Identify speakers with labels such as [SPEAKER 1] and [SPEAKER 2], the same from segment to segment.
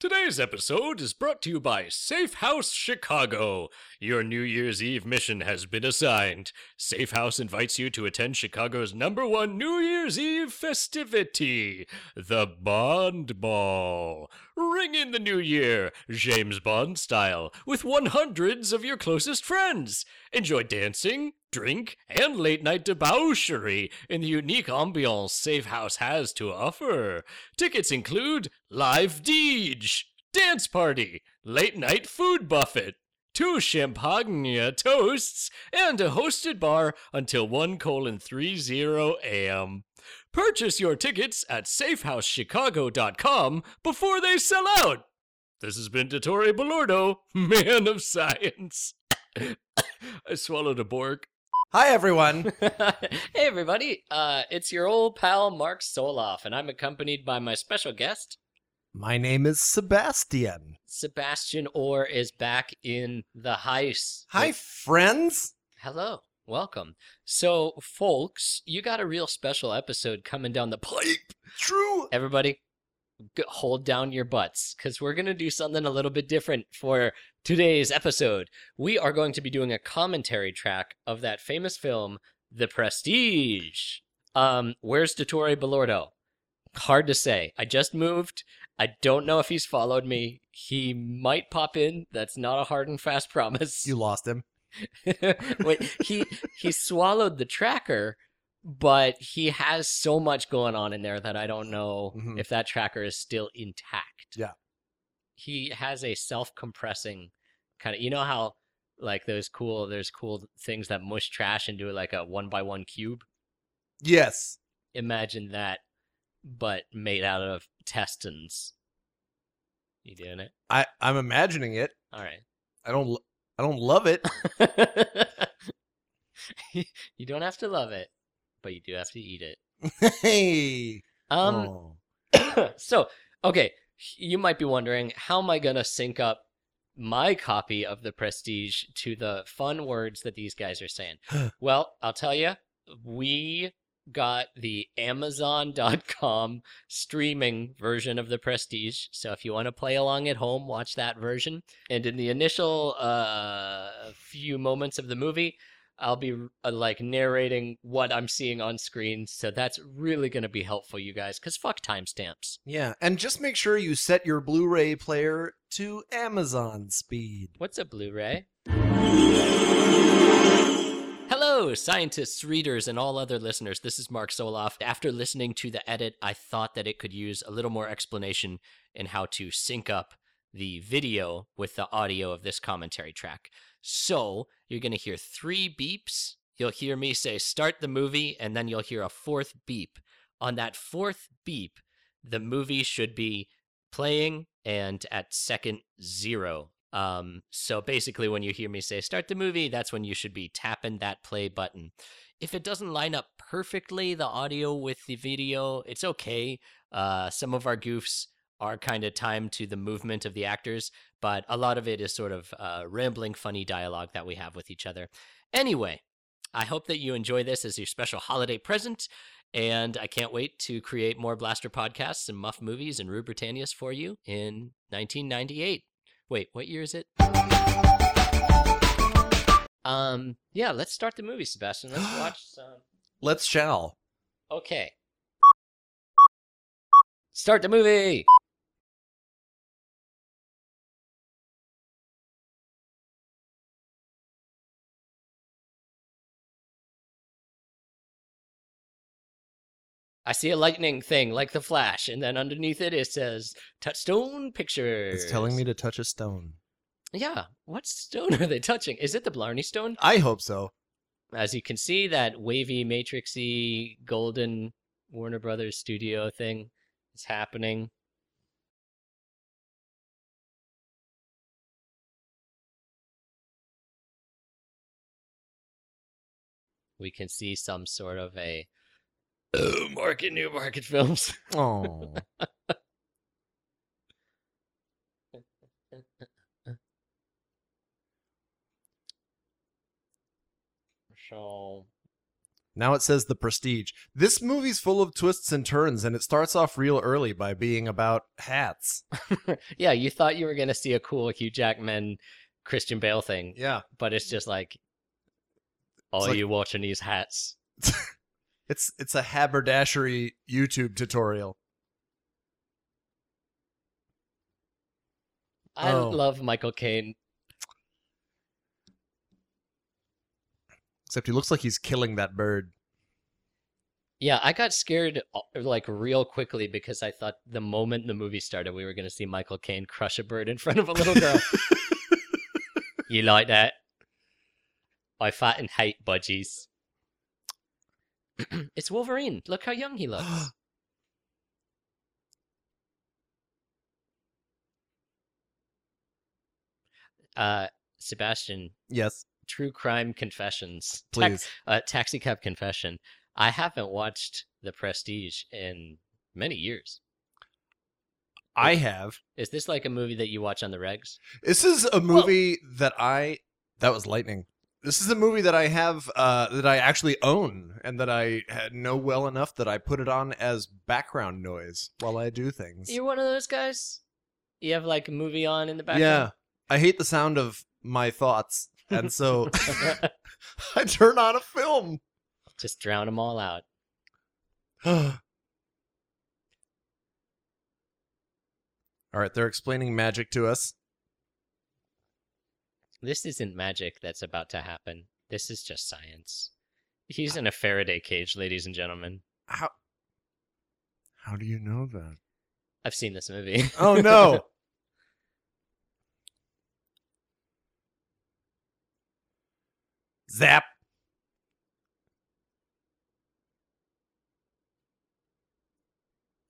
[SPEAKER 1] Today's episode is brought to you by Safe House Chicago. Your New Year's Eve mission has been assigned. Safe House invites you to attend Chicago's number one New Year's Eve festivity, the Bond Ball. Ring in the new year, James Bond style, with 100s of your closest friends. Enjoy dancing, drink, and late night debauchery in the unique ambiance Safe House has to offer. Tickets include live deej, dance party, late night food buffet, two champagne toasts, and a hosted bar until 1 colon 30 am. Purchase your tickets at safehousechicago.com before they sell out. This has been Dottore Balordo, man of science. I swallowed a bork.
[SPEAKER 2] Hi, everyone.
[SPEAKER 3] hey everybody, uh, it's your old pal Mark Soloff, and I'm accompanied by my special guest
[SPEAKER 2] My name is Sebastian.
[SPEAKER 3] Sebastian Orr is back in the heist.
[SPEAKER 2] Hi, friends.
[SPEAKER 3] hello, welcome. So, folks, you got a real special episode coming down the pipe.
[SPEAKER 2] True.
[SPEAKER 3] Everybody, g- hold down your butts because we're gonna do something a little bit different for today's episode. We are going to be doing a commentary track of that famous film, The Prestige. Um, where's Dottore Balordo? Hard to say. I just moved. I don't know if he's followed me. He might pop in. That's not a hard and fast promise.
[SPEAKER 2] You lost him.
[SPEAKER 3] Wait, he he swallowed the tracker, but he has so much going on in there that I don't know
[SPEAKER 2] Mhm.
[SPEAKER 3] if that tracker is still intact.
[SPEAKER 2] Yeah.
[SPEAKER 3] He has a self-compressing kind of you know how like those cool there's cool things that mush trash into like a one by one cube.
[SPEAKER 2] Yes.
[SPEAKER 3] Imagine that, but made out of intestines. You doing it?
[SPEAKER 2] I, I'm imagining it.
[SPEAKER 3] All right.
[SPEAKER 2] I don't. l- I don't love it.
[SPEAKER 3] you don't have to love it, but you do have to eat it.
[SPEAKER 2] hey.
[SPEAKER 3] Um,
[SPEAKER 2] Oh.
[SPEAKER 3] so okay, you might be wondering how am I gonna sync up my copy of the Prestige to the fun words that these guys are saying? well, I'll tell you, we got the Amazon.com streaming version of the Prestige. So if you want to play along at home, watch that version. And in the initial uh, few moments of the movie. I'll be uh, like narrating what I'm seeing on screen, so that's really going to be helpful, you guys. Cause fuck timestamps.
[SPEAKER 2] Yeah. And just make sure you set your Blu-ray player to Amazon speed.
[SPEAKER 3] What's a Blu ray? Hello, scientists, readers, and all other listeners. This is Mark Soloff. After listening to the edit, I thought that it could use a little more explanation in how to sync up the video with the audio of this commentary track. So you're going to hear three beeps. You'll hear me say, start the movie, and then you'll hear a fourth beep. On that fourth beep, the movie should be playing and at second zero. Um, so basically, when you hear me say start the movie, that's when you should be tapping that play button. If it doesn't line up perfectly, the audio with the video, it's okay. Uh, some of our goofs are kind of timed to the movement of the actors, but a lot of it is sort of uh, rambling, funny dialogue that we have with each other. Anyway, I hope that you enjoy this as your special holiday present. And I can't wait to create more Blaster podcasts and Muff movies and Rue Britannias for you in 1998. Wait, what year is it? Um, yeah, let's start the movie, Sebastian. Let's watch some.
[SPEAKER 2] Let's shall.
[SPEAKER 3] Okay. Start the movie! I see a lightning thing like the flash, and then underneath it, it says Touchstone Pictures.
[SPEAKER 2] It's telling me to touch a stone.
[SPEAKER 3] Yeah. What stone are they touching? Is it the Blarney Stone?
[SPEAKER 2] I hope so.
[SPEAKER 3] as you can see, that wavy, matrixy, golden Warner Brothers studio thing is happening. We can see some sort of a market new market films.
[SPEAKER 2] Oh.
[SPEAKER 3] So
[SPEAKER 2] Now it says the prestige. This movie's full of twists and turns, and it starts off real early by being about hats.
[SPEAKER 3] yeah, you thought you were gonna see a cool Hugh Jackman, Christian Bale thing,
[SPEAKER 2] Yeah.
[SPEAKER 3] but it's just like, all
[SPEAKER 2] like-
[SPEAKER 3] you watching these hats.
[SPEAKER 2] It's it's a haberdashery YouTube tutorial.
[SPEAKER 3] I
[SPEAKER 2] Oh.
[SPEAKER 3] love Michael Caine.
[SPEAKER 2] Except he looks like he's killing that bird.
[SPEAKER 3] Yeah, I got scared uh, like real quickly because I thought the moment the movie started, we were gonna see Michael Caine crush a bird in front of a little girl. you like that? I fucking hate budgies. it's Wolverine. Look how young he looks. uh, Sebastian,
[SPEAKER 2] yes,
[SPEAKER 3] True Crime Confessions. Tax-
[SPEAKER 2] please.
[SPEAKER 3] uh, Taxi Cab Confession. I haven't watched The Prestige in many years.
[SPEAKER 2] I have.
[SPEAKER 3] Is this like a movie that you watch on the regs?
[SPEAKER 2] This is a movie that I that was lightning. This is a movie that I have uh, that I actually own and that I had know well enough that I put it on as background noise while I do things.
[SPEAKER 3] You're one of those guys. You have like a movie on in the
[SPEAKER 2] yeah,
[SPEAKER 3] background.
[SPEAKER 2] I hate the sound of my thoughts, and so I turn on a film.
[SPEAKER 3] Just drown them all out.
[SPEAKER 2] All right, they're explaining magic to us.
[SPEAKER 3] This isn't magic that's about to happen. This is just science. He's in a Faraday cage, ladies and gentlemen.
[SPEAKER 2] How? How do you know that?
[SPEAKER 3] I've seen this movie.
[SPEAKER 2] Oh no. Zap.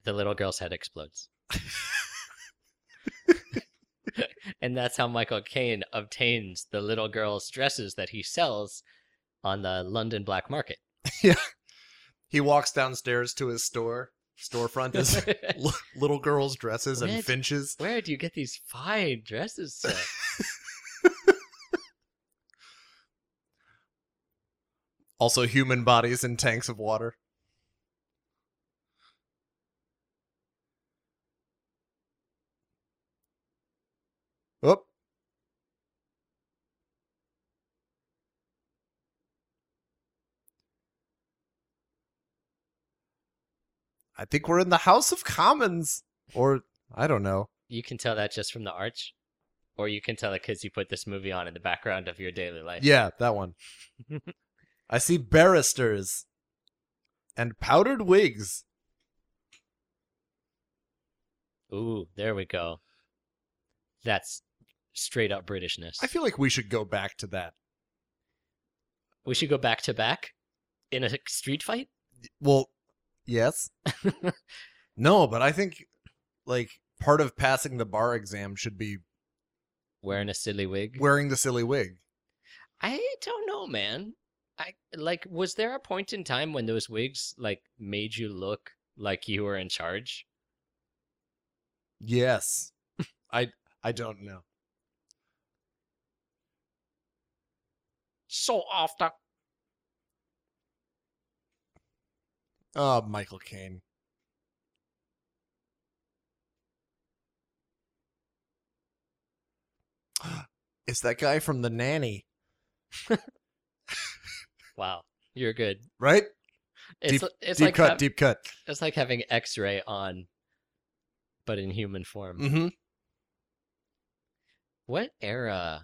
[SPEAKER 3] the little girl's head explodes. and that's how Michael Caine obtains the little girl's dresses that he sells on the London black market.
[SPEAKER 2] He walks downstairs to his store. Storefront is li- little girls' dresses and
[SPEAKER 3] Red.
[SPEAKER 2] finches.
[SPEAKER 3] Where do you get these fine dresses, sir?
[SPEAKER 2] Also, human bodies in tanks of water. Oop. I think we're in the House of Commons. Or, I don't know.
[SPEAKER 3] you can tell that just from the arch, or you can tell the kids you put this movie on in the background of your daily life.
[SPEAKER 2] Yeah, that one. I see barristers and powdered wigs.
[SPEAKER 3] Ooh, there we go. That's straight up Britishness.
[SPEAKER 2] I feel like we should go back to that.
[SPEAKER 3] we should go back to back in a street fight.
[SPEAKER 2] Well, yes. no, but I think like part of passing the bar exam should be
[SPEAKER 3] Wearing a silly wig.
[SPEAKER 2] wearing the silly wig.
[SPEAKER 3] I don't know, man. I like was there a point in time when those wigs like made you look like you were in charge?
[SPEAKER 2] Yes. I I don't know.
[SPEAKER 3] So often.
[SPEAKER 2] Oh, Michael Caine. It's that guy from The Nanny,
[SPEAKER 3] Wow. You're good.
[SPEAKER 2] right?
[SPEAKER 3] It's it's
[SPEAKER 2] deep
[SPEAKER 3] like
[SPEAKER 2] cut,
[SPEAKER 3] hav-
[SPEAKER 2] deep cut.
[SPEAKER 3] it's like having x-ray on but in human form.
[SPEAKER 2] Mm-hmm.
[SPEAKER 3] What era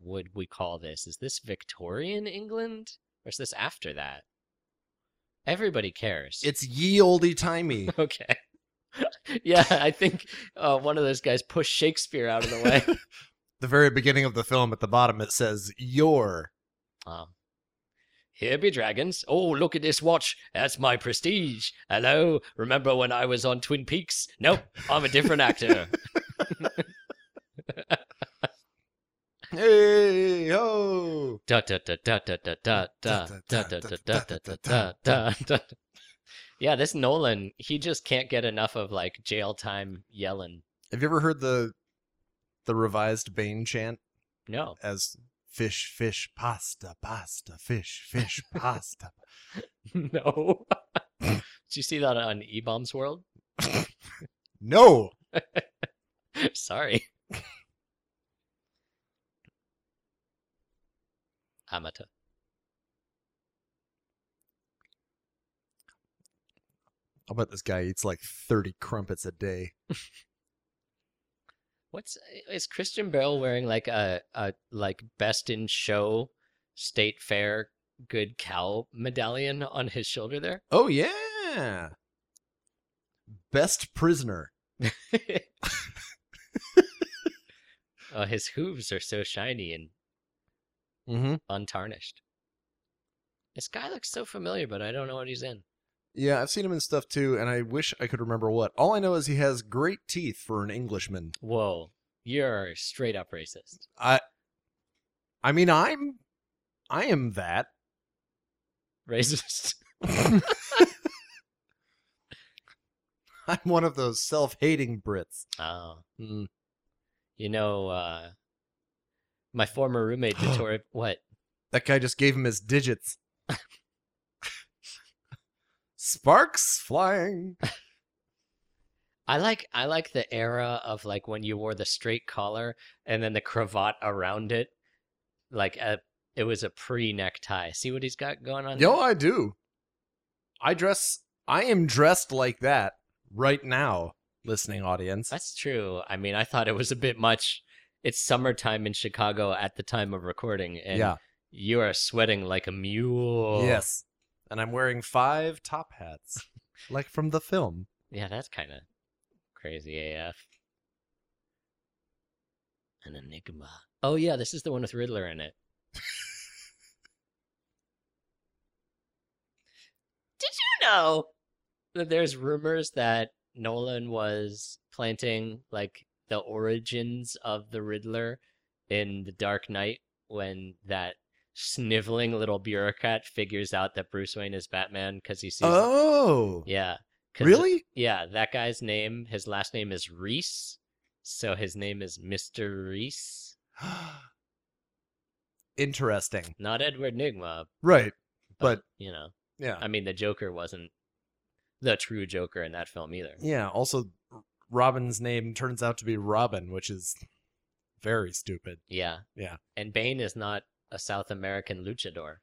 [SPEAKER 3] would we call this? Is this Victorian England or is this after that? Everybody cares.
[SPEAKER 2] It's ye oldie timey.
[SPEAKER 3] Okay. yeah, I think uh, one of those guys pushed Shakespeare out of the way.
[SPEAKER 2] the very beginning of the film at the bottom it says your
[SPEAKER 3] Um, here be dragons. Oh, look at this watch. That's my prestige. Hello. Remember when I was on Twin Peaks? Nope, I'm a different actor.
[SPEAKER 2] Hey ho!
[SPEAKER 3] Da da da da da da da da da da da da da da da da da. Yeah, this Nolan, he just can't get enough of like jail time yelling.
[SPEAKER 2] Have you ever heard the the revised Bane chant
[SPEAKER 3] No.
[SPEAKER 2] as Fish, fish, pasta, pasta, fish, fish, pasta.
[SPEAKER 3] no. Did you see that on E Bombs World?
[SPEAKER 2] No.
[SPEAKER 3] Sorry. Amata.
[SPEAKER 2] I'll bet this guy eats like 30 crumpets a day.
[SPEAKER 3] What's is Christian Bale wearing like a, a like best in show state fair good cow medallion on his shoulder there?
[SPEAKER 2] Oh, yeah. Best prisoner.
[SPEAKER 3] oh, his hooves are so shiny and
[SPEAKER 2] Mm-hmm.
[SPEAKER 3] untarnished. This guy looks so familiar, but I don't know what he's in.
[SPEAKER 2] Yeah, I've seen him in stuff too, and I wish I could remember what. All I know is he has great teeth for an Englishman.
[SPEAKER 3] Whoa, you're straight up racist.
[SPEAKER 2] I I mean I'm I am that.
[SPEAKER 3] Racist.
[SPEAKER 2] I'm one of those self-hating Brits.
[SPEAKER 3] Oh,
[SPEAKER 2] Mm.
[SPEAKER 3] you know, uh, my former roommate Vittorio. what?
[SPEAKER 2] That guy just gave him his digits. Sparks flying.
[SPEAKER 3] I like I like the era of like when you wore the straight collar and then the cravat around it, like a it was a pre necktie. See what he's got going on?
[SPEAKER 2] Yo, I do. I dress I am dressed like that right now, listening audience.
[SPEAKER 3] That's true. I mean, I thought it was a bit much. It's summertime in Chicago at the time of recording, and
[SPEAKER 2] yeah.
[SPEAKER 3] you are sweating like a mule.
[SPEAKER 2] Yes. And I'm wearing five top hats. like from the film.
[SPEAKER 3] Yeah, that's kind of crazy AF. An enigma. Oh, yeah, this is the one with Riddler in it. Did you know that there's rumors that Nolan was planting, like, the origins of the Riddler in The Dark Knight when that sniveling little bureaucrat figures out that Bruce Wayne is Batman because he sees.
[SPEAKER 2] Oh,
[SPEAKER 3] Yeah. 'cause
[SPEAKER 2] really?
[SPEAKER 3] yeah, that guy's name, his last name is Reese. So his name is Mr. Reese.
[SPEAKER 2] Interesting.
[SPEAKER 3] Not Edward Nigma,
[SPEAKER 2] Right.
[SPEAKER 3] but,
[SPEAKER 2] But- uh
[SPEAKER 3] you know,
[SPEAKER 2] Yeah.
[SPEAKER 3] I mean, the Joker wasn't the true Joker in that film either.
[SPEAKER 2] Yeah. Also, Robin's name turns out to be Robin, which is very stupid.
[SPEAKER 3] Yeah.
[SPEAKER 2] Yeah.
[SPEAKER 3] And Bane is not a South American luchador,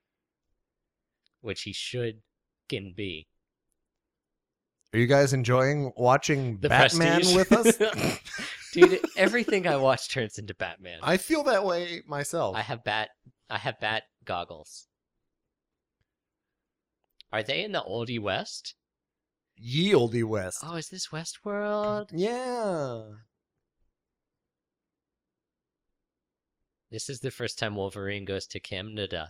[SPEAKER 3] which he should can be.
[SPEAKER 2] Are you guys enjoying watching
[SPEAKER 3] The
[SPEAKER 2] Batman
[SPEAKER 3] Prestige.
[SPEAKER 2] with us?
[SPEAKER 3] Dude, e, everything I watch turns into Batman. I,
[SPEAKER 2] I feel that way myself.
[SPEAKER 3] have bat I have bat goggles. Are they in the oldie west?
[SPEAKER 2] Ye olde West.
[SPEAKER 3] Oh, is this Westworld?
[SPEAKER 2] Yeah.
[SPEAKER 3] This is the first time Wolverine goes to Canada.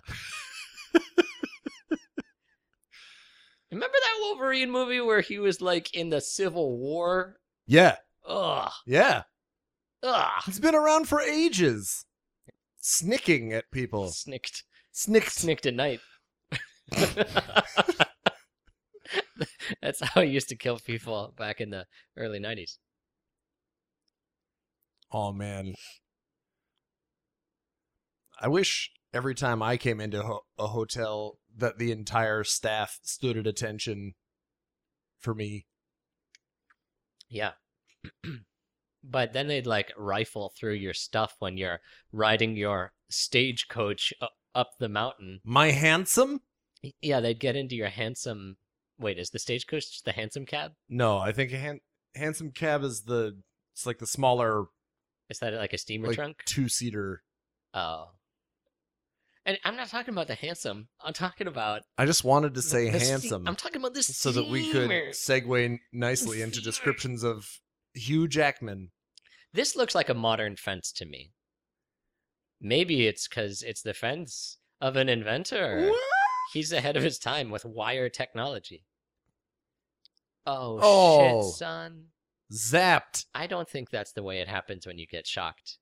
[SPEAKER 3] Remember that Wolverine movie where he was like in the Civil War?
[SPEAKER 2] Yeah.
[SPEAKER 3] Ugh.
[SPEAKER 2] Yeah.
[SPEAKER 3] Ugh.
[SPEAKER 2] He's been around for ages. Snicking at people.
[SPEAKER 3] Snicked.
[SPEAKER 2] Snicked.
[SPEAKER 3] Snicked at night. That's how he used to kill people back in the early 90s.
[SPEAKER 2] Oh man. I wish every time I came into ho- a hotel that the entire staff stood at attention for me.
[SPEAKER 3] Yeah. but then they'd like rifle through your stuff when you're riding your stagecoach u- up the mountain.
[SPEAKER 2] My handsome?
[SPEAKER 3] Y- Yeah, they'd get into your handsome. Wait, is the stagecoach the handsome cab?
[SPEAKER 2] No, I think a han- handsome cab is the it's like the smaller
[SPEAKER 3] Is that like a steamer
[SPEAKER 2] Like-
[SPEAKER 3] trunk?
[SPEAKER 2] two-seater.
[SPEAKER 3] Oh. And I'm not talking about the handsome. I'm talking about
[SPEAKER 2] I just wanted to
[SPEAKER 3] the-
[SPEAKER 2] say
[SPEAKER 3] the ste-
[SPEAKER 2] handsome
[SPEAKER 3] I'm talking about this
[SPEAKER 2] so that we could segue n- nicely into
[SPEAKER 3] Steamer.
[SPEAKER 2] descriptions of Hugh Jackman.
[SPEAKER 3] This looks like a modern fence to me. Maybe it's because it's the fence of an inventor. He's ahead of his time with wire technology. Oh, shit,
[SPEAKER 2] Oh.
[SPEAKER 3] son.
[SPEAKER 2] Zapped.
[SPEAKER 3] I don't think that's the way it happens when you get shocked.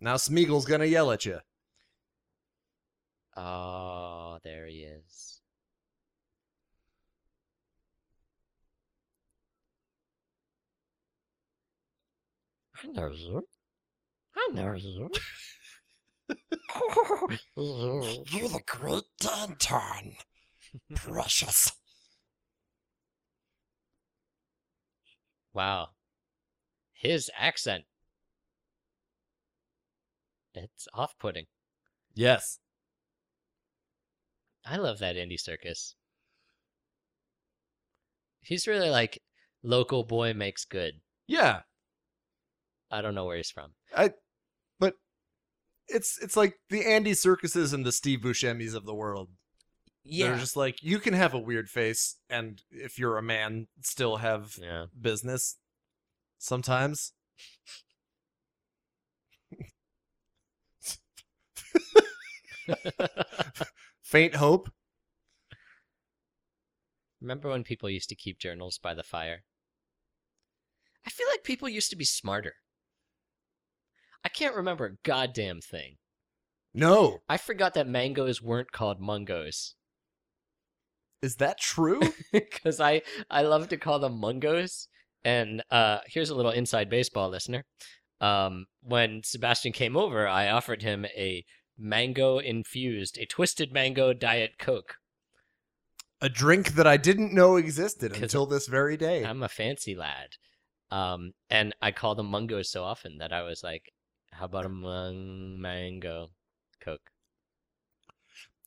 [SPEAKER 2] Now Smeagol's going to yell at you.
[SPEAKER 3] Oh, there he is.
[SPEAKER 4] I know you. You're the great Danton. Precious.
[SPEAKER 3] Wow. His accent. It's off putting.
[SPEAKER 5] Yes.
[SPEAKER 3] I love that indie circus. He's really like local boy makes good.
[SPEAKER 2] Yeah,
[SPEAKER 3] I don't know where he's from.
[SPEAKER 2] it's it's like the Andy Circuses and the Steve Buscemi's of the world. They're
[SPEAKER 5] Yeah.
[SPEAKER 2] just like you can have a weird face, and if you're a man, still have
[SPEAKER 3] Yeah.
[SPEAKER 2] business. Sometimes. Faint hope.
[SPEAKER 3] Remember when people used to keep journals by the fire? I feel like people used to be smarter. I can't remember a goddamn thing.
[SPEAKER 2] No,
[SPEAKER 3] I forgot that mangoes weren't called mungos.
[SPEAKER 2] is that true?
[SPEAKER 3] because I I love to call them mungos. And uh, here's a little inside baseball listener. Um, when Sebastian came over, I offered him a mango infused, a twisted mango diet coke.
[SPEAKER 2] a drink that I didn't know existed
[SPEAKER 3] 'Cause
[SPEAKER 2] until this very day.
[SPEAKER 3] I'm a fancy lad, um, and I call them mungos so often that I was like, "How about a mung- mango coke?"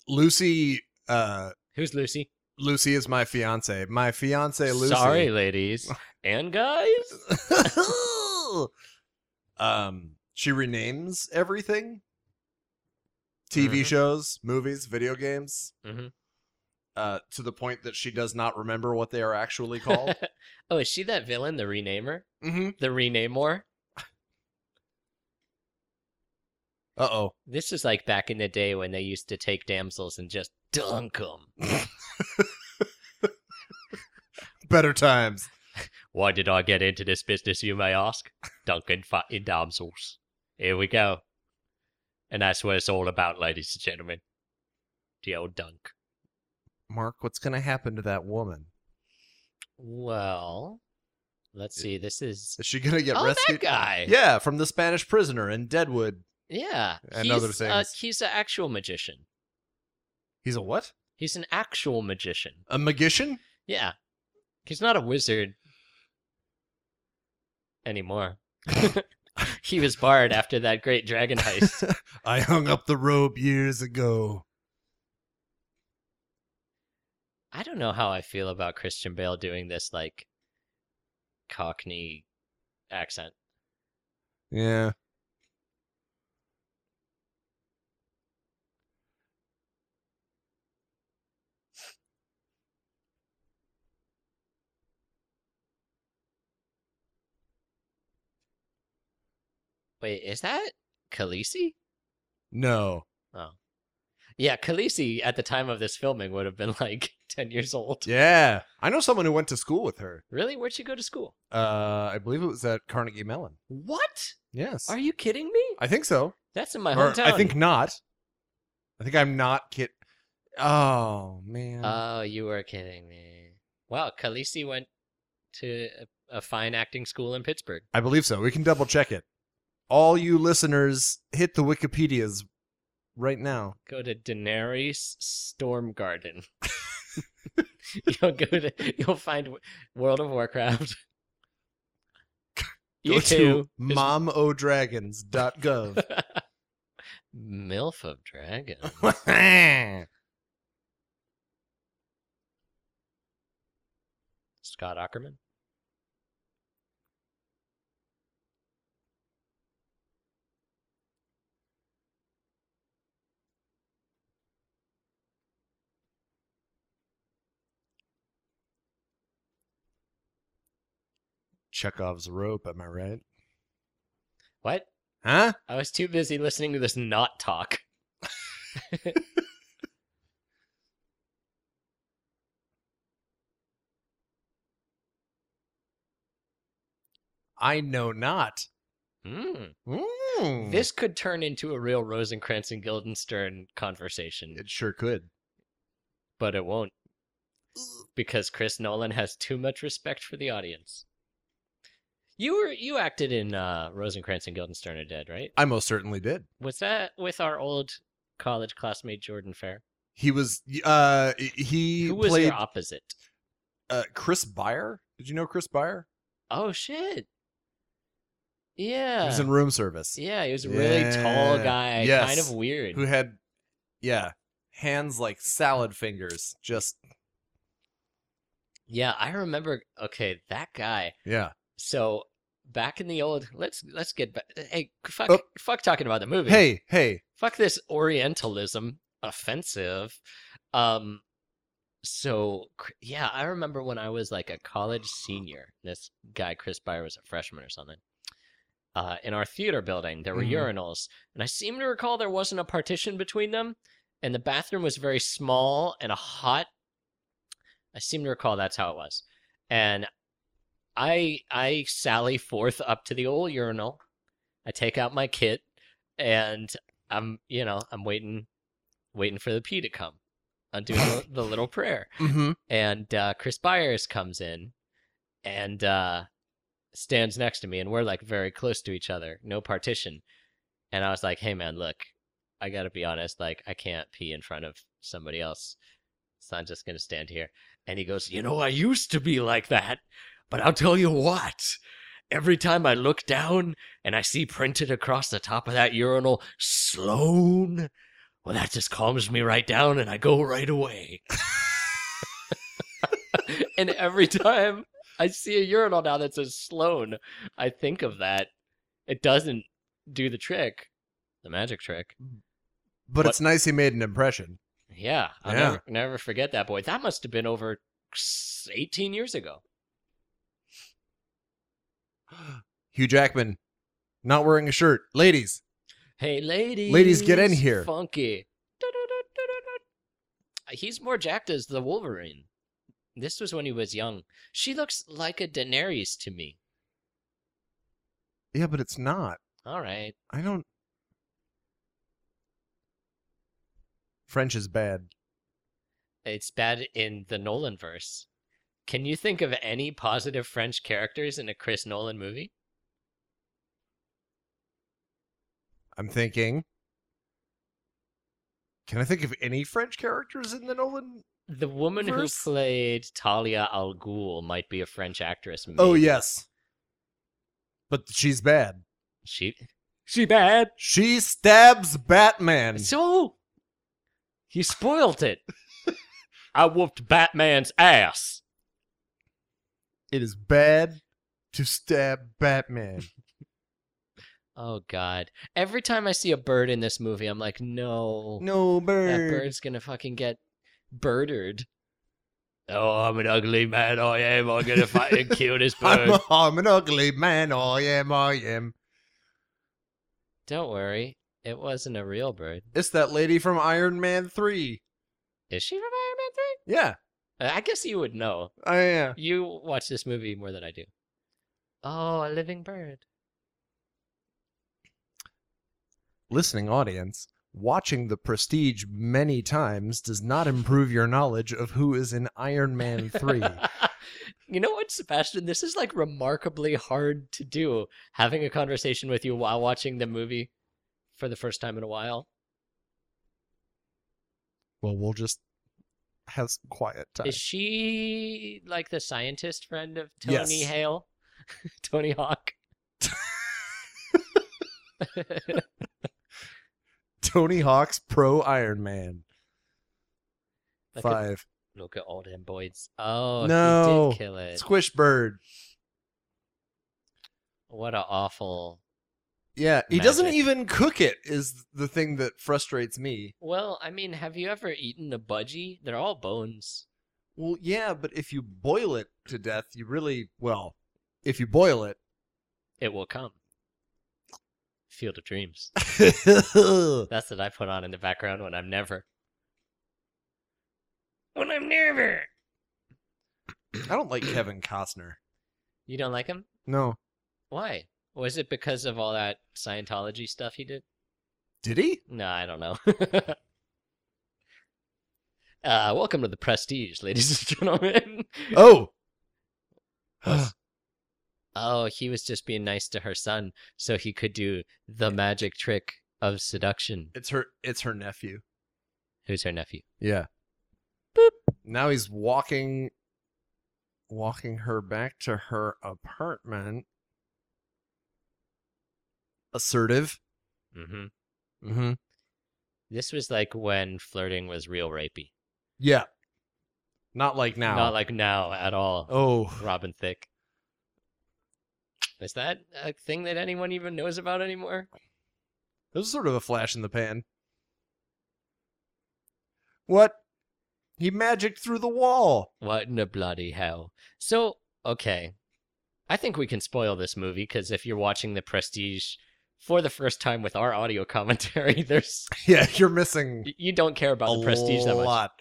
[SPEAKER 2] Lucy, uh,
[SPEAKER 3] Who's Lucy?
[SPEAKER 2] Lucy is my fiance. My fiance, Lucy.
[SPEAKER 3] Sorry, ladies and guys.
[SPEAKER 2] um, she renames everything TV
[SPEAKER 3] Mhm.
[SPEAKER 2] shows, movies, video games
[SPEAKER 3] Mhm.
[SPEAKER 2] uh, to the point that she does not remember what they are actually called.
[SPEAKER 3] oh, is she that villain, the renamer,
[SPEAKER 2] mm-hmm.
[SPEAKER 3] the renamor?
[SPEAKER 2] Uh oh.
[SPEAKER 3] This is like back in the day when they used to take damsels and just dunk them.
[SPEAKER 2] Better times.
[SPEAKER 3] Why did I get into this business, you may ask? Dunking fucking damsels. Here we go. And that's what it's all about, ladies and gentlemen. The old dunk.
[SPEAKER 2] Mark, what's going to happen to that woman?
[SPEAKER 3] Well, let's see. This is.
[SPEAKER 2] Is she going to get
[SPEAKER 3] Oh,
[SPEAKER 2] rescued?
[SPEAKER 3] that guy.
[SPEAKER 2] Yeah, from the Spanish prisoner in Deadwood.
[SPEAKER 3] Yeah.
[SPEAKER 2] And
[SPEAKER 3] he's,
[SPEAKER 2] other
[SPEAKER 3] Uh,
[SPEAKER 2] things.
[SPEAKER 3] he's an actual magician.
[SPEAKER 2] He's a what?
[SPEAKER 3] He's an actual magician.
[SPEAKER 2] A magician?
[SPEAKER 3] Yeah. He's not a wizard anymore. he was barred after that great dragon heist.
[SPEAKER 2] I hung up the rope years ago.
[SPEAKER 3] I don't know how I feel about Christian Bale doing this like Cockney accent.
[SPEAKER 2] Yeah.
[SPEAKER 3] Wait, is that Khaleesi?
[SPEAKER 2] No.
[SPEAKER 3] Yeah, Khaleesi at the time of this filming would have been like 10 years old.
[SPEAKER 2] Yeah. I know someone who went to school with her.
[SPEAKER 3] Really? Where'd she go to school?
[SPEAKER 2] Uh, I believe it was at Carnegie Mellon.
[SPEAKER 3] What?
[SPEAKER 2] Yes.
[SPEAKER 3] Are you kidding me?
[SPEAKER 2] I think so.
[SPEAKER 3] That's in my
[SPEAKER 2] Or
[SPEAKER 3] hometown.
[SPEAKER 2] I think not. I think I'm not kid. Oh man.
[SPEAKER 3] Oh, you were kidding me. Wow, Khaleesi went to a, a fine acting school in Pittsburgh.
[SPEAKER 2] I believe so. We can double check it. All you listeners, hit the Wikipedia's right now.
[SPEAKER 3] Go to Daenerys Storm Garden. you'll go to you'll find W- World of Warcraft.
[SPEAKER 2] Go
[SPEAKER 3] you
[SPEAKER 2] to
[SPEAKER 3] too. is-
[SPEAKER 2] momodragons.gov.
[SPEAKER 3] Milf of Dragon. Scott Ackerman.
[SPEAKER 2] Chekhov's rope. Am I right?
[SPEAKER 3] What?
[SPEAKER 2] Huh?
[SPEAKER 3] I was too busy listening to this not talk.
[SPEAKER 2] I know not.
[SPEAKER 3] Mm.
[SPEAKER 2] Mm.
[SPEAKER 3] This could turn into a real Rosencrantz and Guildenstern conversation.
[SPEAKER 2] it sure could.
[SPEAKER 3] but it won't because Chris Nolan has too much respect for the audience. You were you acted in uh, Rosencrantz and Guildenstern are Dead, right?
[SPEAKER 2] I most certainly did.
[SPEAKER 3] Was that with our old college classmate Jordan Fair?
[SPEAKER 2] He was uh he
[SPEAKER 3] Who was
[SPEAKER 2] played
[SPEAKER 3] your opposite?
[SPEAKER 2] uh, Chris Byer. Did you know Chris Byer?
[SPEAKER 3] Oh shit!
[SPEAKER 2] He
[SPEAKER 3] Yeah,
[SPEAKER 2] was in room service.
[SPEAKER 3] yeah, he was a really tall
[SPEAKER 2] Yeah.
[SPEAKER 3] guy,
[SPEAKER 2] Yes.
[SPEAKER 3] kind of weird.
[SPEAKER 2] Who had yeah, hands like salad fingers. Just
[SPEAKER 3] yeah, I remember. Okay, that guy.
[SPEAKER 2] yeah.
[SPEAKER 3] So back in the old, let's let's get back. Hey, fuck,
[SPEAKER 2] Oh.
[SPEAKER 3] fuck talking about the movie.
[SPEAKER 2] Hey, hey.
[SPEAKER 3] fuck this orientalism offensive um so cr- yeah i remember when i was like a college senior this guy chris Byer was a freshman or something uh, in our theater building there were
[SPEAKER 2] Mhm.
[SPEAKER 3] urinals and i seem to recall there wasn't a partition between them and the bathroom was very small and a hot i seem to recall that's how it was and i i sally forth up to the old urinal i take out my kit and i'm you know i'm waiting waiting for the pee to come i'm doing the, the little prayer
[SPEAKER 2] Mm-hmm.
[SPEAKER 3] and uh, chris byers comes in and uh, stands next to me and we're like very close to each other no partition and i was like hey man look i gotta be honest like i can't pee in front of somebody else so i'm just gonna stand here and he goes you know i used to be like that but i'll tell you what every time i look down and i see printed across the top of that urinal sloan well that just calms me right down and i go right away and every time I see a urinal now that says Sloan, I think of that. It doesn't do the trick, the magic trick.
[SPEAKER 2] But
[SPEAKER 3] What-
[SPEAKER 2] it's nice he made an impression.
[SPEAKER 3] Yeah, I'll
[SPEAKER 2] Yeah.
[SPEAKER 3] Never, never forget that boy. That must have been over 18 years ago.
[SPEAKER 2] Hugh Jackman, not wearing a shirt. Ladies,
[SPEAKER 3] Hey, ladies.
[SPEAKER 2] Ladies, get in here.
[SPEAKER 3] Funky. He's more jacked as the Wolverine. This was when he was young. She looks like a Daenerys to me.
[SPEAKER 2] Yeah, but it's not.
[SPEAKER 3] All right.
[SPEAKER 2] I don't. French is bad.
[SPEAKER 3] it's bad in the Nolan verse. Can you think of any positive French characters in a Chris Nolan movie?
[SPEAKER 2] I'm thinking. Can I think of any French characters in the Nolan?
[SPEAKER 3] The woman
[SPEAKER 2] Verse?
[SPEAKER 3] who played Talia al Ghul might be a French actress.
[SPEAKER 2] Oh
[SPEAKER 3] maybe.
[SPEAKER 2] yes, but she's bad.
[SPEAKER 3] she she bad.
[SPEAKER 2] She stabs Batman.
[SPEAKER 3] So you spoiled it. I whooped Batman's ass.
[SPEAKER 2] It is bad to stab Batman.
[SPEAKER 3] Oh God! Every time I see a bird in this movie, I'm like, no,
[SPEAKER 2] no
[SPEAKER 3] that
[SPEAKER 2] bird.
[SPEAKER 3] bird's gonna fucking get birdered. Oh, I'm an ugly man. I am. I'm gonna fight and kill this bird.
[SPEAKER 2] I'm, a, I'm an ugly man. I am. I am.
[SPEAKER 3] Don't worry. It wasn't a real bird.
[SPEAKER 2] It's that lady from Iron Man Three.
[SPEAKER 3] Is she from Iron
[SPEAKER 2] Yeah,
[SPEAKER 3] Man 3? I guess you would know.
[SPEAKER 2] I am.
[SPEAKER 3] You watch this movie more than I do. Oh, a living bird.
[SPEAKER 2] listening audience, watching The Prestige many times does not improve your knowledge of who is in Iron Man 3.
[SPEAKER 3] you know what, Sebastian? This is like remarkably hard to do. Having a conversation with you while watching the movie for the first time in a while.
[SPEAKER 2] well, we'll just have some quiet time.
[SPEAKER 3] Is she like the scientist friend of Tony
[SPEAKER 2] Yes.
[SPEAKER 3] Hale? Tony Hawk?
[SPEAKER 2] Tony Hawk's Pro Iron Man
[SPEAKER 3] That could-
[SPEAKER 2] 5.
[SPEAKER 3] Look at all them boys. Oh, he
[SPEAKER 2] No.
[SPEAKER 3] did kill it.
[SPEAKER 2] Squish Bird.
[SPEAKER 3] What an awful.
[SPEAKER 2] Yeah, he doesn't
[SPEAKER 3] Magic.
[SPEAKER 2] even cook it, is the thing that frustrates me.
[SPEAKER 3] Well, I mean, have you ever eaten a budgie? They're all bones.
[SPEAKER 2] Well, yeah, but if you boil it to death, you really, well, if you boil it,
[SPEAKER 3] It will come. Field of Dreams. That's what I put on in the background when I'm never. When I'm never.
[SPEAKER 2] I don't like Kevin Costner.
[SPEAKER 3] You don't like him?
[SPEAKER 2] No.
[SPEAKER 3] Why? Was it because of all that Scientology stuff he did?
[SPEAKER 2] Did he?
[SPEAKER 3] No, I don't know. uh, welcome to the Prestige, ladies and gentlemen.
[SPEAKER 2] Oh.
[SPEAKER 3] Yes. oh, he was just being nice to her son so he could do the magic trick of seduction.
[SPEAKER 2] It's her. It's her nephew.
[SPEAKER 3] Who's her nephew?
[SPEAKER 2] Yeah. Now he's walking, walking her back to her apartment. Assertive.
[SPEAKER 3] Mm-hmm.
[SPEAKER 2] Mm-hmm.
[SPEAKER 3] This was like when flirting was real rapey.
[SPEAKER 2] Yeah. Not like now.
[SPEAKER 3] Not like now at all.
[SPEAKER 2] Oh.
[SPEAKER 3] Robin Thicke. Is that a thing that anyone even knows about anymore?
[SPEAKER 2] It was sort of a flash in the pan. What? He magicked through the wall.
[SPEAKER 3] What in the bloody hell? So, okay. I think we can spoil this movie because if you're watching The Prestige for the first time with our audio commentary, there's
[SPEAKER 2] Yeah, you're missing
[SPEAKER 3] y- you don't care about
[SPEAKER 2] a
[SPEAKER 3] The Prestige that much.
[SPEAKER 2] lot.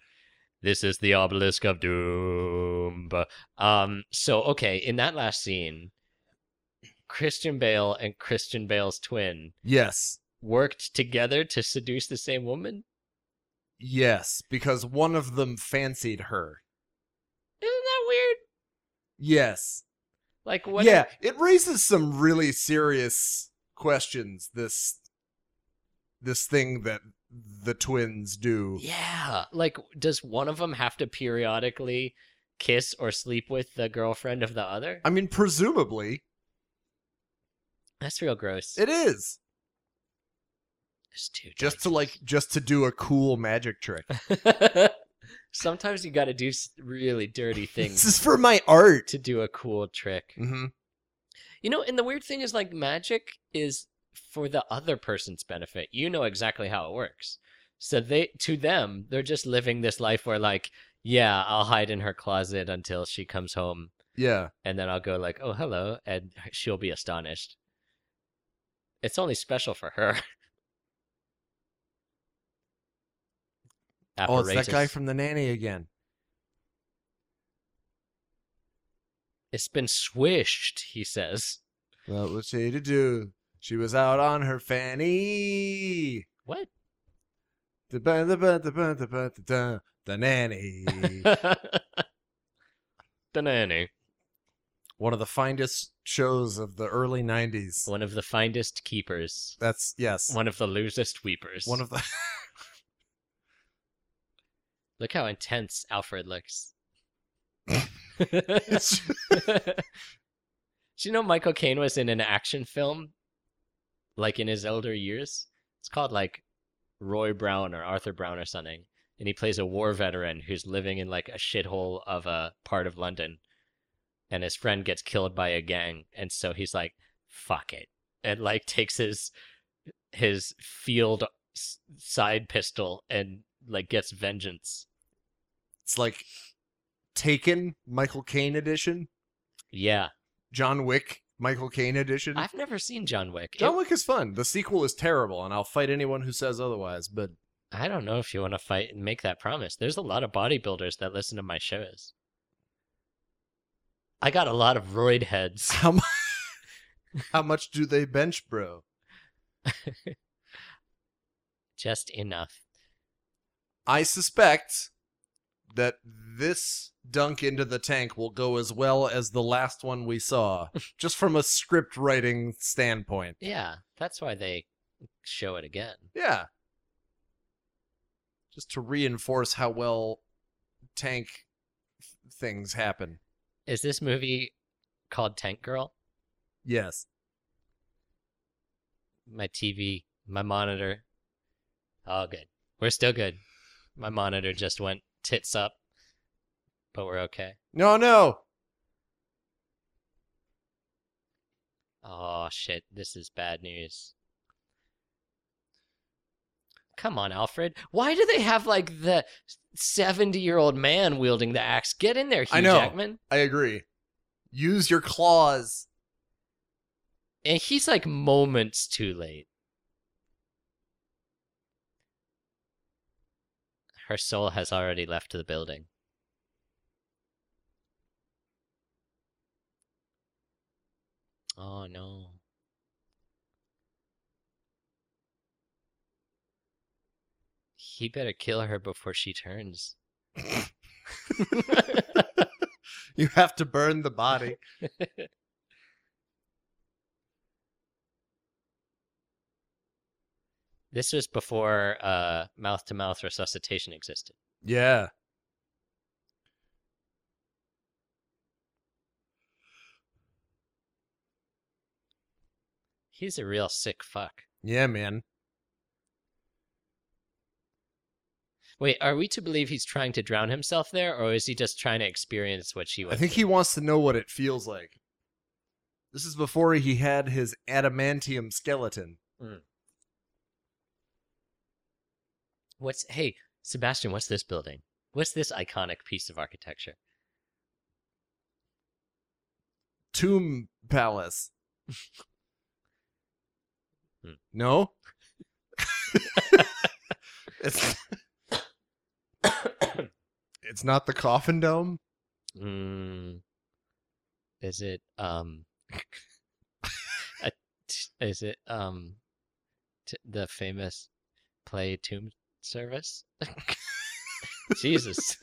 [SPEAKER 3] This is the obelisk of doom. Um, so okay, in that last scene, Christian Bale and Christian Bale's twin
[SPEAKER 2] Yes.
[SPEAKER 3] worked together to seduce the same woman.
[SPEAKER 2] Yes, because one of them fancied her.
[SPEAKER 3] Isn't that weird?
[SPEAKER 2] Yes.
[SPEAKER 3] Like what?
[SPEAKER 2] yeah, it raises some really serious questions this this thing that the twins do.
[SPEAKER 3] Yeah. Like, does one of them have to periodically kiss or sleep with the girlfriend of the other?
[SPEAKER 2] I mean, presumably
[SPEAKER 3] That's real gross.
[SPEAKER 2] it is
[SPEAKER 3] It's too
[SPEAKER 2] just to like just to do a cool magic trick.
[SPEAKER 3] like. Sometimes you got to do s- really dirty
[SPEAKER 2] this
[SPEAKER 3] things
[SPEAKER 2] is for my art.
[SPEAKER 3] to do a cool trick.
[SPEAKER 2] Mhm.
[SPEAKER 3] You know, and the weird thing is like magic is for the other person's benefit. You know exactly how it works. So they to them, they're just living this life where like, yeah, I'll hide in her closet until she comes home
[SPEAKER 2] Yeah.
[SPEAKER 3] and then I'll go like, "Oh, hello," and she'll be astonished. It's only special for her.
[SPEAKER 2] Oh, it's that guy
[SPEAKER 3] Apparatus.
[SPEAKER 2] from the nanny again.
[SPEAKER 3] It's been swished, he says.
[SPEAKER 2] That was she to do. She was out on her fanny.
[SPEAKER 3] What?
[SPEAKER 2] The nanny.
[SPEAKER 3] the nanny.
[SPEAKER 2] One of the finest shows of the early 90s.
[SPEAKER 3] One of the finest keepers.
[SPEAKER 2] That's, yes.
[SPEAKER 3] One of the loosest weepers.
[SPEAKER 2] One of the.
[SPEAKER 3] Look how intense Alfred looks.
[SPEAKER 2] It's-
[SPEAKER 3] Do you know Michael Caine was in an action film, like in his elder years? It's called like Roy Brown or Arthur Brown or something, and he plays a war veteran who's living in like a shithole of a part of London, and his friend gets killed by a gang, and so he's like, "Fuck it," and like takes his his field s- side pistol and like gets vengeance.
[SPEAKER 2] It's like Taken, Michael Caine edition,
[SPEAKER 3] Yeah,
[SPEAKER 2] John Wick, Michael Caine edition.
[SPEAKER 3] I've never seen John Wick. It-
[SPEAKER 2] John Wick is fun. The sequel is terrible, and I'll fight anyone who says otherwise, but
[SPEAKER 3] I don't know if you want to fight and make that promise. There's a lot of bodybuilders that listen to my shows. I got a lot of roid heads.
[SPEAKER 2] how, mu- how much do they bench, bro?
[SPEAKER 3] Just enough.
[SPEAKER 2] I suspect that this dunk into the tank will go as well as the last one we saw, just from a script writing standpoint.
[SPEAKER 3] Yeah, that's why they show it again.
[SPEAKER 2] Yeah. Just to reinforce how well tank f- things happen.
[SPEAKER 3] Is this movie called Tank Girl?
[SPEAKER 2] Yes.
[SPEAKER 3] My TV, my monitor. All good. We're still good. My monitor just went tits up, but we're okay.
[SPEAKER 2] No, no.
[SPEAKER 3] Oh shit, this is bad news. Come on, Alfred. Why do they have like the 70 year old man wielding the axe? Get in there, Hugh
[SPEAKER 2] I know.
[SPEAKER 3] Jackman.
[SPEAKER 2] I agree. Use your claws.
[SPEAKER 3] And he's like moments too late. Her soul has already left the building. Oh no. He better kill her before she turns.
[SPEAKER 2] You have to burn the body.
[SPEAKER 3] This was before uh, mouth-to-mouth resuscitation existed.
[SPEAKER 2] Yeah.
[SPEAKER 3] He's a real sick fuck.
[SPEAKER 2] Yeah, man.
[SPEAKER 3] Wait, are we to believe he's trying to drown himself there, or is he just trying to experience what she
[SPEAKER 2] I
[SPEAKER 3] went
[SPEAKER 2] think he wants to know what it feels like. This is before he had his adamantium skeleton.
[SPEAKER 3] What's hey, Sebastian, what's this building? What's this iconic piece of architecture?
[SPEAKER 2] Tomb palace.
[SPEAKER 3] Hmm.
[SPEAKER 2] no? it's, it's not the coffin dome?
[SPEAKER 3] Mm, is it um a t- is it um t- the famous play tomb service? Jesus.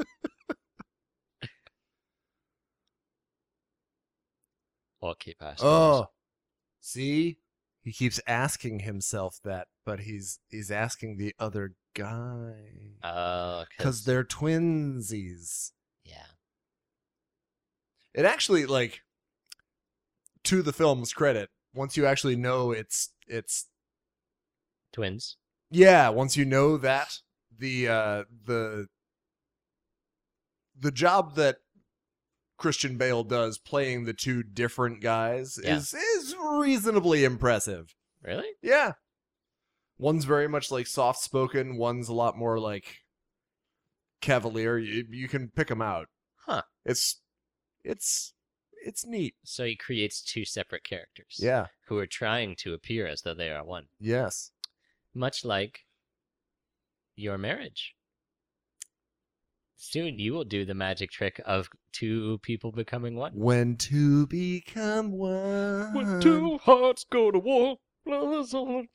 [SPEAKER 3] Okay, past.
[SPEAKER 2] Oh. See? He keeps asking himself that, but he's he's asking the other guy.
[SPEAKER 3] Oh,
[SPEAKER 2] Because they're twinsies.
[SPEAKER 3] yeah.
[SPEAKER 2] It actually like to the film's credit, once you actually know it's it's
[SPEAKER 3] Twins.
[SPEAKER 2] yeah, once you know that the uh the the job that Christian Bale does playing the two different guys
[SPEAKER 3] Yeah.
[SPEAKER 2] is is reasonably impressive.
[SPEAKER 3] Really?
[SPEAKER 2] Yeah. One's very much like soft spoken, one's a lot more like cavalier. You, you can pick them out.
[SPEAKER 3] Huh.
[SPEAKER 2] It's it's it's neat.
[SPEAKER 3] So he creates two separate characters.
[SPEAKER 2] Yeah.
[SPEAKER 3] Who are trying to appear as though they are one.
[SPEAKER 2] Yes.
[SPEAKER 3] Much like your marriage. Soon you will do the magic trick of two people becoming one.
[SPEAKER 2] When two become one.
[SPEAKER 1] When two hearts go to war, brothers on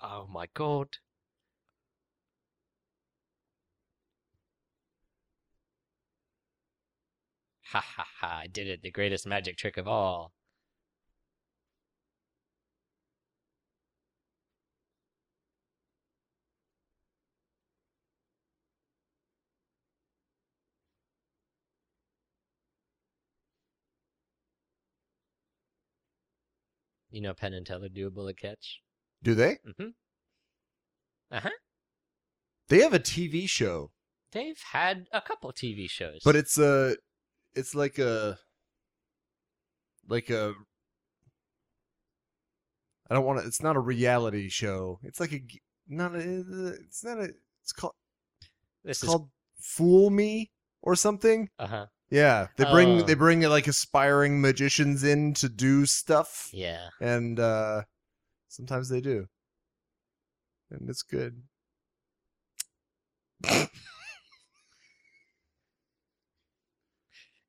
[SPEAKER 3] Oh my god. Ha ha ha, I did it, the greatest magic trick of all. You know Penn and Teller do a bullet catch?
[SPEAKER 2] Do they?
[SPEAKER 3] Mm-hmm. Uh huh.
[SPEAKER 2] They have a TV show,
[SPEAKER 3] They've had a couple TV shows.
[SPEAKER 2] but it's a it's like a like a I don't want to it's not a reality show. It's like a g- not a it's not a it's called
[SPEAKER 3] this
[SPEAKER 2] it's called Fool Me or something.
[SPEAKER 3] is uh huh.
[SPEAKER 2] Yeah, they bring
[SPEAKER 3] Oh.
[SPEAKER 2] they bring like aspiring magicians in to do stuff,
[SPEAKER 3] Yeah.
[SPEAKER 2] and uh, sometimes they do, and it's good.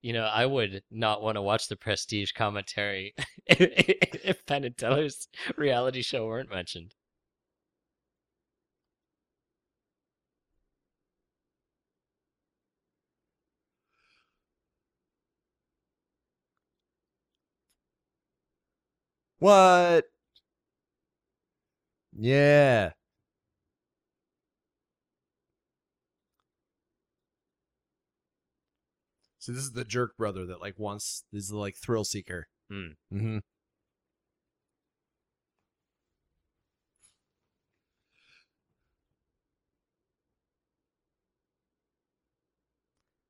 [SPEAKER 3] You know, I would not want to watch the Prestige commentary if Penn and Teller's reality show weren't mentioned.
[SPEAKER 2] What? Yeah. So this is the jerk brother that like wants this is the, like thrill seeker.
[SPEAKER 3] Hmm.
[SPEAKER 2] Mm-hmm.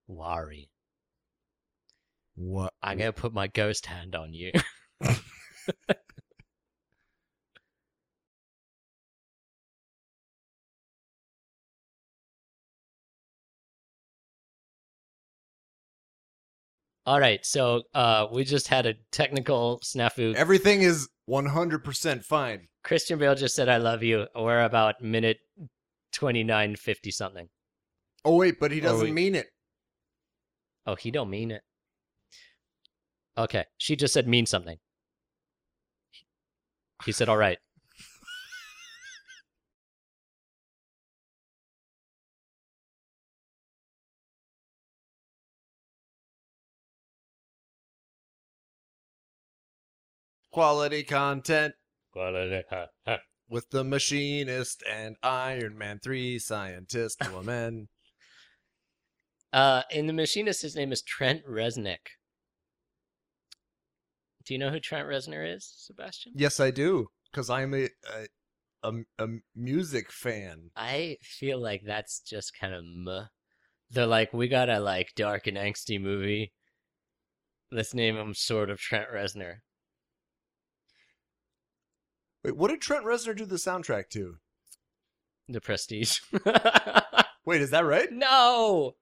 [SPEAKER 3] Wari,
[SPEAKER 2] What?
[SPEAKER 3] I'm gonna put my ghost hand on you. All right, so uh, we just had a technical snafu.
[SPEAKER 2] Everything is one hundred percent fine.
[SPEAKER 3] Christian Bale just said, "I love you." We're about minute twenty nine fifty something.
[SPEAKER 2] Oh wait, but he
[SPEAKER 1] Oh,
[SPEAKER 2] doesn't
[SPEAKER 1] wait.
[SPEAKER 2] mean it.
[SPEAKER 3] Oh, he don't mean it. Okay, she just said mean something. He said, "All right."
[SPEAKER 2] Quality content.
[SPEAKER 1] war.
[SPEAKER 2] with the machinist and Iron Man 3 scientist woman.
[SPEAKER 3] Uh, in the machinist, his name is Trent Resnick. Do you know who Trent Reznor is, Sebastian?
[SPEAKER 2] yes, I do, because I'm a, a, a, a music fan.
[SPEAKER 3] I feel like that's just kind of meh. They're like, we got a like dark and angsty movie. Let's name him sort of Trent Reznor.
[SPEAKER 2] Wait, what did Trent Reznor do the soundtrack to?
[SPEAKER 3] The Prestige.
[SPEAKER 2] Wait, is that right?
[SPEAKER 3] no,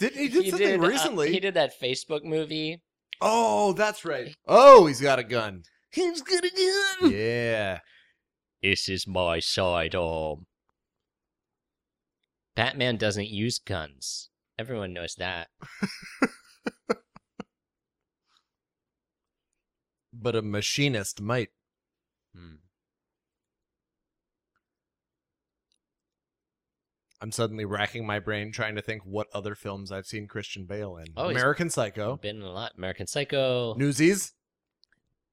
[SPEAKER 2] Didn't he did something
[SPEAKER 3] uh,
[SPEAKER 2] recently?
[SPEAKER 3] he did that Facebook movie.
[SPEAKER 2] Oh, that's right. Oh, he's got a gun.
[SPEAKER 3] He's good again.
[SPEAKER 2] Yeah.
[SPEAKER 3] This is my sidearm. Batman doesn't use guns. Everyone knows that.
[SPEAKER 2] But a machinist might. Hmm. I'm suddenly racking my brain trying to think what other films I've seen Christian Bale in.
[SPEAKER 3] Oh, he's-
[SPEAKER 2] American Psycho.
[SPEAKER 3] Been in a lot. American Psycho.
[SPEAKER 2] Newsies.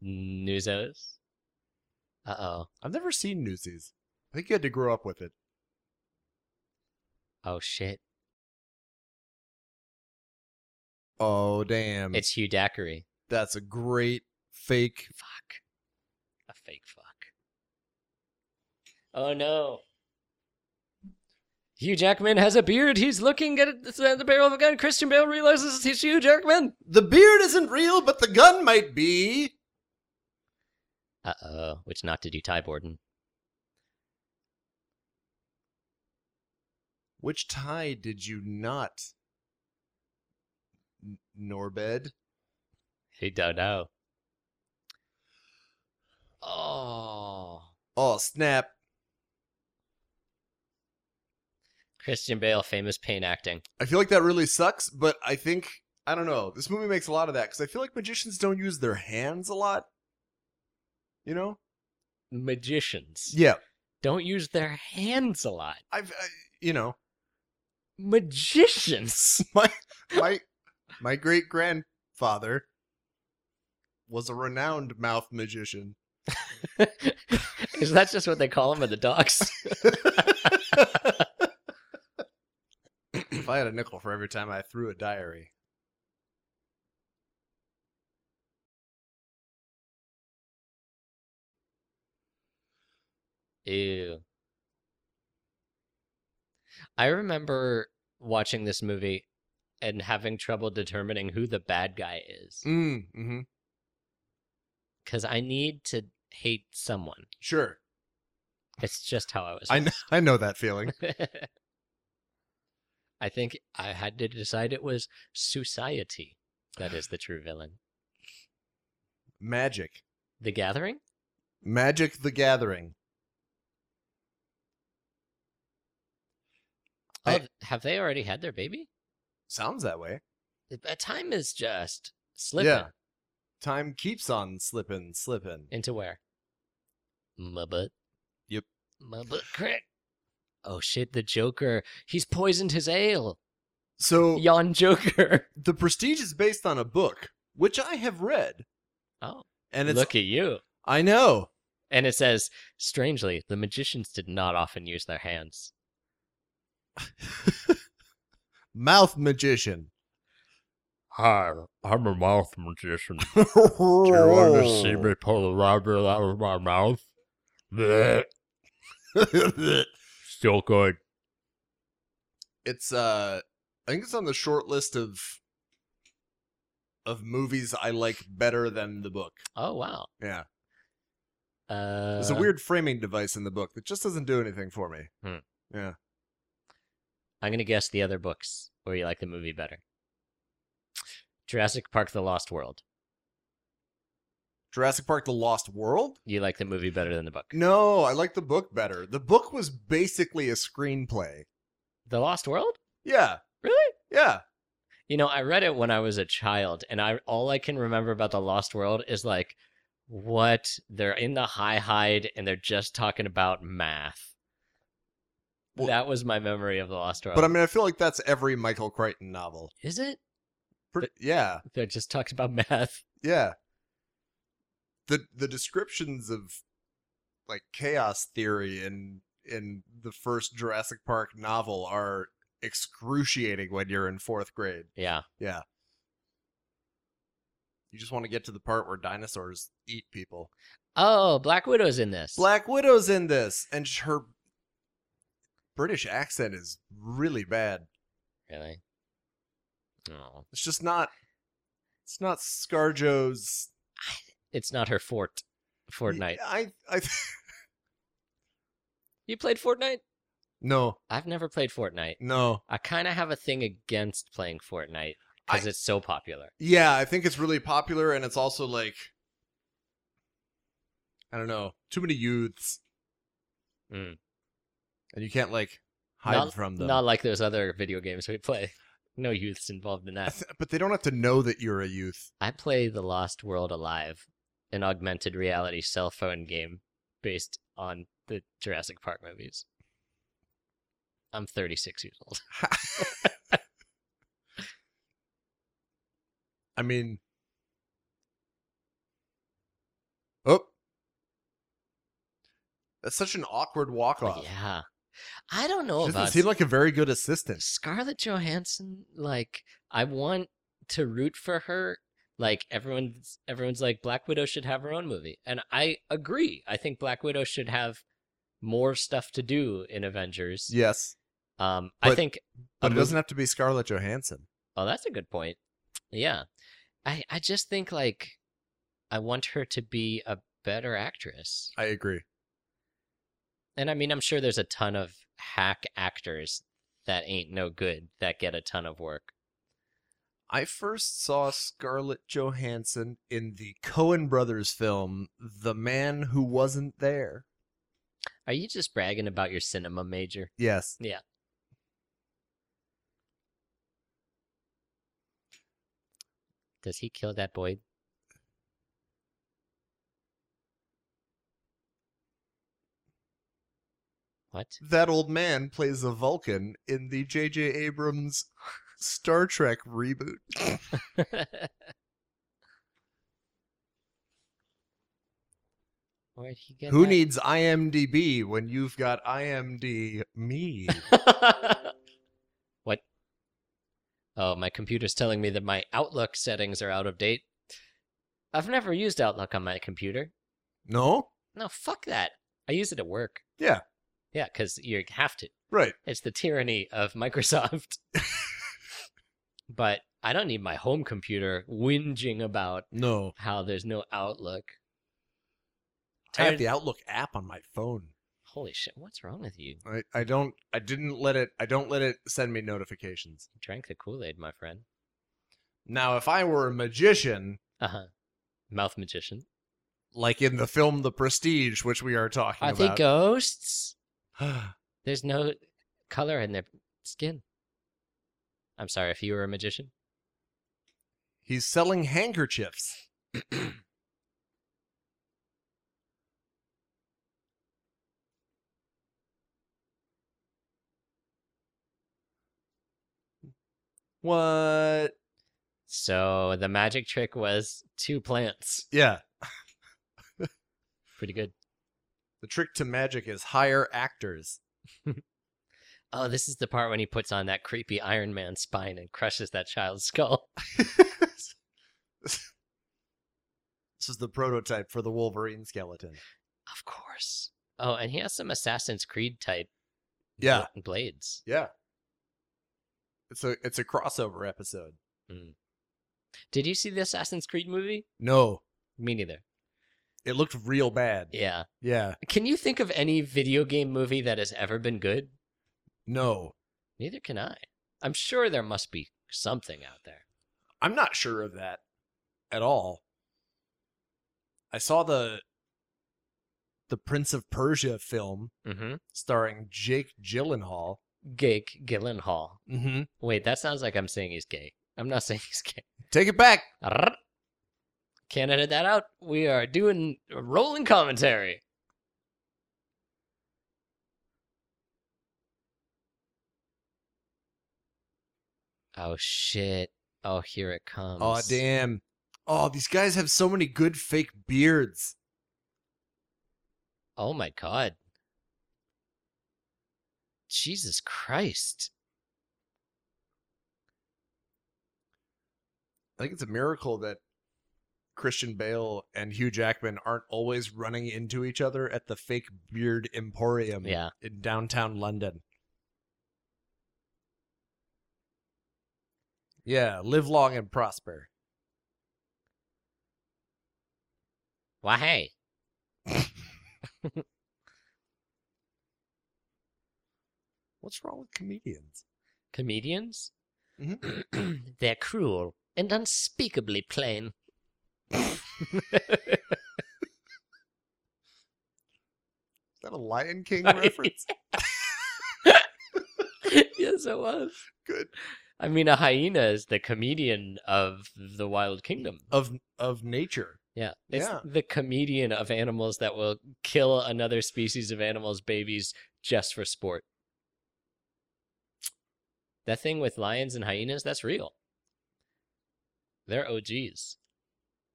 [SPEAKER 3] Newsos. Uh oh.
[SPEAKER 2] I've never seen Newsies. I think you had to grow up with it.
[SPEAKER 3] Oh shit.
[SPEAKER 2] Oh damn.
[SPEAKER 3] It's Hugh Dackery.
[SPEAKER 2] That's a great fake.
[SPEAKER 3] Fuck. A fake fuck. Oh no. Hugh Jackman has a beard. He's looking at it- at the barrel of a gun. Christian Bale realizes he's Hugh Jackman.
[SPEAKER 2] The beard isn't real, but the gun might be.
[SPEAKER 3] Uh oh. Which not to do Ty Borden.
[SPEAKER 2] Which tie did you not? N- Norbed.
[SPEAKER 3] He don't know. Oh.
[SPEAKER 2] Oh snap.
[SPEAKER 3] Christian Bale, famous pain acting.
[SPEAKER 2] I feel like that really sucks, but I think I don't know. This movie makes a lot of that because I feel like magicians don't use their hands a lot. You know?
[SPEAKER 3] Magicians
[SPEAKER 2] Yeah.
[SPEAKER 3] don't use their hands a lot.
[SPEAKER 2] I've I, you know
[SPEAKER 3] magicians.
[SPEAKER 2] my my my great grandfather was a renowned mouth magician.
[SPEAKER 3] Is that just what they call them at the docks?
[SPEAKER 2] if I had a nickel for every time I threw a diary.
[SPEAKER 3] Ew. I remember watching this movie and having trouble determining who the bad guy is
[SPEAKER 2] Mm, mm-hmm.
[SPEAKER 3] because I need to hate someone.
[SPEAKER 2] Sure.
[SPEAKER 3] It's just how I was.
[SPEAKER 2] I know, I know that feeling.
[SPEAKER 3] raised. I think I had to decide it was society that is the true villain.
[SPEAKER 2] Magic.
[SPEAKER 3] The Gathering?
[SPEAKER 2] Magic the Gathering.
[SPEAKER 3] Oh,
[SPEAKER 2] I-
[SPEAKER 3] th- have they already had their baby?
[SPEAKER 2] Sounds that way.
[SPEAKER 3] The- uh, Time is just slipping.
[SPEAKER 2] Yeah. Time keeps on slipping, slipping.
[SPEAKER 3] Into where? My butt.
[SPEAKER 2] Yep.
[SPEAKER 3] My butt crack. Oh shit, the Joker. He's poisoned his ale.
[SPEAKER 2] So
[SPEAKER 3] Yon Joker.
[SPEAKER 2] the Prestige is based on a book which I have read,
[SPEAKER 3] Oh.
[SPEAKER 2] and it's
[SPEAKER 3] Look at you.
[SPEAKER 2] I know
[SPEAKER 3] And it says, strangely, the magicians did not often use their hands.
[SPEAKER 2] mouth magician.
[SPEAKER 5] Hi, I'm a mouth magician. Do you want to
[SPEAKER 2] Oh.
[SPEAKER 5] see me pull a rabbit out of my mouth? Blech. Still good.
[SPEAKER 2] it's uh, I think it's on the short list of of movies I like better than the book.
[SPEAKER 3] Oh wow.
[SPEAKER 2] Yeah,
[SPEAKER 3] Uh,
[SPEAKER 2] there's a weird framing device in the book that just doesn't do anything for me.
[SPEAKER 3] I'm gonna guess the other books where you like the movie better. Jurassic Park: The Lost World.
[SPEAKER 2] Jurassic Park: The Lost World.
[SPEAKER 3] You like the movie better than the book.
[SPEAKER 2] No, I like the book better. The book was basically a screenplay.
[SPEAKER 3] The Lost World.
[SPEAKER 2] Yeah.
[SPEAKER 3] Really?
[SPEAKER 2] Yeah.
[SPEAKER 3] You know, I read it when I was a child, and I all I can remember about the Lost World is like, what they're in the high hide, and they're just talking about math.
[SPEAKER 2] Well-
[SPEAKER 3] that was my memory of the Lost World.
[SPEAKER 2] But I mean, I feel like that's every Michael Crichton novel.
[SPEAKER 3] is it?
[SPEAKER 2] Pretty, yeah.
[SPEAKER 3] They're just talking about math.
[SPEAKER 2] Yeah. The the descriptions of like chaos theory in in the first Jurassic Park novel are excruciating when you're in fourth grade.
[SPEAKER 3] Yeah.
[SPEAKER 2] You just want to get to the part where dinosaurs eat people.
[SPEAKER 3] Oh, Black Widow's in this.
[SPEAKER 2] Black Widow's in this, and sh- her British accent is really bad.
[SPEAKER 3] Really? Oh.
[SPEAKER 2] It's just not. It's not Scarjo's
[SPEAKER 3] It's not her fort. Fortnite.
[SPEAKER 2] I I
[SPEAKER 3] You played Fortnite?
[SPEAKER 2] no
[SPEAKER 3] I've never played Fortnite.
[SPEAKER 2] no
[SPEAKER 3] I kind of have a thing against playing Fortnite because it's so popular.
[SPEAKER 2] yeah. I think it's really popular, and it's also like I don't know, too many youths,
[SPEAKER 3] Mm.
[SPEAKER 2] and you can't like hide
[SPEAKER 3] Not-
[SPEAKER 2] from them.
[SPEAKER 3] Not like those other video games we play. No youths involved in
[SPEAKER 2] I
[SPEAKER 3] that.
[SPEAKER 2] th- but they don't have to know that you're a youth.
[SPEAKER 3] I play The Lost World Alive, an augmented reality cell phone game based on the Jurassic Park movies. I'm 36 years old.
[SPEAKER 2] I mean, oh, that's such an awkward walk off.
[SPEAKER 3] Oh, Yeah. I don't know
[SPEAKER 2] doesn't
[SPEAKER 3] about
[SPEAKER 2] seem like a very good assistant.
[SPEAKER 3] Scarlett Johansson, like I want to root for her. Like everyone's everyone's like Black Widow should have her own movie. And I agree. I think Black Widow should have more stuff to do in Avengers.
[SPEAKER 2] Yes,
[SPEAKER 3] Um I
[SPEAKER 2] But-
[SPEAKER 3] think
[SPEAKER 2] but it
[SPEAKER 3] mov-
[SPEAKER 2] doesn't have to be Scarlett Johansson.
[SPEAKER 3] Oh, that's a good point. Yeah. I I just think like I want her to be a better actress.
[SPEAKER 2] I agree.
[SPEAKER 3] And I mean, I'm sure there's a ton of hack actors that ain't no good that get a ton of work.
[SPEAKER 2] I first saw Scarlett Johansson in the Coen Brothers film The Man Who Wasn't There.
[SPEAKER 3] Are you just bragging about your cinema major?
[SPEAKER 2] Yes.
[SPEAKER 3] Yeah. Does he kill that boy? What?
[SPEAKER 2] That old man plays a Vulcan in the J.J. Abrams Star Trek reboot.
[SPEAKER 3] Where'd he get
[SPEAKER 2] Who
[SPEAKER 3] that?
[SPEAKER 2] needs IMDb when you've got IMD me?
[SPEAKER 3] what? Oh, my computer's telling me that my Outlook settings are out of date. I've never used Outlook on my computer.
[SPEAKER 2] no?
[SPEAKER 3] No, fuck that. I use it at work.
[SPEAKER 2] Yeah.
[SPEAKER 3] Yeah, because you have to.
[SPEAKER 2] Right.
[SPEAKER 3] It's the tyranny of Microsoft. but I don't need my home computer whinging about
[SPEAKER 2] No.
[SPEAKER 3] how there's no Outlook.
[SPEAKER 2] I have
[SPEAKER 3] Tired-
[SPEAKER 2] the Outlook app on my phone.
[SPEAKER 3] Holy shit, what's wrong with you?
[SPEAKER 2] I, I don't I didn't let it I don't let it send me notifications.
[SPEAKER 3] You drank the Kool Aid, my friend.
[SPEAKER 2] Now if I were a magician,
[SPEAKER 3] Uh huh. Mouth magician.
[SPEAKER 2] like in the film The Prestige, which we are talking
[SPEAKER 3] Are they
[SPEAKER 2] about.
[SPEAKER 3] ghosts? There's no color in their skin. I'm sorry if you were a magician.
[SPEAKER 2] He's selling handkerchiefs. what?
[SPEAKER 3] So the magic trick was two plants.
[SPEAKER 2] Yeah.
[SPEAKER 3] Pretty good.
[SPEAKER 2] The trick to magic is hire actors.
[SPEAKER 3] Oh, this is the part when he puts on that creepy Iron Man spine and crushes that child's skull.
[SPEAKER 2] this is the prototype for the Wolverine skeleton.
[SPEAKER 3] Of course. Oh, and he has some Assassin's Creed type bl-
[SPEAKER 2] Yeah.
[SPEAKER 3] blades.
[SPEAKER 2] Yeah. It's a it's a crossover episode.
[SPEAKER 3] Did you see the Assassin's Creed movie?
[SPEAKER 2] No.
[SPEAKER 3] Me neither.
[SPEAKER 2] It looked real bad.
[SPEAKER 3] Yeah.
[SPEAKER 2] Yeah.
[SPEAKER 3] Can you think of any video game movie that has ever been good?
[SPEAKER 2] No.
[SPEAKER 3] Neither can I. I'm sure there must be something out there.
[SPEAKER 2] I'm not sure of that at all. I saw the the Prince of Persia film
[SPEAKER 3] Mm-hmm.
[SPEAKER 2] starring Jake Gyllenhaal.
[SPEAKER 3] Jake Gyllenhaal.
[SPEAKER 2] Mm-hmm.
[SPEAKER 3] Wait, that sounds like I'm saying he's gay. I'm not saying he's gay.
[SPEAKER 2] Take it back.
[SPEAKER 3] Arrrr. Can't edit that out. We are doing a rolling commentary. Oh shit. Oh, here it comes.
[SPEAKER 2] Oh damn. Oh, these guys have so many good fake beards.
[SPEAKER 3] Oh my god. Jesus Christ.
[SPEAKER 2] I think it's a miracle that Christian Bale and Hugh Jackman aren't always running into each other at the fake beard emporium
[SPEAKER 3] Yeah.
[SPEAKER 2] in downtown London. Yeah, live long and prosper.
[SPEAKER 3] Why hey.
[SPEAKER 2] What's wrong with comedians?
[SPEAKER 3] Comedians? They're cruel and unspeakably plain.
[SPEAKER 2] Is that a Lion King reference?
[SPEAKER 3] yes, it was.
[SPEAKER 2] Good.
[SPEAKER 3] I mean, a hyena is the comedian of the wild kingdom.
[SPEAKER 2] Of of nature.
[SPEAKER 3] Yeah. It's
[SPEAKER 2] Yeah.
[SPEAKER 3] the comedian of animals that will kill another species of animals' babies just for sport. That thing with lions and hyenas, that's real. They're OGs.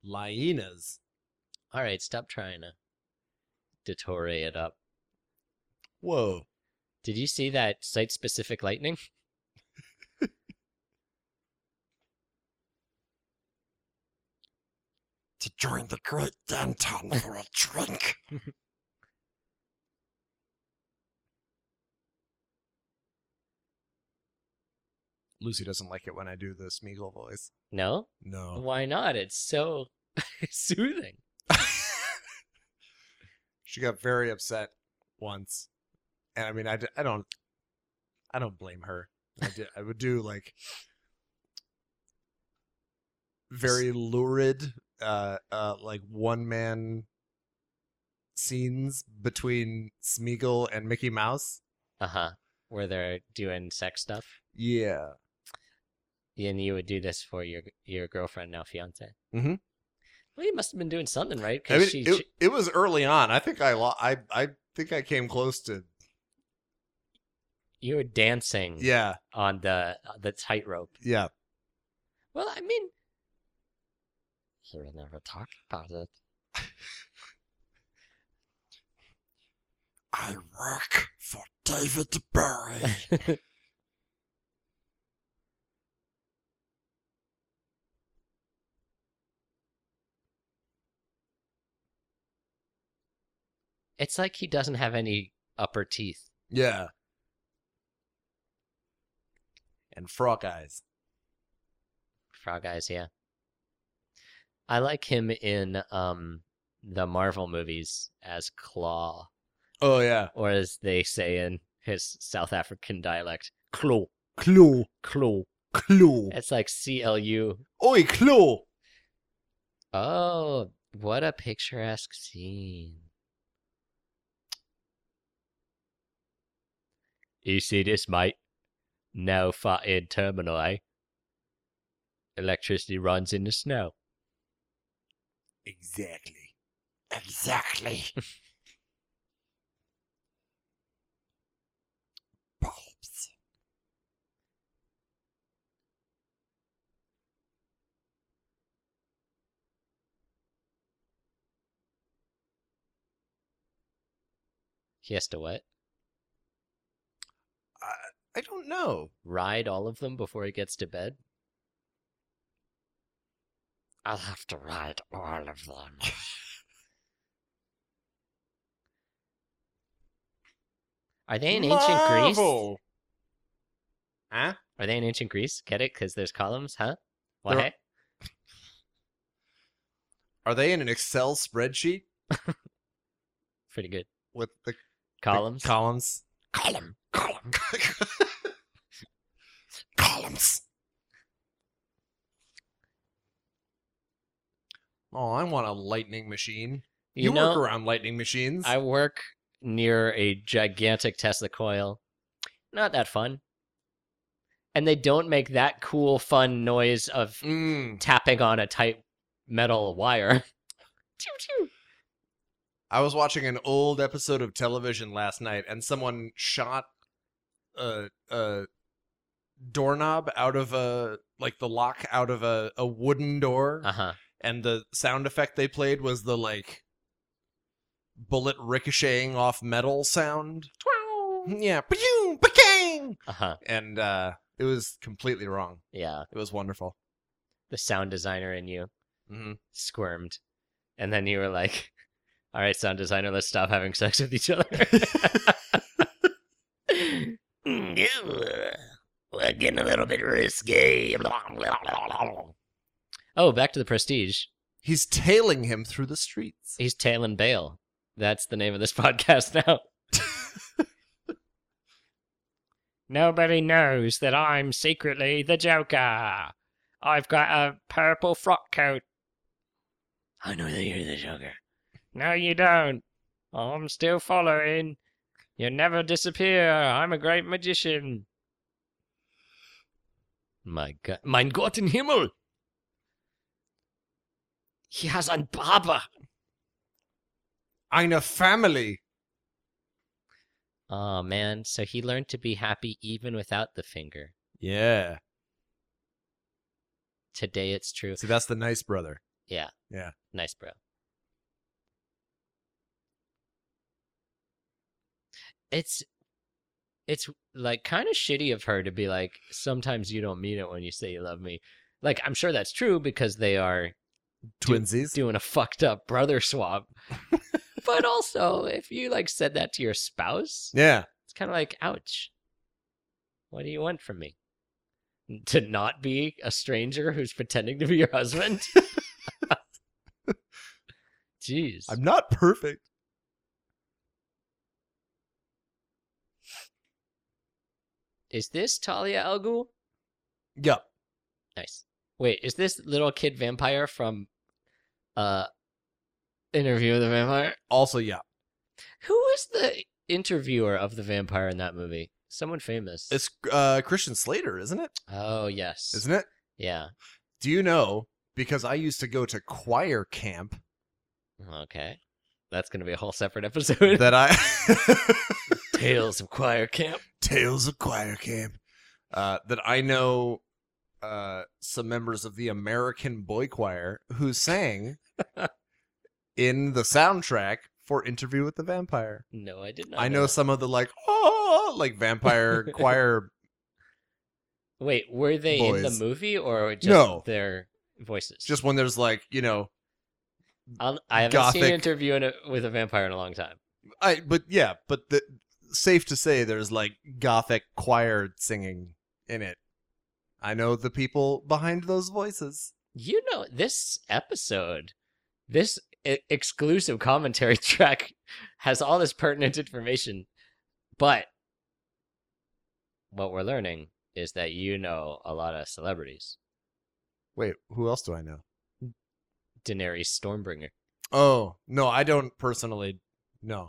[SPEAKER 2] Lyenas.
[SPEAKER 3] All right, stop trying to detour it up.
[SPEAKER 2] Whoa.
[SPEAKER 3] Did you see that site specific lightning?
[SPEAKER 4] to join the great downtown for a drink.
[SPEAKER 2] Lucy doesn't like it when I do the Smeagol voice.
[SPEAKER 3] No?
[SPEAKER 2] No.
[SPEAKER 3] Why not? It's so soothing.
[SPEAKER 2] she got very upset once and i mean i, d- I don't i don't blame her I, did, I would do like very lurid uh uh like one man scenes between Smeagol and Mickey Mouse.
[SPEAKER 3] Uh
[SPEAKER 2] Uh-huh.
[SPEAKER 3] huh. Where they're doing sex stuff.
[SPEAKER 2] Yeah.
[SPEAKER 3] And you would do this for your your girlfriend now fiance.
[SPEAKER 2] Mhm.
[SPEAKER 3] Well, you must have been doing something right
[SPEAKER 2] I
[SPEAKER 3] because
[SPEAKER 2] mean,
[SPEAKER 3] she,
[SPEAKER 2] it, it was early on. I think I, lo- I I think I came close to
[SPEAKER 3] you were dancing
[SPEAKER 2] yeah,
[SPEAKER 3] on the uh, the tightrope.
[SPEAKER 2] yeah.
[SPEAKER 3] Well, I mean, you would never talk about it.
[SPEAKER 4] I work for David Bowie.
[SPEAKER 3] It's like he doesn't have any upper teeth.
[SPEAKER 2] Yeah. And frog eyes.
[SPEAKER 3] Frog eyes, yeah. I like him in um the Marvel movies as Claw,
[SPEAKER 2] Oh yeah.
[SPEAKER 3] or as they say in his South African dialect, Claw,
[SPEAKER 2] Clue.
[SPEAKER 3] Claw.
[SPEAKER 2] Clue.
[SPEAKER 3] It's like C L U.
[SPEAKER 2] Oi, Clue.
[SPEAKER 3] Oh, what a picturesque scene. You see this, mate? No far end terminal, eh? Electricity runs in the snow.
[SPEAKER 2] Exactly.
[SPEAKER 4] Exactly. Pipes.
[SPEAKER 3] He has to what?
[SPEAKER 2] I don't know.
[SPEAKER 3] Ride all of them before he gets to bed?
[SPEAKER 4] I'll have to ride all of them.
[SPEAKER 3] Are they in ancient Greece?
[SPEAKER 2] Marvel. Huh?
[SPEAKER 3] Are they in ancient Greece? Get it? Because there's columns, huh? Why?
[SPEAKER 2] They're- Are they in an Excel spreadsheet
[SPEAKER 3] Pretty good.
[SPEAKER 2] with the
[SPEAKER 3] Columns?
[SPEAKER 2] The columns.
[SPEAKER 4] Column, column, columns.
[SPEAKER 2] Oh, I want a lightning machine. You,
[SPEAKER 3] know,
[SPEAKER 2] work around lightning machines.
[SPEAKER 3] I work near a gigantic Tesla coil. Not that fun. And they don't make that cool, fun noise of
[SPEAKER 2] Mm.
[SPEAKER 3] tapping on a tight metal wire. Choo choo.
[SPEAKER 2] I was watching an old episode of television last night, and someone shot a a doorknob out of a like the lock out of a, a wooden door.
[SPEAKER 3] Uh huh.
[SPEAKER 2] and the sound effect they played was the like bullet ricocheting off metal sound. Mm, Yeah, pa-yoom, pa-kang!
[SPEAKER 3] Uh huh.
[SPEAKER 2] and uh, it was completely wrong.
[SPEAKER 3] Yeah.
[SPEAKER 2] It was wonderful.
[SPEAKER 3] The sound designer in you
[SPEAKER 2] Mhm.
[SPEAKER 3] squirmed. And then you were like, all right, sound designer, let's stop having sex with each other.
[SPEAKER 4] We're getting a little bit risky.
[SPEAKER 3] oh, back to the prestige.
[SPEAKER 2] He's tailing him through the streets.
[SPEAKER 3] He's Tail and Bale. That's the name of this podcast now. Nobody knows that I'm secretly the Joker. I've got a purple frock coat. I know that you're the Joker. No, you don't. I'm still following. You'll never disappear. I'm a great magician. My God. Mein Gott in Himmel! He has ein Barber!
[SPEAKER 2] Eine family.
[SPEAKER 3] Oh man, so he learned to be happy even without the finger.
[SPEAKER 2] Yeah.
[SPEAKER 3] Today it's true.
[SPEAKER 2] See, that's the nice brother.
[SPEAKER 3] Nice, bro. It's it's like kind of shitty of her to be like sometimes you don't mean it when you say you love me. Like I'm sure that's true because they are Dude,
[SPEAKER 2] Twinsies.
[SPEAKER 3] doing a fucked up brother swap. but also, if you like said that to your spouse,
[SPEAKER 2] Yeah.
[SPEAKER 3] It's kind of like, ouch. What do you want from me? To not be a stranger who's pretending to be your husband? Jeez.
[SPEAKER 2] I'm not perfect.
[SPEAKER 3] Is this Talia Al Ghul?
[SPEAKER 2] Yup.
[SPEAKER 3] Nice. Wait, is this little kid vampire from uh Interview of the Vampire?
[SPEAKER 2] Also, yeah.
[SPEAKER 3] Who was the interviewer of the vampire in that movie? Someone famous.
[SPEAKER 2] It's uh, Christian Slater, isn't it?
[SPEAKER 3] oh yes.
[SPEAKER 2] Isn't it?
[SPEAKER 3] Yeah.
[SPEAKER 2] Do you know? Because I used to go to choir camp
[SPEAKER 3] Okay. That's gonna be a whole separate episode.
[SPEAKER 2] that I
[SPEAKER 3] Tales of Choir Camp.
[SPEAKER 2] Tales of Choir Camp. Uh, that I know uh, some members of the American Boy Choir who sang in the soundtrack for Interview with the Vampire.
[SPEAKER 3] No, I did not.
[SPEAKER 2] I know
[SPEAKER 3] that.
[SPEAKER 2] some of the like oh like vampire choir.
[SPEAKER 3] Wait, were they in the
[SPEAKER 2] Boys.
[SPEAKER 3] movie or just
[SPEAKER 2] No.
[SPEAKER 3] their voices?
[SPEAKER 2] Just when there's like you know
[SPEAKER 3] I'll, I haven't seen an
[SPEAKER 2] gothic-
[SPEAKER 3] interview in a, with a vampire in a long time.
[SPEAKER 2] I but yeah but the safe to say there's like gothic choir singing in it. I know the people behind those voices.
[SPEAKER 3] You know, this episode, this e- exclusive commentary track has all this pertinent information, but what we're learning is that you know a lot of celebrities.
[SPEAKER 2] Wait, who else do I know?
[SPEAKER 3] Daenerys Stormbringer.
[SPEAKER 2] Oh no, I don't personally. No,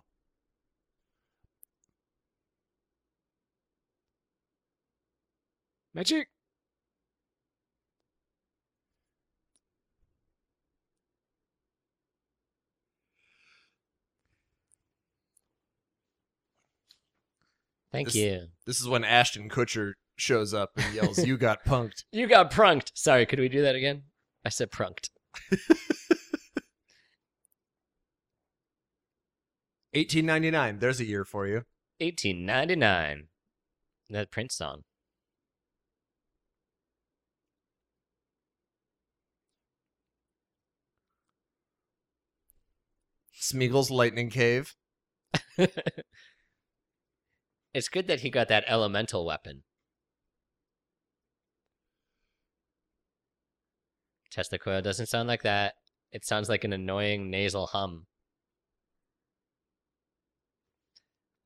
[SPEAKER 3] Magic. Thank
[SPEAKER 2] This-
[SPEAKER 3] you.
[SPEAKER 2] this is when Ashton Kutcher shows up and yells, "You got punked."
[SPEAKER 3] You got prunked. Sorry, could we do that again? I said prunked.
[SPEAKER 2] 1899. There's a year for you.
[SPEAKER 3] 1899. That Prince song.
[SPEAKER 2] Smeagol's Lightning Cave.
[SPEAKER 3] It's good that he got that elemental weapon. Test the coil doesn't sound like that. It sounds like an annoying nasal hum.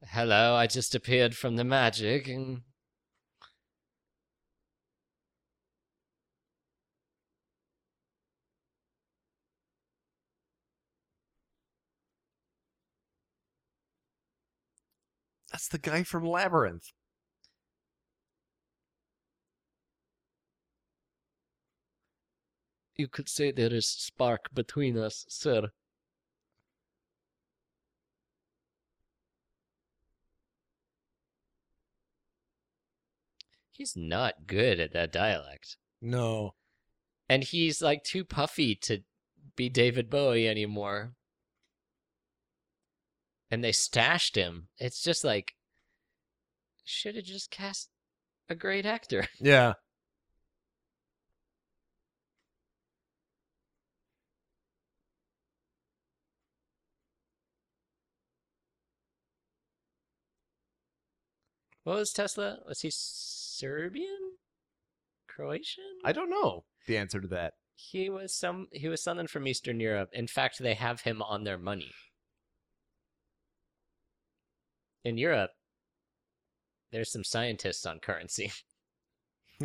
[SPEAKER 3] Hello, I just appeared from the magic and.
[SPEAKER 2] That's the guy from Labyrinth.
[SPEAKER 3] You could say there is spark between us, sir. He's not good at that dialect.
[SPEAKER 2] No,
[SPEAKER 3] And he's like too puffy to be David Bowie anymore. and they stashed him. It's just like should have just cast a great actor.
[SPEAKER 2] Yeah.
[SPEAKER 3] What was Tesla? Was he Serbian? Croatian?
[SPEAKER 2] I don't know the answer to that.
[SPEAKER 3] He was some he was something from Eastern Europe. In fact, they have him on their money. In Europe, there's some scientists on currency.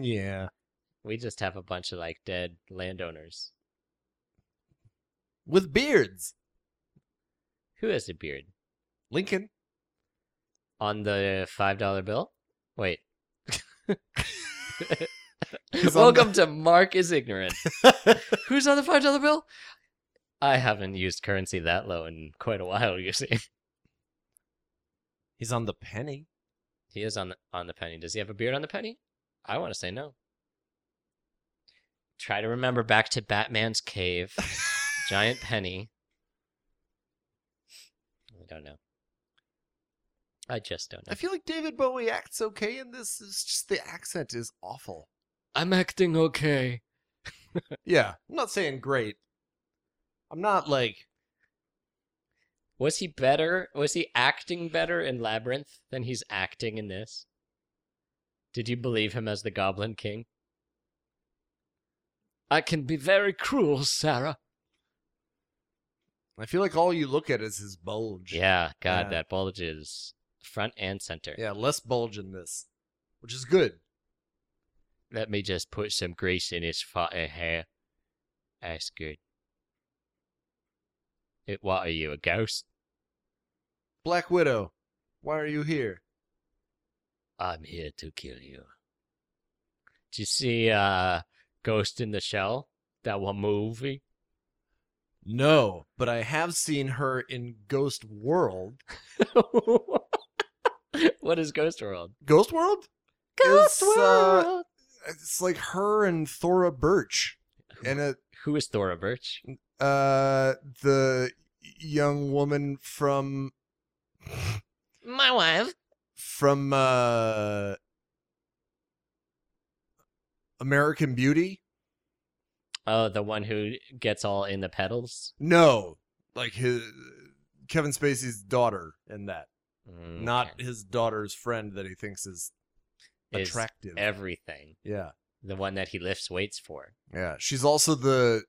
[SPEAKER 2] Yeah.
[SPEAKER 3] We just have a bunch of like dead landowners.
[SPEAKER 2] With beards.
[SPEAKER 3] Who has a beard?
[SPEAKER 2] Lincoln.
[SPEAKER 3] On the five dollar bill? Wait.
[SPEAKER 2] He's on
[SPEAKER 3] Welcome to Mark is Ignorant. Who's on the five dollar bill? I haven't used currency that low in quite a while, you see.
[SPEAKER 2] He's on the penny.
[SPEAKER 3] He is on the, on the penny. Does he have a beard on the penny? I want to say no. Try to remember back to Batman's cave, giant penny. I don't know. I just don't know.
[SPEAKER 2] I feel like David Bowie acts okay in this. It's just the accent is awful.
[SPEAKER 3] I'm acting okay.
[SPEAKER 2] Yeah. I'm not saying great. I'm not like
[SPEAKER 3] Was he better? Was he acting better in Labyrinth than he's acting in this? Did you believe him as the Goblin King? I can be very cruel, Sarah.
[SPEAKER 2] I feel like all you look at is his bulge.
[SPEAKER 3] Yeah, God,
[SPEAKER 2] Yeah.
[SPEAKER 3] that bulge is front and center.
[SPEAKER 2] Yeah, less bulge in this. Which is good.
[SPEAKER 3] Let me just put some grease in his fatty hair. That's good. It, what are you, a ghost?
[SPEAKER 2] Black Widow. Why are you here?
[SPEAKER 3] I'm here to kill you. Did you see uh, Ghost in the Shell? That one movie?
[SPEAKER 2] No, but I have seen her in Ghost World.
[SPEAKER 3] what is Ghost World? uh,
[SPEAKER 2] Ghost World? Ghost World. It's like her and Thora Birch. And it
[SPEAKER 3] Who is Thora Birch?
[SPEAKER 2] uh the young woman from
[SPEAKER 3] My wife.
[SPEAKER 2] from uh American Beauty?
[SPEAKER 3] Oh, the one who gets all in the pedals.
[SPEAKER 2] No, like his Kevin Spacey's daughter in that,
[SPEAKER 3] Mm,
[SPEAKER 2] not his daughter's friend that he thinks is
[SPEAKER 3] Is e
[SPEAKER 2] attractive.
[SPEAKER 3] Mm, everything.
[SPEAKER 2] yeah,
[SPEAKER 3] The one that he lifts weights for.
[SPEAKER 2] yeah. She's also the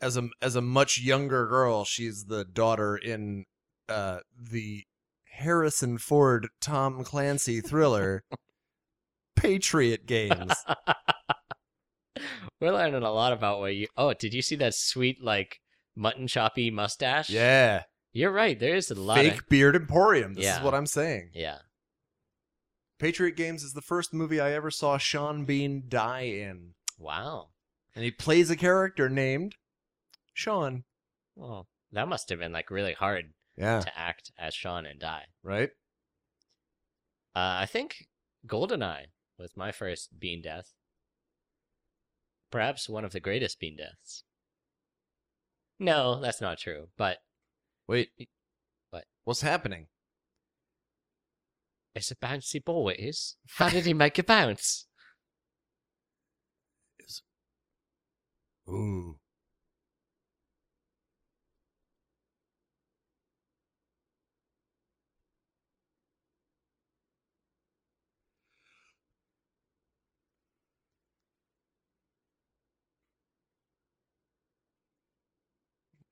[SPEAKER 2] as a as a much younger girl. She's the daughter in uh the Harrison Ford Tom Clancy thriller Patriot Games.
[SPEAKER 3] We're learning a lot about what you. Oh, did you see that sweet like mutton choppy mustache?
[SPEAKER 2] Yeah,
[SPEAKER 3] you're right. There is a lot.
[SPEAKER 2] fake
[SPEAKER 3] Of...
[SPEAKER 2] beard emporium. This
[SPEAKER 3] Yeah.
[SPEAKER 2] is what I'm saying.
[SPEAKER 3] Yeah,
[SPEAKER 2] Patriot Games is the first movie I ever saw Sean Bean die in.
[SPEAKER 3] wow.
[SPEAKER 2] and he plays a character named Sean.
[SPEAKER 3] Well, that must have been like really hard
[SPEAKER 2] Yeah,
[SPEAKER 3] to act as Sean and die.
[SPEAKER 2] right.
[SPEAKER 3] Uh, I think Goldeneye was my first bean death. Perhaps one of the greatest bean deaths. No, that's not true. But
[SPEAKER 2] Wait,
[SPEAKER 3] What?
[SPEAKER 2] What's happening?
[SPEAKER 3] it's a bouncy ball, it is. How did he make it bounce?
[SPEAKER 2] Ooh,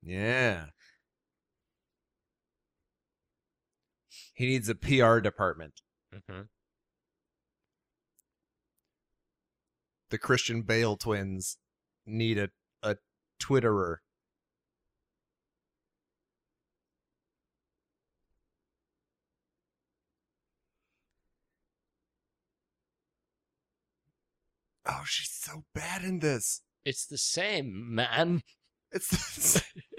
[SPEAKER 2] yeah. He needs a PR department.
[SPEAKER 3] Mm-hmm.
[SPEAKER 2] the Christian Bale twins need a a Twitterer. Oh, she's so bad in this.
[SPEAKER 3] It's the same, man.
[SPEAKER 2] It's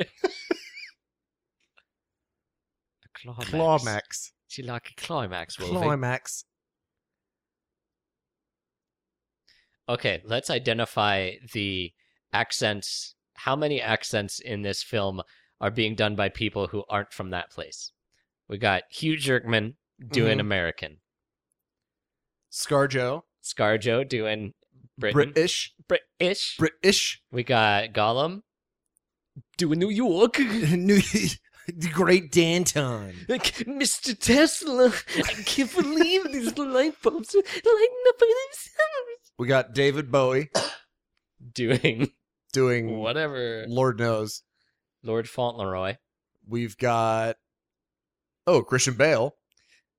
[SPEAKER 3] A climax.
[SPEAKER 2] climax.
[SPEAKER 3] Do you like a climax, Wolfie?
[SPEAKER 2] Climax.
[SPEAKER 3] Okay, let's identify the accents. How many accents in this film are being done by people who aren't from that place? We got Hugh Jerkman doing
[SPEAKER 2] Mhm.
[SPEAKER 3] American,
[SPEAKER 2] Scarjo,
[SPEAKER 3] ScarJo doing Britain,
[SPEAKER 2] British,
[SPEAKER 3] British.
[SPEAKER 2] British,
[SPEAKER 3] we got Gollum doing New York.
[SPEAKER 2] New, the Great Danton.
[SPEAKER 3] Like, Mr. Tesla, I can't believe these light bulbs are lighting up by themselves.
[SPEAKER 2] We got David Bowie
[SPEAKER 3] Doing
[SPEAKER 2] doing
[SPEAKER 3] whatever.
[SPEAKER 2] Lord knows.
[SPEAKER 3] Lord Fauntleroy.
[SPEAKER 2] We've got oh Christian Bale.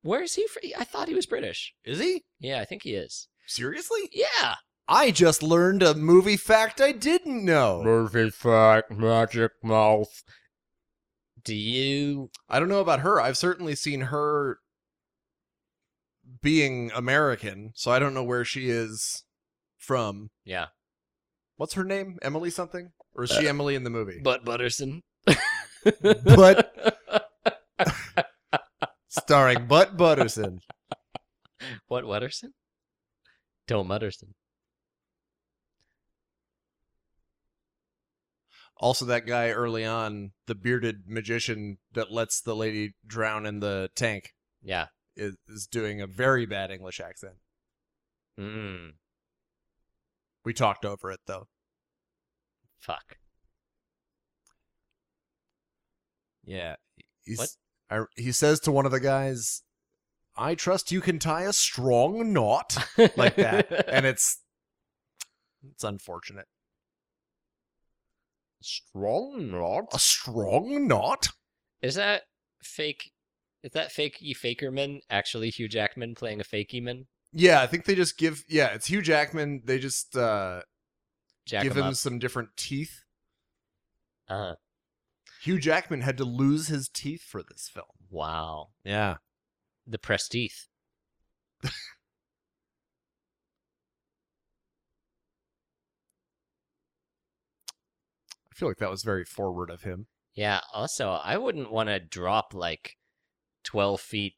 [SPEAKER 3] Where is he from? I thought he was British.
[SPEAKER 2] Is he
[SPEAKER 3] Yeah, I think he is.
[SPEAKER 2] seriously?
[SPEAKER 3] Yeah.
[SPEAKER 2] I just learned a movie fact I didn't know.
[SPEAKER 5] Movie fact, magic mouth.
[SPEAKER 3] Do you?
[SPEAKER 2] I don't know about her. I've certainly seen her being American, so I don't know where she is from.
[SPEAKER 3] Yeah.
[SPEAKER 2] What's her name? Emily something? Or is she Emily in the movie?
[SPEAKER 3] Butt Butterson.
[SPEAKER 2] But- Starring Butt Butterson.
[SPEAKER 3] what Wutterson? Don't Mutterson.
[SPEAKER 2] Also, that guy early on, the bearded magician that lets the lady drown in the tank,
[SPEAKER 3] Yeah.
[SPEAKER 2] is, is doing a very bad English accent.
[SPEAKER 3] Mm,
[SPEAKER 2] We talked over it though.
[SPEAKER 3] fuck.
[SPEAKER 2] Yeah. He's,
[SPEAKER 3] What?
[SPEAKER 2] I, he says to one of the guys, I trust you can tie a strong knot like that. and it's it's unfortunate.
[SPEAKER 5] Strong
[SPEAKER 2] A
[SPEAKER 5] not.
[SPEAKER 2] strong knot?
[SPEAKER 3] Is that fake? Is that fakey Fakerman actually Hugh Jackman playing a fakeyman?
[SPEAKER 2] Yeah, I think they just give yeah, it's Hugh Jackman. They just uh
[SPEAKER 3] Jack
[SPEAKER 2] give
[SPEAKER 3] him
[SPEAKER 2] him
[SPEAKER 3] up.
[SPEAKER 2] some different teeth.
[SPEAKER 3] Uh,
[SPEAKER 2] Hugh Jackman had to lose his teeth for this film.
[SPEAKER 3] wow.
[SPEAKER 2] Yeah.
[SPEAKER 3] The pressed teeth.
[SPEAKER 2] I feel like that was very forward of him.
[SPEAKER 3] Yeah. Also, I wouldn't want to drop like twelve feet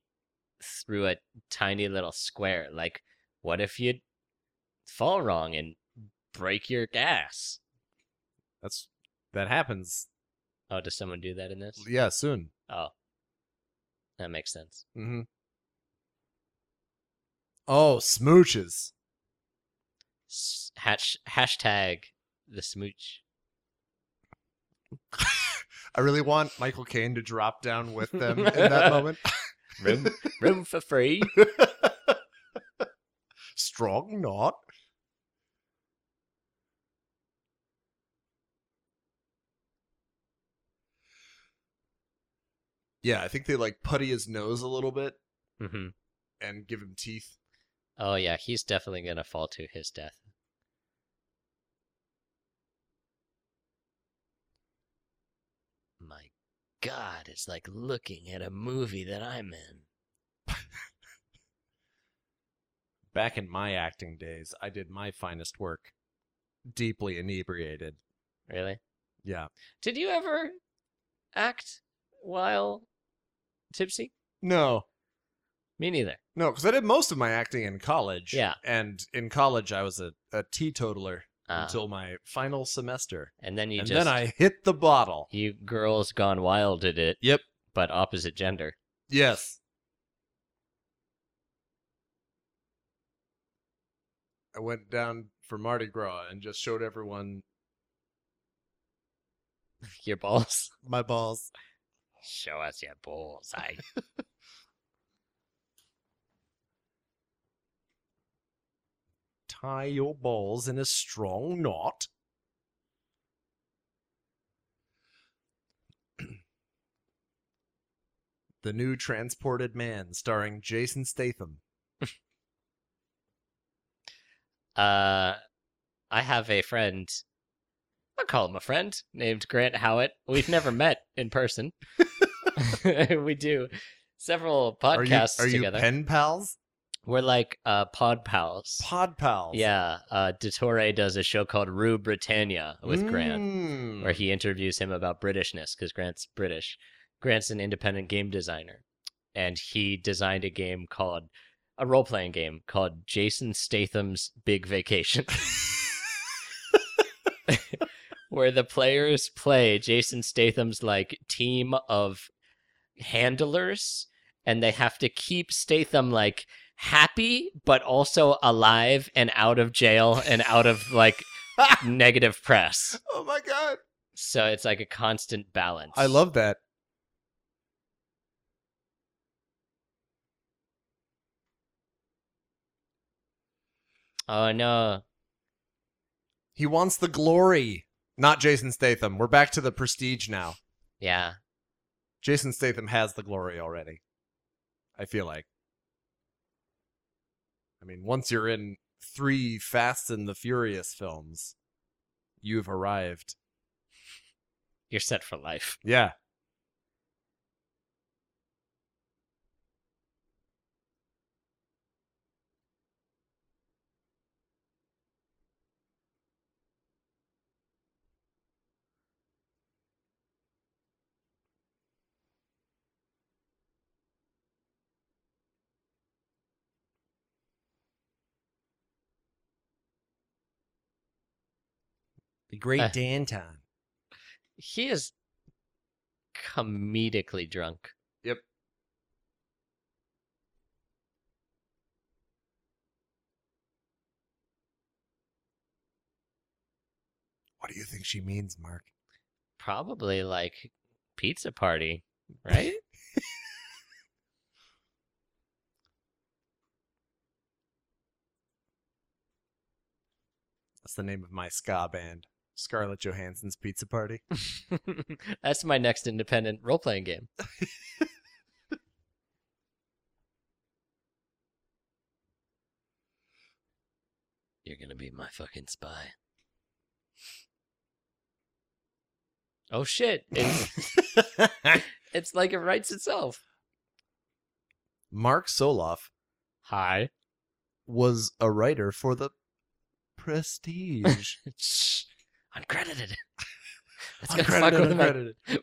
[SPEAKER 3] through a tiny little square. Like, what if you fall wrong and break your ass?
[SPEAKER 2] That's that happens.
[SPEAKER 3] Oh, does someone do that in this?
[SPEAKER 2] Yeah, soon.
[SPEAKER 3] That makes sense.
[SPEAKER 2] Mm-hmm. Oh, smooches.
[SPEAKER 3] S- Hatch, hashtag the smooch.
[SPEAKER 2] I really want Michael Caine to drop down with them in that moment.
[SPEAKER 3] Room, room for free.
[SPEAKER 2] Strong knot. Yeah, I think they like putty his nose a little bit
[SPEAKER 3] hmm
[SPEAKER 2] and give him teeth.
[SPEAKER 3] Oh yeah, he's definitely gonna fall to his death. My God, it's like looking at a movie that I'm in.
[SPEAKER 2] Back in my acting days, I did my finest work deeply inebriated.
[SPEAKER 3] Really?
[SPEAKER 2] Yeah.
[SPEAKER 3] Did you ever act while tipsy?
[SPEAKER 2] No,
[SPEAKER 3] Me neither.
[SPEAKER 2] No, because I did most of my acting in college.
[SPEAKER 3] Yeah.
[SPEAKER 2] And in college, I was a, a teetotaler
[SPEAKER 3] Uh,
[SPEAKER 2] until my final semester.
[SPEAKER 3] and then you
[SPEAKER 2] and
[SPEAKER 3] just
[SPEAKER 2] then I hit the bottle.
[SPEAKER 3] you girls gone wild did it.
[SPEAKER 2] Yep.
[SPEAKER 3] But opposite gender.
[SPEAKER 2] Yes. I went down for Mardi Gras and just showed everyone
[SPEAKER 3] Your balls.
[SPEAKER 2] my balls.
[SPEAKER 3] Show us your balls. I
[SPEAKER 2] Tie your balls in a strong knot. the new transported man, starring Jason Statham.
[SPEAKER 3] Uh, I have a friend. I'll call him a friend named Grant Howitt. We've never met in person. we do several podcasts
[SPEAKER 2] are you, are
[SPEAKER 3] together.
[SPEAKER 2] You pen pals?
[SPEAKER 3] We're like uh, pod pals.
[SPEAKER 2] Pod pals.
[SPEAKER 3] Yeah. Uh, Detore does a show called Rue Britannia with Grant,
[SPEAKER 2] Mm.
[SPEAKER 3] where he interviews him about Britishness because Grant's British. Grant's an independent game designer, and he designed a game called a role playing game called Jason Statham's Big Vacation. where the players play Jason Statham's like team of handlers and they have to keep Statham like happy but also alive and out of jail and out of like negative press.
[SPEAKER 2] Oh my god.
[SPEAKER 3] So it's like a constant balance.
[SPEAKER 2] I love that.
[SPEAKER 3] Oh no.
[SPEAKER 2] He wants the glory. Not Jason Statham. We're back to the prestige now.
[SPEAKER 3] Yeah.
[SPEAKER 2] Jason Statham has the glory already. I feel like. I mean, once you're in three Fast and the Furious films, you've arrived.
[SPEAKER 3] You're set for life.
[SPEAKER 2] Yeah.
[SPEAKER 4] The great
[SPEAKER 3] Uh.
[SPEAKER 4] Dan time.
[SPEAKER 3] He is comedically drunk.
[SPEAKER 2] Yep. What do you think she means, Mark?
[SPEAKER 3] Probably like pizza party, right?
[SPEAKER 2] That's the name of my ska band, Scarlett Johansson's Pizza Party.
[SPEAKER 3] That's my next independent role playing game. You're gonna be my fucking spy. Oh shit. It's, it's like it writes itself.
[SPEAKER 2] Mark Soloff
[SPEAKER 3] Hi.
[SPEAKER 2] was a writer for the Prestige.
[SPEAKER 3] Shh. Uncredited. That's gonna fuck with my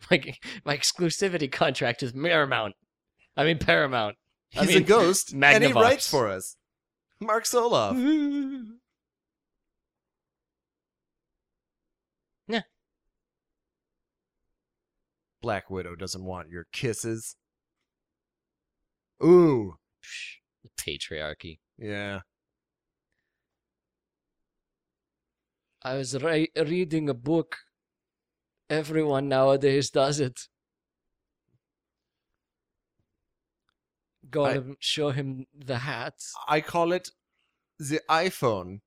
[SPEAKER 3] my my exclusivity contract with Paramount. I mean Paramount. I
[SPEAKER 2] He's a
[SPEAKER 3] mean,
[SPEAKER 2] ghost, and he
[SPEAKER 3] Magnavox.
[SPEAKER 2] writes for us. Mark Soloff.
[SPEAKER 3] Mm-hmm. Yeah.
[SPEAKER 2] Black Widow doesn't want your kisses. Ooh.
[SPEAKER 3] Psh, the patriarchy.
[SPEAKER 2] Yeah.
[SPEAKER 3] I was ri- reading a book. Everyone nowadays does it. Go
[SPEAKER 2] I-
[SPEAKER 3] and show him the hat.
[SPEAKER 2] I call it the iPhone.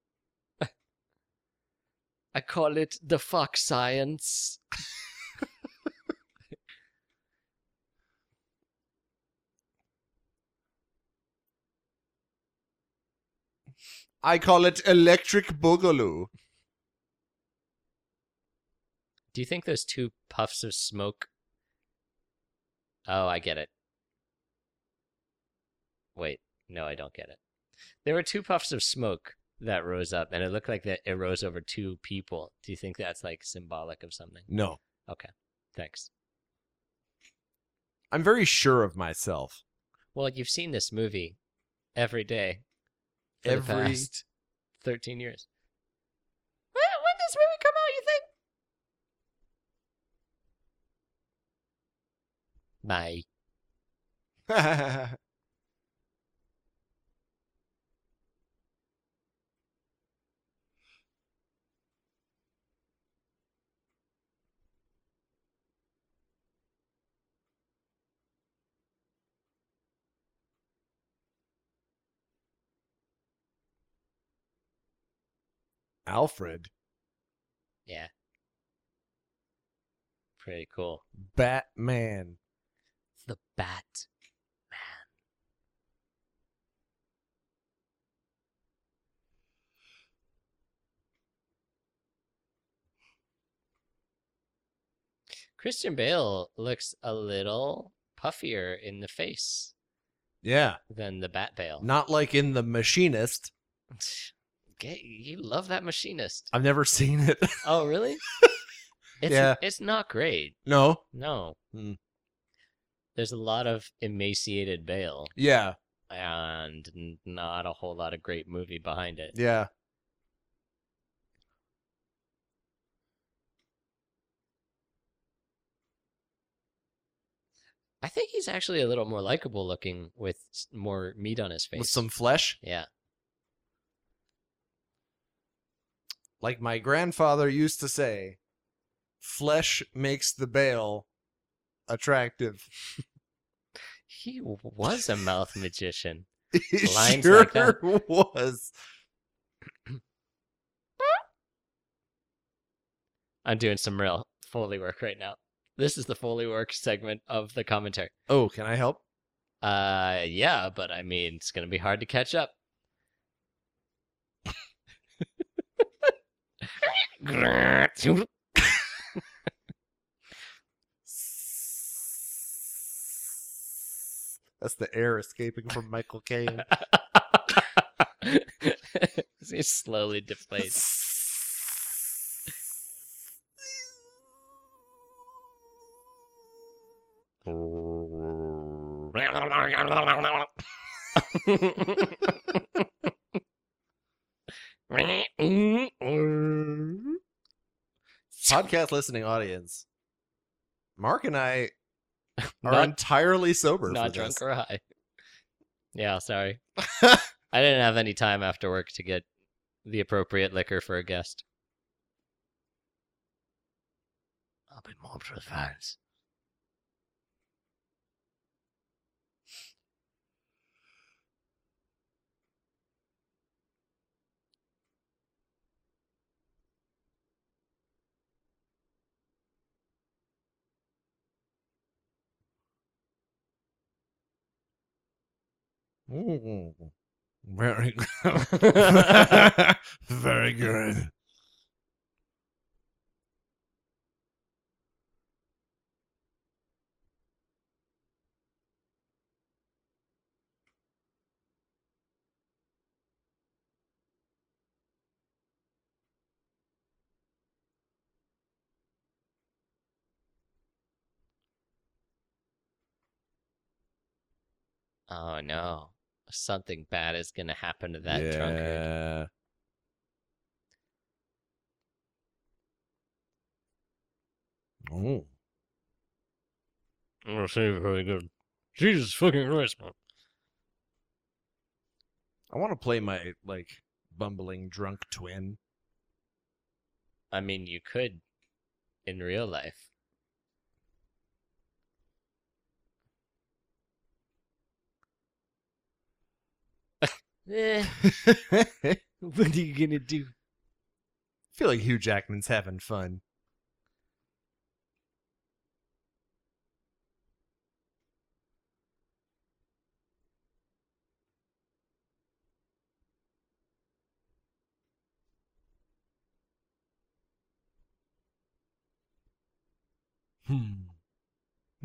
[SPEAKER 3] I call it the fuck science.
[SPEAKER 2] I call it Electric Boogaloo.
[SPEAKER 3] Do you think those two puffs of smoke? Oh, I get it. Wait, no, I don't get it. There were two puffs of smoke that rose up, and it looked like that it rose over two people. Do you think that's like symbolic of something?
[SPEAKER 2] No.
[SPEAKER 3] Thanks.
[SPEAKER 2] I'm very sure of myself.
[SPEAKER 3] Well, you've seen this movie every day for
[SPEAKER 2] Every-
[SPEAKER 3] the past thirteen years. When, when does this movie come out? You think? My
[SPEAKER 2] That's Alfred
[SPEAKER 3] yeah, pretty cool.
[SPEAKER 2] Batman.
[SPEAKER 3] The Bat Christian Bale looks a little puffier in the face
[SPEAKER 2] Yeah,
[SPEAKER 3] than the Bat Bale.
[SPEAKER 2] not like in The Machinist.
[SPEAKER 3] Gay, you love that machinist.
[SPEAKER 2] I've never seen it.
[SPEAKER 3] Oh, really? It's,
[SPEAKER 2] Yeah.
[SPEAKER 3] It's not great.
[SPEAKER 2] no.
[SPEAKER 3] No.
[SPEAKER 2] Hmm.
[SPEAKER 3] There's a lot of emaciated Bale
[SPEAKER 2] Yeah.
[SPEAKER 3] and n- not a whole lot of great movie behind it.
[SPEAKER 2] Yeah.
[SPEAKER 3] I think he's actually a little more likable looking with s- more meat on his face.
[SPEAKER 2] with some flesh.
[SPEAKER 3] yeah.
[SPEAKER 2] Like my grandfather used to say, flesh makes the bale attractive.
[SPEAKER 3] He w- was a mouth magician.
[SPEAKER 2] He
[SPEAKER 3] Lines
[SPEAKER 2] sure
[SPEAKER 3] like that.
[SPEAKER 2] was.
[SPEAKER 3] I'm doing some real Foley work right now. This is the Foley work segment of the commentary.
[SPEAKER 2] Oh, can I help?
[SPEAKER 3] Uh, yeah, but I mean, it's going to be hard to catch up.
[SPEAKER 2] That's the air escaping from Michael Caine.
[SPEAKER 3] he slowly deflates.
[SPEAKER 2] Podcast listening audience. Mark and I are
[SPEAKER 3] Not-
[SPEAKER 2] entirely sober.
[SPEAKER 3] not
[SPEAKER 2] for
[SPEAKER 3] drunk
[SPEAKER 2] this.
[SPEAKER 3] or high. Yeah, sorry. I didn't have any time after work to get the appropriate liquor for a guest. I'll be more for the fans.
[SPEAKER 2] Mm.
[SPEAKER 4] Very good. Very good.
[SPEAKER 3] Oh no. Something bad is gonna happen to that drunkard.
[SPEAKER 4] Oh.
[SPEAKER 5] I'm gonna say Oh, very good. Jesus fucking Christ, man.
[SPEAKER 2] I want to play my like bumbling drunk twin.
[SPEAKER 3] I mean you could in real life. Eh, what are you gonna do?
[SPEAKER 2] feel like Hugh Jackman's having fun.
[SPEAKER 3] Hmm.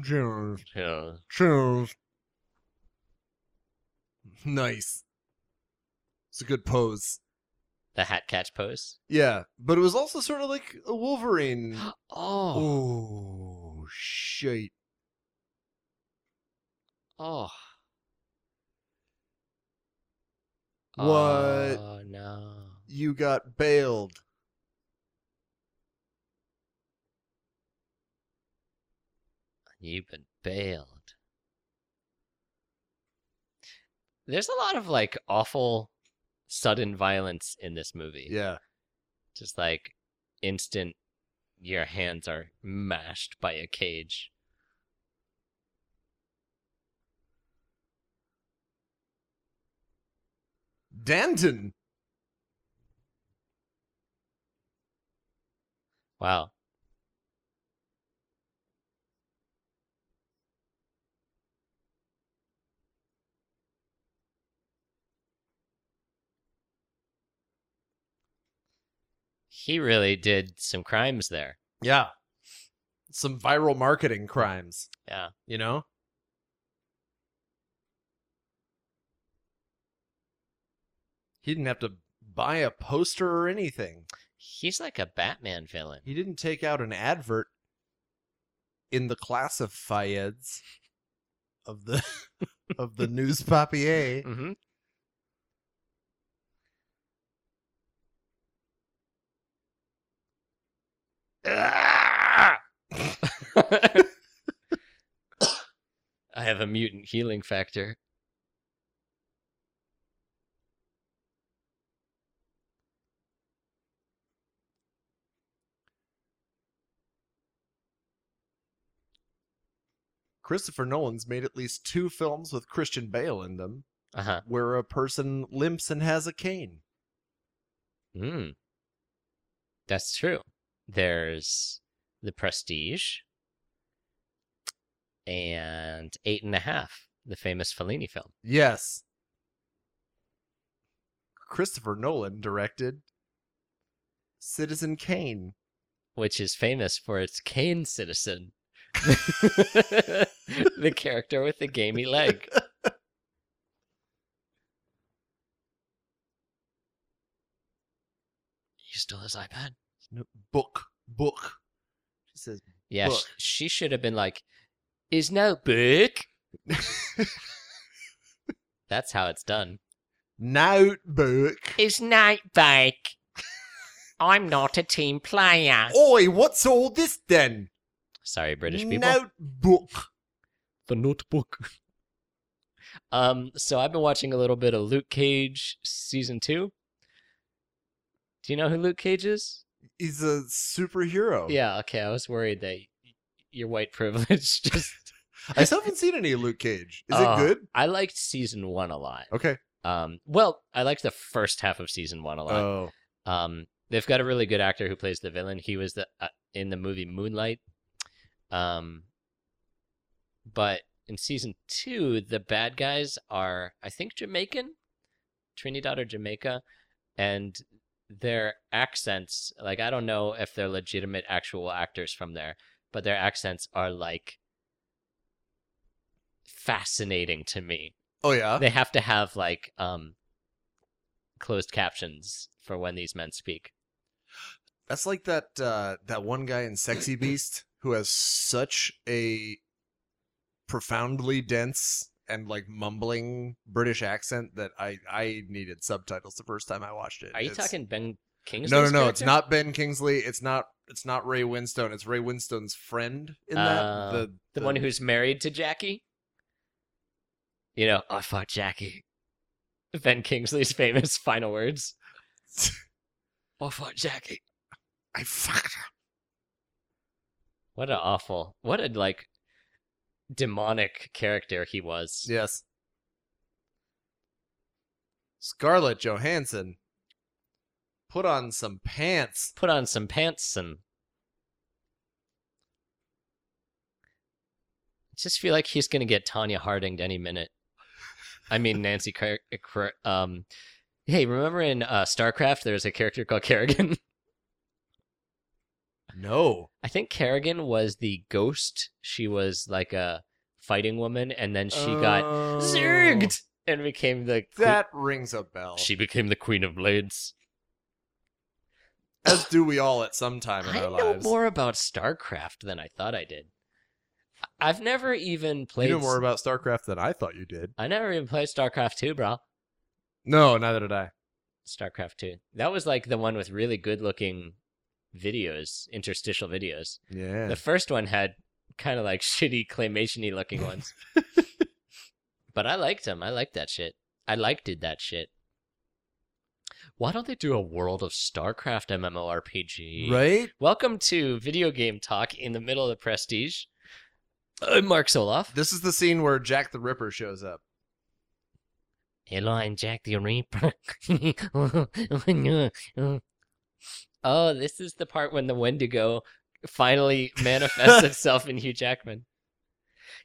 [SPEAKER 4] Cheers.
[SPEAKER 3] Yeah.
[SPEAKER 4] Cheers.
[SPEAKER 2] Nice. It's a good pose.
[SPEAKER 3] The hat catch pose.
[SPEAKER 2] Yeah, but it was also sort of like a Wolverine.
[SPEAKER 3] Oh,
[SPEAKER 2] oh shit!
[SPEAKER 3] oh.
[SPEAKER 2] What?
[SPEAKER 3] Oh no.
[SPEAKER 2] You got bailed.
[SPEAKER 3] You've been bailed. There's a lot of like awful sudden violence in this movie.
[SPEAKER 2] Yeah.
[SPEAKER 3] Just like instant your hands are mashed by a cage.
[SPEAKER 2] Danton.
[SPEAKER 3] Wow. He really did some crimes there.
[SPEAKER 2] Yeah. Some viral marketing crimes.
[SPEAKER 3] Yeah.
[SPEAKER 2] You know? He didn't have to buy a poster or anything.
[SPEAKER 3] He's like a Batman villain.
[SPEAKER 2] He didn't take out an advert in the classifieds of the of the news papier.
[SPEAKER 3] Mm-hmm. I have a mutant healing factor.
[SPEAKER 2] Christopher Nolan's made at least two films with Christian Bale in them
[SPEAKER 3] Uh huh.
[SPEAKER 2] where a person limps and has a cane.
[SPEAKER 3] Hmm. That's true. There's the Prestige and Eight and a Half, the famous Fellini film.
[SPEAKER 2] Yes. Christopher Nolan directed Citizen Kane.
[SPEAKER 3] which is famous for its cane citizen, the character with the gamey leg. He stole his iPad.
[SPEAKER 2] No, book. Book. She says
[SPEAKER 3] Yeah, sh-
[SPEAKER 2] Book.
[SPEAKER 3] she should have been like, "Is no book." That's how it's done.
[SPEAKER 2] notebook.
[SPEAKER 3] Is night bike. I'm not a team player.
[SPEAKER 2] Oi, what's all this then?
[SPEAKER 3] Sorry, British people.
[SPEAKER 2] Notebook.
[SPEAKER 1] The notebook.
[SPEAKER 3] Um, so I've been watching a little bit of Luke Cage season two. Do you know who Luke Cage is?
[SPEAKER 2] He's a superhero.
[SPEAKER 3] Yeah, okay. I was worried that y- your white privilege just.
[SPEAKER 2] I still haven't seen any Luke Cage. Is
[SPEAKER 3] Uh,
[SPEAKER 2] it good?
[SPEAKER 3] I liked season one a lot.
[SPEAKER 2] Okay.
[SPEAKER 3] Um, well, I liked the first half of season one a lot.
[SPEAKER 2] Oh.
[SPEAKER 3] Um, they've got a really good actor who plays the villain. He was the uh, in the movie Moonlight. Um, but in season two, the bad guys are I think Jamaican, Trinidad or Jamaica, and their accents like I don't know if they're legitimate actual actors from there, but their accents are like fascinating to me
[SPEAKER 2] Oh yeah.
[SPEAKER 3] they have to have like um closed captions for when these men speak.
[SPEAKER 2] That's like that uh, that one guy in Sexy Beast who has such a profoundly dense and like mumbling British accent that I I needed subtitles the first time I watched it.
[SPEAKER 3] Are you
[SPEAKER 2] It's-
[SPEAKER 3] talking Ben Kingsley?
[SPEAKER 2] No, no, no. It's not Ben Kingsley. It's not. It's not Ray Winstone. It's Ray Winstone's friend in that.
[SPEAKER 3] Uh,
[SPEAKER 2] the,
[SPEAKER 3] the one who's married to Jackie. You know, I fought Jackie. Ben Kingsley's famous final words. I fought Jackie.
[SPEAKER 4] I fucked her.
[SPEAKER 3] What an awful, what a like demonic character he was.
[SPEAKER 2] Yes. Scarlett Johansson put on some pants.
[SPEAKER 3] Put on some pants and just feel like he's gonna get Tanya Hardinged any minute. I mean Nancy. Car- Car- um, hey, remember in uh, StarCraft there was a character called Kerrigan.
[SPEAKER 2] No.
[SPEAKER 3] I think Kerrigan was the ghost. She was like a fighting woman, and then she got
[SPEAKER 2] Oh.
[SPEAKER 3] zerged and became the que-
[SPEAKER 2] That rings a bell.
[SPEAKER 3] She became the Queen of Blades.
[SPEAKER 2] As do we all at some time in
[SPEAKER 3] I
[SPEAKER 2] our
[SPEAKER 3] know
[SPEAKER 2] lives.
[SPEAKER 3] more about StarCraft than I thought I did. I- I've never even
[SPEAKER 2] you
[SPEAKER 3] played.
[SPEAKER 2] know more about StarCraft than I thought you did.
[SPEAKER 3] I never even played StarCraft 2, bro.
[SPEAKER 2] No, neither did I.
[SPEAKER 3] StarCraft 2. That was like the one with really good looking videos, interstitial videos.
[SPEAKER 2] Yeah.
[SPEAKER 3] The first one had kind of like shitty claymation y looking ones. but I liked them. I liked that shit. I liked did that shit. Why don't they do a World of StarCraft MMORPG?
[SPEAKER 2] right?
[SPEAKER 3] Welcome to video game talk in the middle of the prestige. I'm Mark Soloff.
[SPEAKER 2] This is the scene where Jack the Ripper shows up.
[SPEAKER 3] Hello, I'm Jack the Reaper. oh, this is the part when the Wendigo finally manifests itself in Hugh Jackman.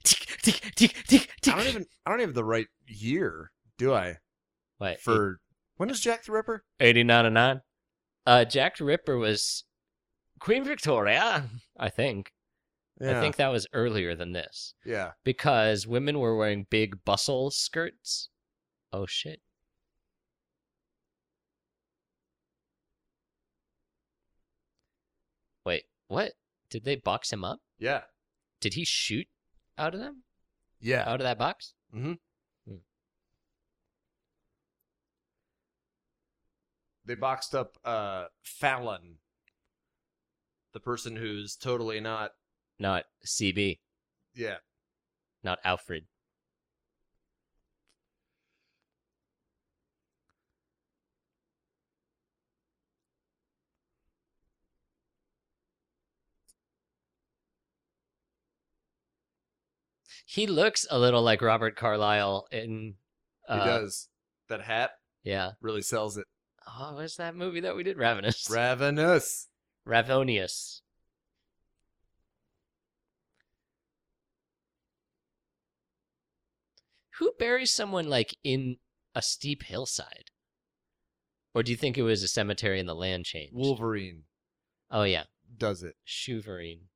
[SPEAKER 3] Tick, tick, tick, tick,
[SPEAKER 2] I don't
[SPEAKER 3] tick.
[SPEAKER 2] even I don't even have the right year, do I?
[SPEAKER 3] What,
[SPEAKER 2] For when is Jack the Ripper?
[SPEAKER 3] 89 and 9? Uh, Jack the Ripper was Queen Victoria, I think. I think that was earlier than this
[SPEAKER 2] yeah.
[SPEAKER 3] because women were wearing big bustle skirts. Oh, shit. Wait, what? Did they box him up?
[SPEAKER 2] Yeah.
[SPEAKER 3] Did he shoot out of them?
[SPEAKER 2] Yeah.
[SPEAKER 3] Out of that box?
[SPEAKER 2] They boxed up uh Fallon. The person who's totally not
[SPEAKER 3] Not CB.
[SPEAKER 2] yeah.
[SPEAKER 3] not Alfred. He looks a little like Robert Carlyle in.
[SPEAKER 2] he
[SPEAKER 3] Uh,
[SPEAKER 2] does. That hat
[SPEAKER 3] Yeah.
[SPEAKER 2] really sells it.
[SPEAKER 3] Oh, what's that movie that we did? Ravenous.
[SPEAKER 2] Ravenous.
[SPEAKER 3] Ravonius. Who buries someone like in a steep hillside? Or do you think it was a cemetery in the land change?
[SPEAKER 2] Wolverine
[SPEAKER 3] Oh yeah,
[SPEAKER 2] does it.
[SPEAKER 3] Shuverine.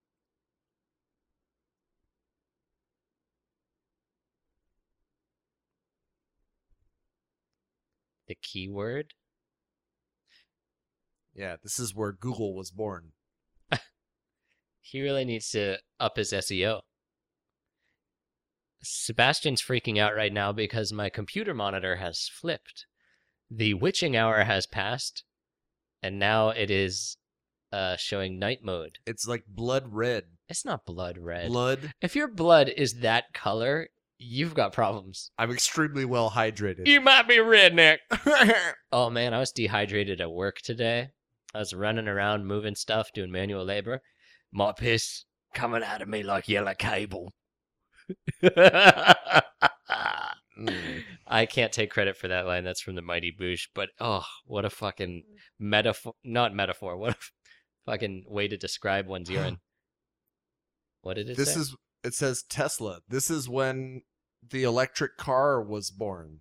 [SPEAKER 3] The keyword?
[SPEAKER 2] Yeah, this is where Google was born.
[SPEAKER 3] He really needs to up his SEO. Sebastian's freaking out right now because my computer monitor has flipped. The witching hour has passed, and now it is uh, showing night mode.
[SPEAKER 2] It's like blood red.
[SPEAKER 3] It's not blood red.
[SPEAKER 2] Blood.
[SPEAKER 3] If your blood is that color, you've got problems.
[SPEAKER 2] I'm extremely well hydrated.
[SPEAKER 3] You might be redneck. oh man, I was dehydrated at work today. I was running around moving stuff, doing manual labor. My piss coming out of me like yellow cable. I
[SPEAKER 2] Mm.
[SPEAKER 3] can't take credit for that line. That's from the Mighty Boosh. But oh, what a fucking metaphor. Not metaphor. What a fucking way to describe one's urine. What did it
[SPEAKER 2] This
[SPEAKER 3] say?
[SPEAKER 2] is it says Tesla. This is when the electric car was born.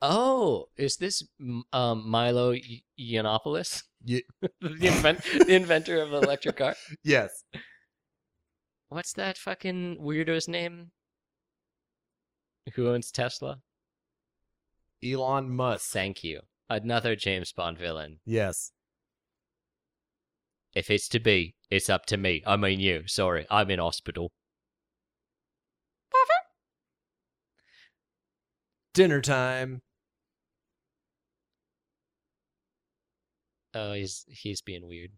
[SPEAKER 3] Oh, is this m- um, Milo Y- Yiannopoulos?
[SPEAKER 2] Ye-
[SPEAKER 3] the, invent- the inventor of an electric car?
[SPEAKER 2] Yes.
[SPEAKER 3] What's that fucking weirdo's name? Who owns Tesla?
[SPEAKER 2] Elon Musk.
[SPEAKER 3] Thank you. Another James Bond villain.
[SPEAKER 2] Yes.
[SPEAKER 3] If it's to be, it's up to me. I mean you. Sorry, I'm in hospital.
[SPEAKER 2] Dinner time.
[SPEAKER 3] Oh, he's he's being weird.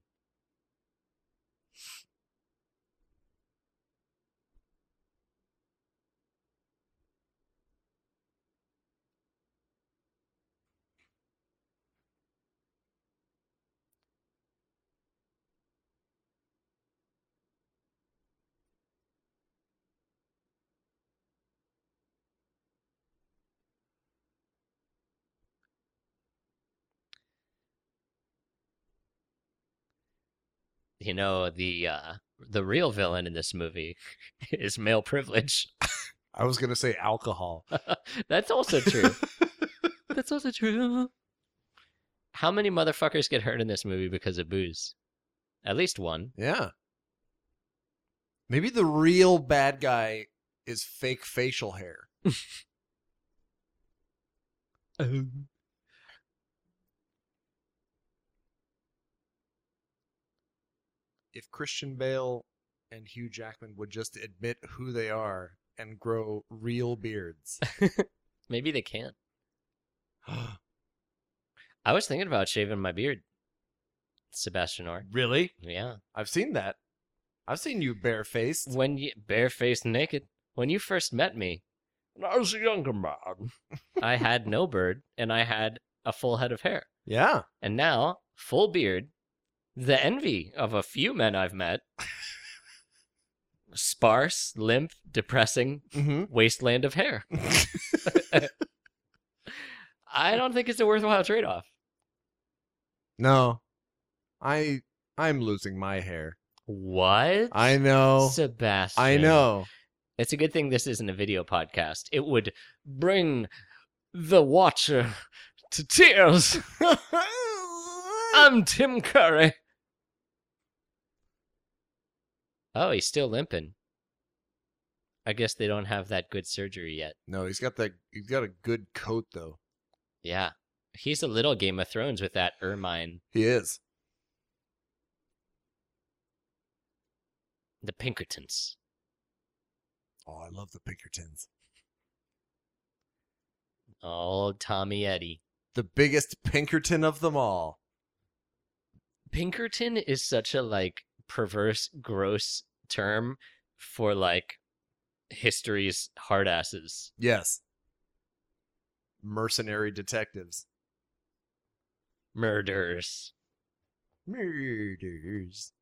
[SPEAKER 3] You know the uh, the real villain in this movie is male privilege.
[SPEAKER 2] I was gonna say alcohol.
[SPEAKER 3] That's also true. That's also true. How many motherfuckers get hurt in this movie because of booze? At least one.
[SPEAKER 2] Yeah. Maybe the real bad guy is fake facial hair. If Christian Bale and Hugh Jackman would just admit who they are and grow real beards.
[SPEAKER 3] Maybe they can't. I was thinking about shaving my beard, Sebastian Orr.
[SPEAKER 2] really?
[SPEAKER 3] Yeah.
[SPEAKER 2] I've seen that. I've seen you barefaced.
[SPEAKER 3] When you barefaced naked, when you first met me,
[SPEAKER 5] When I was a younger man,
[SPEAKER 3] I had no bird and I had a full head of hair.
[SPEAKER 2] Yeah.
[SPEAKER 3] And now, full beard, the envy of a few men I've met. Sparse, limp, depressing,
[SPEAKER 2] Mm-hmm.
[SPEAKER 3] wasteland of hair. I don't think it's a worthwhile trade off.
[SPEAKER 2] No. I I'm losing my hair.
[SPEAKER 3] What?
[SPEAKER 2] I know.
[SPEAKER 3] Sebastian.
[SPEAKER 2] I know.
[SPEAKER 3] It's a good thing this isn't a video podcast. It would bring the watcher to tears. I'm Tim Curry. Oh, he's still limping. I guess they don't have that good surgery yet.
[SPEAKER 2] No, he's got that. He's got a good coat though.
[SPEAKER 3] Yeah. He's a little Game of Thrones with that ermine,
[SPEAKER 2] He is.
[SPEAKER 3] the Pinkertons.
[SPEAKER 2] Oh, I love the Pinkertons.
[SPEAKER 3] Oh, Tommy Eddie.
[SPEAKER 2] The biggest Pinkerton of them all.
[SPEAKER 3] Pinkerton is such a like perverse, gross term for like history's hard asses.
[SPEAKER 2] Yes. Mercenary detectives.
[SPEAKER 3] Murders.
[SPEAKER 2] Murders.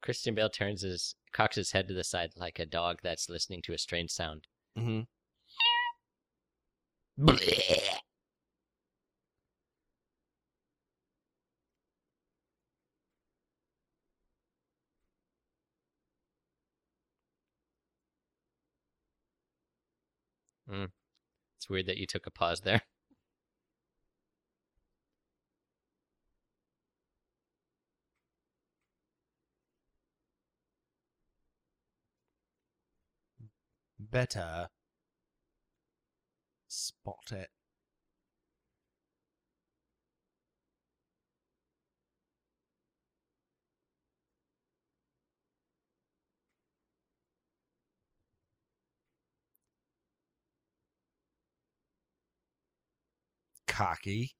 [SPEAKER 3] Christian Bale turns his cocks his head to the side like a dog that's listening to a strange sound.
[SPEAKER 2] Mhm. eh,
[SPEAKER 3] Bleh. Mm. It's weird that you took a pause there.
[SPEAKER 2] Better spot it. Cocky.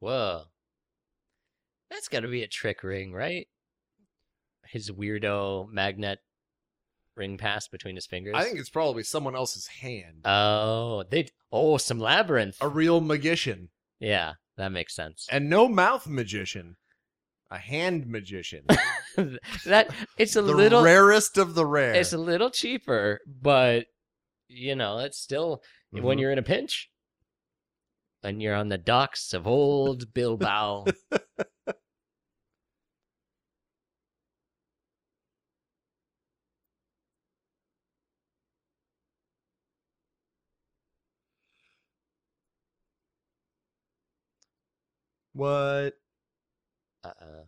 [SPEAKER 3] Whoa. That's got to be a trick ring, right? His weirdo magnet ring pass between his fingers.
[SPEAKER 2] I think it's probably someone else's hand.
[SPEAKER 3] Oh, they. Oh, some labyrinth.
[SPEAKER 2] a real magician.
[SPEAKER 3] yeah, that makes sense.
[SPEAKER 2] And no mouth magician. A hand magician.
[SPEAKER 3] that it's a
[SPEAKER 2] the
[SPEAKER 3] little.
[SPEAKER 2] rarest of the rare.
[SPEAKER 3] It's a little cheaper, but you know it's still
[SPEAKER 5] Mm-hmm.
[SPEAKER 3] when you're in a pinch, and you're on the docks of old Bilbao.
[SPEAKER 2] What?
[SPEAKER 3] uh,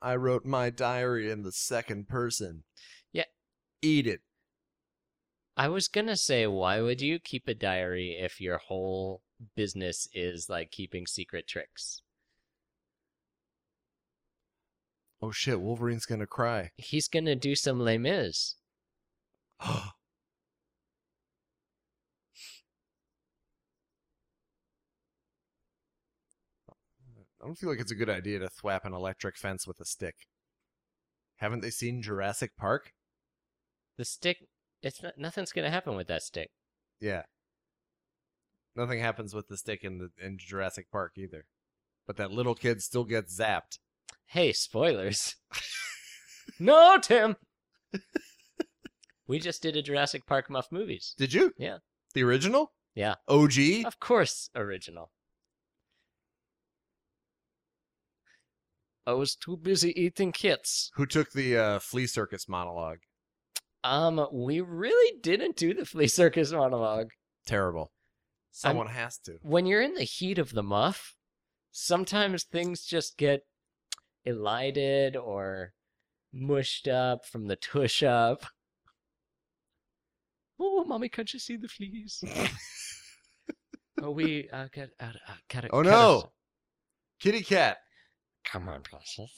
[SPEAKER 2] I wrote my diary in the second person.
[SPEAKER 3] Yeah.
[SPEAKER 2] Eat it.
[SPEAKER 3] I was gonna say, why would you keep a diary if your whole business is like keeping secret tricks?
[SPEAKER 2] Oh shit, Wolverine's gonna cry.
[SPEAKER 3] He's gonna do some Les Mis.
[SPEAKER 2] I don't feel like it's a good idea to thwap an electric fence with a stick. Haven't they seen Jurassic Park?
[SPEAKER 3] The stick, it's not, nothing's gonna happen with that stick.
[SPEAKER 2] Yeah. Nothing happens with the stick in the in Jurassic Park either. But that little kid still gets zapped.
[SPEAKER 3] Hey, spoilers. no, Tim. we just did a Jurassic Park Muff movies.
[SPEAKER 2] Did you?
[SPEAKER 3] Yeah.
[SPEAKER 2] The original?
[SPEAKER 3] Yeah.
[SPEAKER 2] OG?
[SPEAKER 3] Of course, original. I was too busy eating kits.
[SPEAKER 2] Who took the uh, flea circus monologue?
[SPEAKER 3] Um, we really didn't do the flea circus monologue.
[SPEAKER 2] Terrible. Someone has to.
[SPEAKER 3] When you're in the heat of the muff, sometimes things just get elided or mushed up from the tush up. Oh, mommy, can't you see the fleas? oh, we uh, got, uh, uh, got
[SPEAKER 2] Oh no! Kitty cat.
[SPEAKER 3] Come on, precious.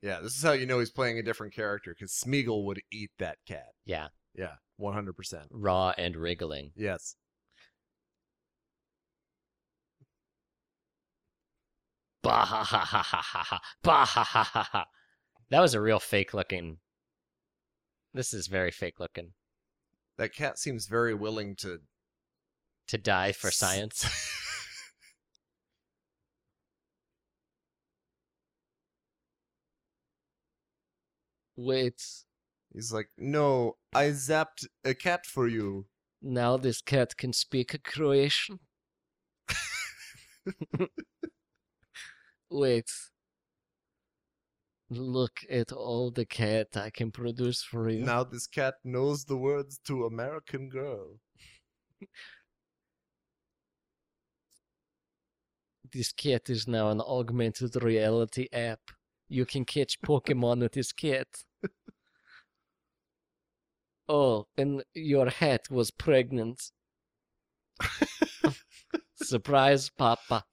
[SPEAKER 2] Yeah, this is how you know he's playing a different character because Smeagol would eat that cat.
[SPEAKER 3] Yeah,
[SPEAKER 2] Yeah, 100%.
[SPEAKER 3] raw and wriggling.
[SPEAKER 2] Yes.
[SPEAKER 3] Bah ha ha ha ha ha ha. Bah ha ha ha ha. That was a real fake looking. This is very fake looking.
[SPEAKER 2] That cat seems very willing to.
[SPEAKER 3] To die for science. Wait.
[SPEAKER 2] he's like, no, I zapped a cat for you.
[SPEAKER 3] Now this cat can speak Croatian. Wait. Look at all the cat I can produce for you.
[SPEAKER 2] Now this cat knows the words to American Girl.
[SPEAKER 3] This cat is now an augmented reality app You can catch Pokemon with his cat. Oh, and your hat was pregnant. Surprise, Papa.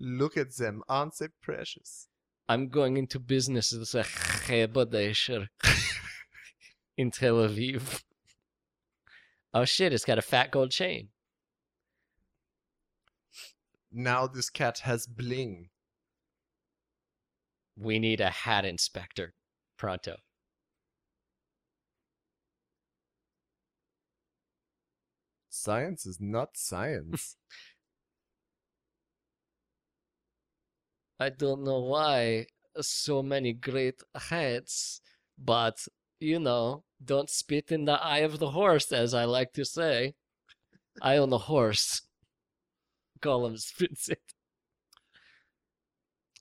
[SPEAKER 2] Look at them, aren't they precious?
[SPEAKER 3] I'm going into business as a haberdasher in Tel Aviv. Oh shit, it's got a fat gold chain.
[SPEAKER 2] Now this cat has bling.
[SPEAKER 3] We need a hat inspector. Pronto.
[SPEAKER 2] Science is not science.
[SPEAKER 3] I don't know why so many great hats, but you know, don't spit in the eye of the horse, as I like to say. I own a horse. Gollum spits it.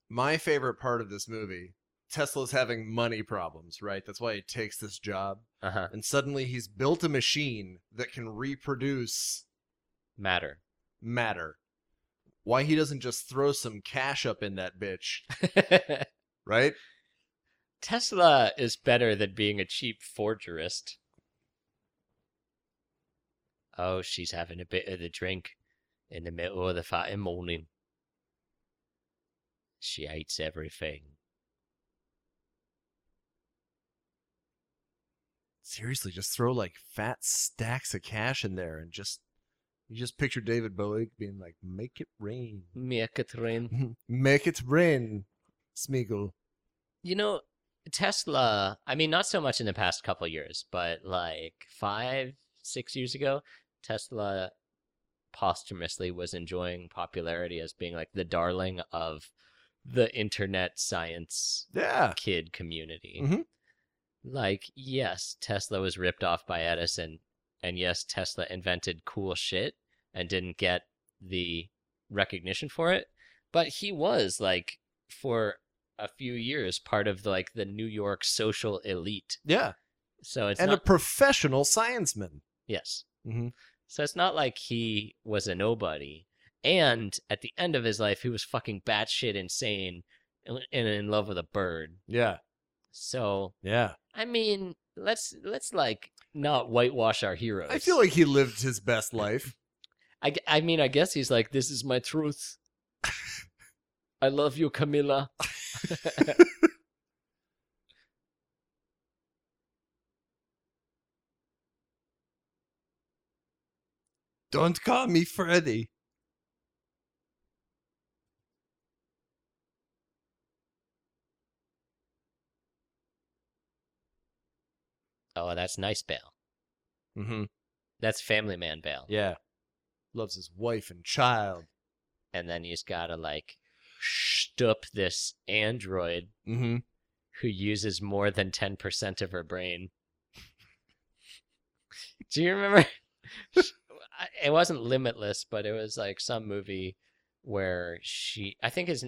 [SPEAKER 2] My favorite part of this movie Tesla's having money problems, right? That's why he takes this job.
[SPEAKER 3] Uh huh.
[SPEAKER 2] And suddenly he's built a machine that can reproduce
[SPEAKER 3] Matter.
[SPEAKER 2] matter. Why he doesn't just throw some cash up in that bitch, right?
[SPEAKER 3] Tesla is better than being a cheap forgerist. Oh, she's having a bit of the drink in the middle of the fatty morning. She hates everything.
[SPEAKER 2] Seriously, just throw like fat stacks of cash in there and just you just picture David Bowie being like, "Make it rain,
[SPEAKER 3] Make it rain.
[SPEAKER 2] make it rain, Smeagol."
[SPEAKER 3] You know, Tesla, I mean, not so much in the past couple years, but like five, six years ago, Tesla posthumously was enjoying popularity as being like the darling of the internet science
[SPEAKER 2] Yeah,
[SPEAKER 3] kid community.
[SPEAKER 2] Mhm.
[SPEAKER 3] Like, yes, Tesla was ripped off by Edison, and yes, Tesla invented cool shit and didn't get the recognition for it, but he was like for a few years part of like the New York social elite.
[SPEAKER 2] yeah,
[SPEAKER 3] So it's
[SPEAKER 2] and
[SPEAKER 3] not
[SPEAKER 2] a professional scienceman.
[SPEAKER 3] yes.
[SPEAKER 2] Mhm.
[SPEAKER 3] So it's not like he was a nobody. And at the end of his life, he was fucking batshit insane and and in love with a bird.
[SPEAKER 2] Yeah,
[SPEAKER 3] So
[SPEAKER 2] yeah.
[SPEAKER 3] I mean, let's let's like not whitewash our heroes.
[SPEAKER 2] I feel like he lived his best life.
[SPEAKER 3] I, gu- I mean, I guess he's like, this is my truth. I love you, Camilla.
[SPEAKER 2] Don't call me Freddy.
[SPEAKER 3] Oh, that's nice, Bale.
[SPEAKER 2] Mm-hmm.
[SPEAKER 3] That's Family Man Bale.
[SPEAKER 2] Yeah, loves his wife and child.
[SPEAKER 3] And then he's gotta like stup this android
[SPEAKER 2] Mm-hmm.
[SPEAKER 3] who uses more than ten percent of her brain. Do you remember? I- it wasn't Limitless, but it was like some movie where she, I think, is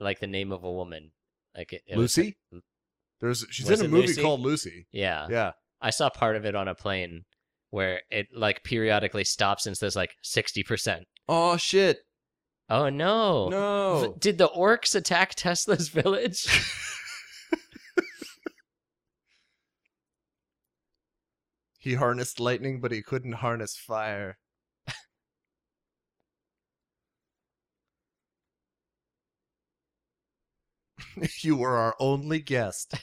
[SPEAKER 3] like the name of a woman, like it, it was-
[SPEAKER 2] Lucy. There's she's
[SPEAKER 3] Was
[SPEAKER 2] in a
[SPEAKER 3] it
[SPEAKER 2] movie
[SPEAKER 3] Lucy?
[SPEAKER 2] called Mm. Lucy. Ah.
[SPEAKER 3] yeah,
[SPEAKER 2] Yeah.
[SPEAKER 3] I saw part of it on a plane where it like periodically stops and says like sixty percent.
[SPEAKER 2] Oh shit!
[SPEAKER 3] Oh no! V-
[SPEAKER 2] No.
[SPEAKER 3] did the orcs attack Tesla's village?
[SPEAKER 2] He harnessed lightning, but he couldn't harness fire. you were our only guest.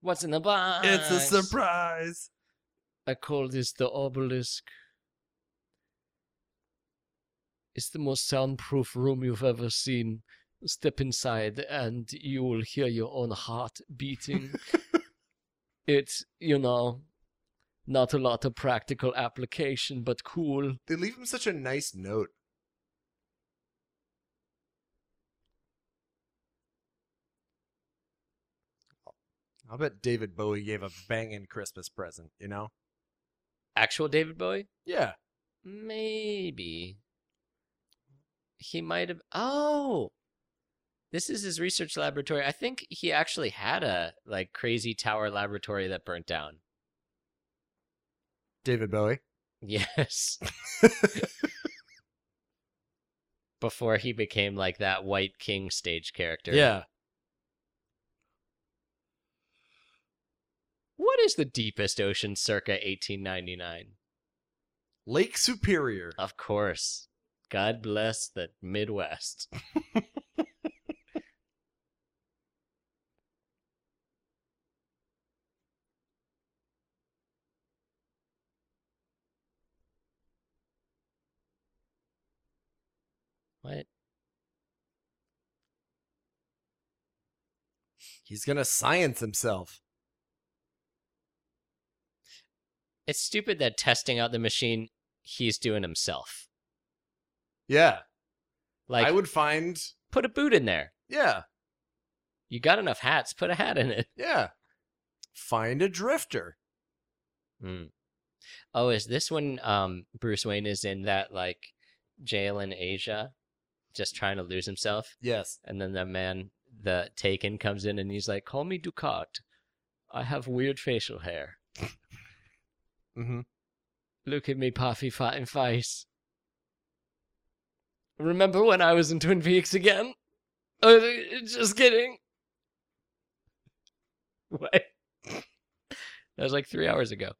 [SPEAKER 3] What's in the box?
[SPEAKER 2] It's a surprise.
[SPEAKER 3] I call this the obelisk. It's the most soundproof room you've ever seen. Step inside and you will hear your own heart beating. it's, you know, not a lot of practical application, but cool.
[SPEAKER 2] They leave him such a nice note. I bet David Bowie gave a banging Christmas present, you know?
[SPEAKER 3] Actual David Bowie?
[SPEAKER 2] Yeah.
[SPEAKER 3] Maybe. He might have. Oh! This is his research laboratory. I think he actually had a like crazy tower laboratory that burnt down.
[SPEAKER 2] David Bowie.
[SPEAKER 3] Yes. Before he became like that white king stage character.
[SPEAKER 1] Yeah.
[SPEAKER 3] What is the deepest ocean circa 1899?
[SPEAKER 2] Lake Superior.
[SPEAKER 3] Of course. God bless the Midwest. what?
[SPEAKER 2] He's gonna science himself.
[SPEAKER 3] It's stupid that testing out the machine he's doing himself.
[SPEAKER 2] Yeah.
[SPEAKER 3] Like
[SPEAKER 2] I would find
[SPEAKER 3] put a boot in there.
[SPEAKER 2] yeah,
[SPEAKER 3] You got enough hats, put a hat in it.
[SPEAKER 2] yeah. Find a drifter.
[SPEAKER 3] Mm. Oh, is this when um Bruce Wayne is in that like jail in Asia, just trying to lose himself,
[SPEAKER 2] Yes.
[SPEAKER 3] and then the man, the Taken, comes in and he's like, "Call me Ducat. I have weird facial hair.
[SPEAKER 2] Mm-hmm.
[SPEAKER 3] Look at me, puffy, fat and face. Remember when I was in Twin Peaks again? Uh, just kidding. What? That was like three hours ago.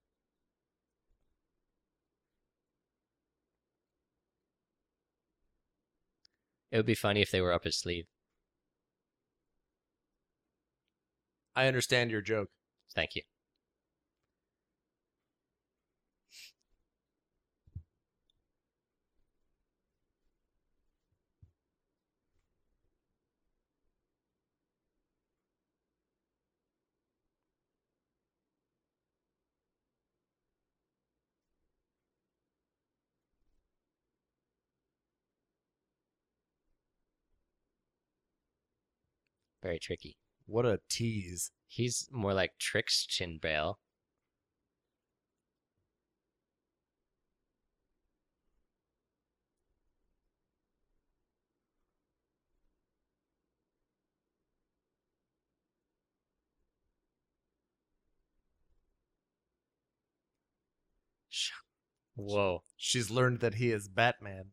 [SPEAKER 3] It would be funny if they were up his sleeve.
[SPEAKER 2] I understand your joke.
[SPEAKER 3] Thank you. Very tricky.
[SPEAKER 2] What a tease.
[SPEAKER 3] He's more like Trix Chinbale. Whoa.
[SPEAKER 2] She's learned that he is Batman.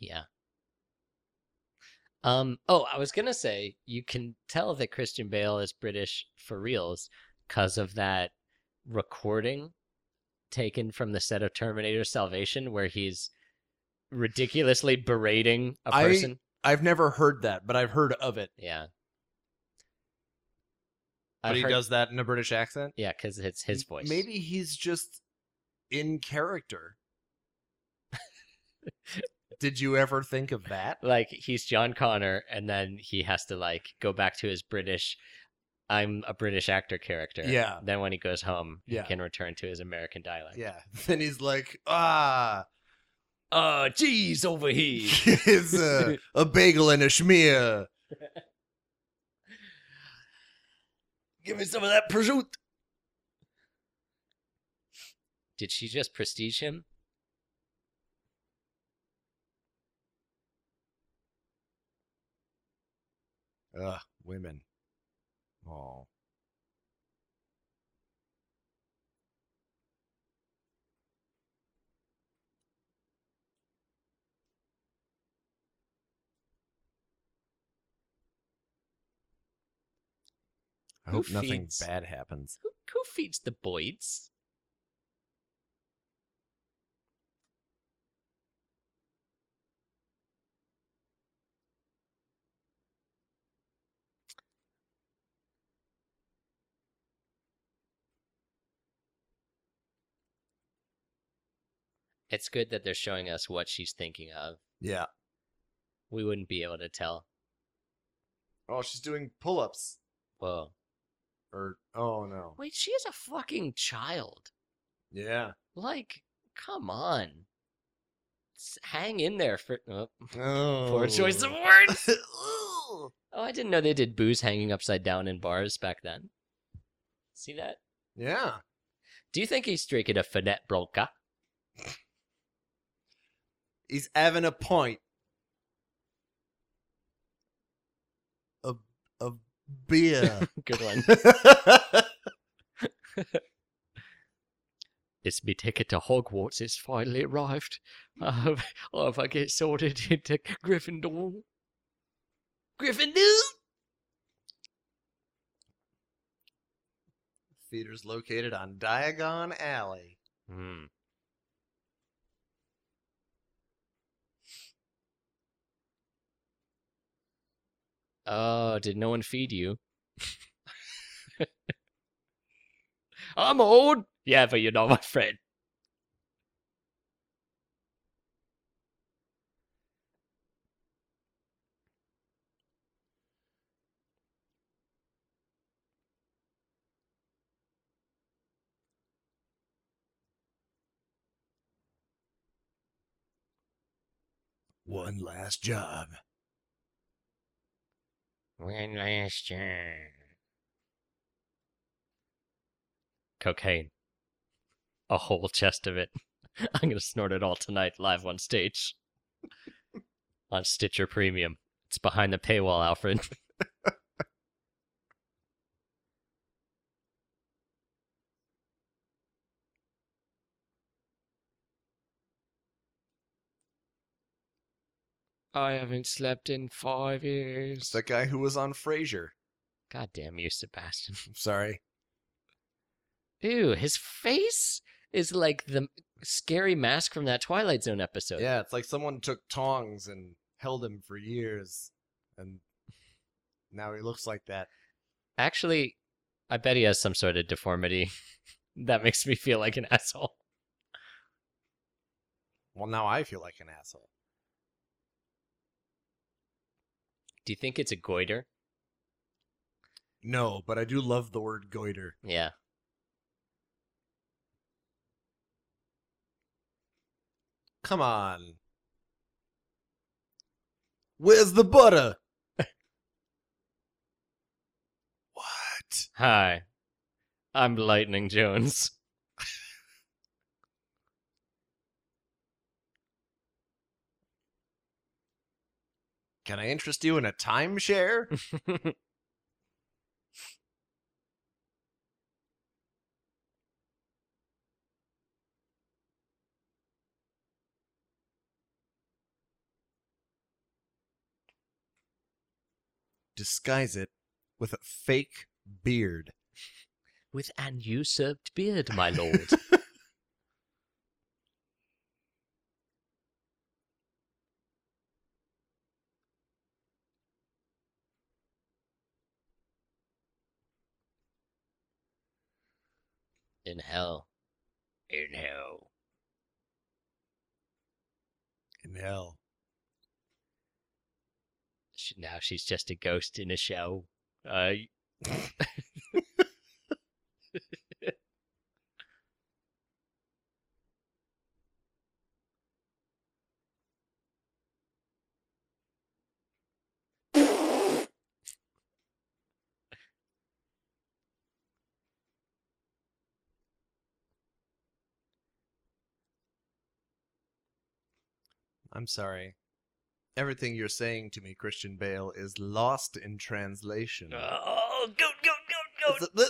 [SPEAKER 3] Yeah. Um. Oh, I was gonna say you can tell that Christian Bale is British for reals because of that recording taken from the set of Terminator Salvation, where he's ridiculously berating a
[SPEAKER 2] I-
[SPEAKER 3] person.
[SPEAKER 2] I've never heard that, but I've heard of it.
[SPEAKER 3] Yeah.
[SPEAKER 2] But
[SPEAKER 3] I've
[SPEAKER 2] he
[SPEAKER 3] heard-
[SPEAKER 2] does that in a British accent.
[SPEAKER 3] Yeah, because it's his
[SPEAKER 2] M-
[SPEAKER 3] voice.
[SPEAKER 2] Maybe he's just in character. Did you ever think of that?
[SPEAKER 3] like he's John Connor, and then he has to like go back to his British. I'm a British actor character.
[SPEAKER 2] Yeah.
[SPEAKER 3] Then when he goes home,
[SPEAKER 2] Yeah.
[SPEAKER 3] he can return to his American dialect.
[SPEAKER 2] Yeah. Then he's like, ah, "Oh,
[SPEAKER 1] Uh, geez, over here.
[SPEAKER 2] it's a, uh, a bagel and a schmear.
[SPEAKER 1] Give me some of that prosciutto.
[SPEAKER 3] Did she just prestige him?
[SPEAKER 2] Ugh, women. Oh. I
[SPEAKER 3] Who
[SPEAKER 2] hope nothing
[SPEAKER 3] feeds-
[SPEAKER 2] bad happens.
[SPEAKER 3] Who, who feeds the Boyds? It's good that they're showing us what she's thinking of.
[SPEAKER 2] Yeah.
[SPEAKER 3] We wouldn't be able to tell.
[SPEAKER 2] Oh, she's doing pull ups.
[SPEAKER 3] Whoa.
[SPEAKER 2] Or, oh no.
[SPEAKER 3] Wait, she is a fucking child.
[SPEAKER 2] Yeah.
[SPEAKER 3] Like, come on. S- hang in there for. Oh,
[SPEAKER 2] Oh.
[SPEAKER 3] poor choice of words. oh, I didn't know they did booze hanging upside down in bars back then. See that?
[SPEAKER 2] yeah.
[SPEAKER 3] Do you think he's drinking a Finette Bronca?
[SPEAKER 2] He's having a point.
[SPEAKER 4] of beer.
[SPEAKER 3] Good one. It's me ticket to Hogwarts. It's finally arrived. I hope, I hope I get sorted into Gryffindor. Gryffindor?
[SPEAKER 2] Theater's located on Diagon Alley.
[SPEAKER 3] Hmm. Oh, did no one feed you? I'm old. Yeah, but you're not my friend.
[SPEAKER 4] One last job.
[SPEAKER 3] When last year. Cocaine. A whole chest of it. I'm gonna snort it all tonight live on stage. on Stitcher Premium. It's behind the paywall, Alfred. I haven't slept in five years.
[SPEAKER 2] It's that guy who was on Frasier.
[SPEAKER 3] God damn you, Sebastian.
[SPEAKER 2] I'm sorry.
[SPEAKER 3] Ew, his face is like the m- scary mask from that Twilight Zone episode.
[SPEAKER 2] Yeah, it's like someone took tongs and held him for years, and now he looks like that.
[SPEAKER 3] Actually, I bet he has some sort of deformity. that makes me feel like an asshole.
[SPEAKER 2] Well, now I feel like an asshole.
[SPEAKER 3] Do you think it's a goiter?
[SPEAKER 2] No, but I do love the word goiter.
[SPEAKER 3] Yeah.
[SPEAKER 2] Come on. Where's the butter? what?
[SPEAKER 3] Hi. I'm Lightning Jones.
[SPEAKER 2] Can I interest you in a timeshare? Disguise it with a fake beard.
[SPEAKER 3] With an usurped beard, my lord. In hell. In hell.
[SPEAKER 2] In hell.
[SPEAKER 3] She, now she's just a ghost in a shell. Uh,
[SPEAKER 2] I'm sorry. Everything you're saying to me, Christian Bale, is lost in translation.
[SPEAKER 3] oh, goat, goat, goat, goat.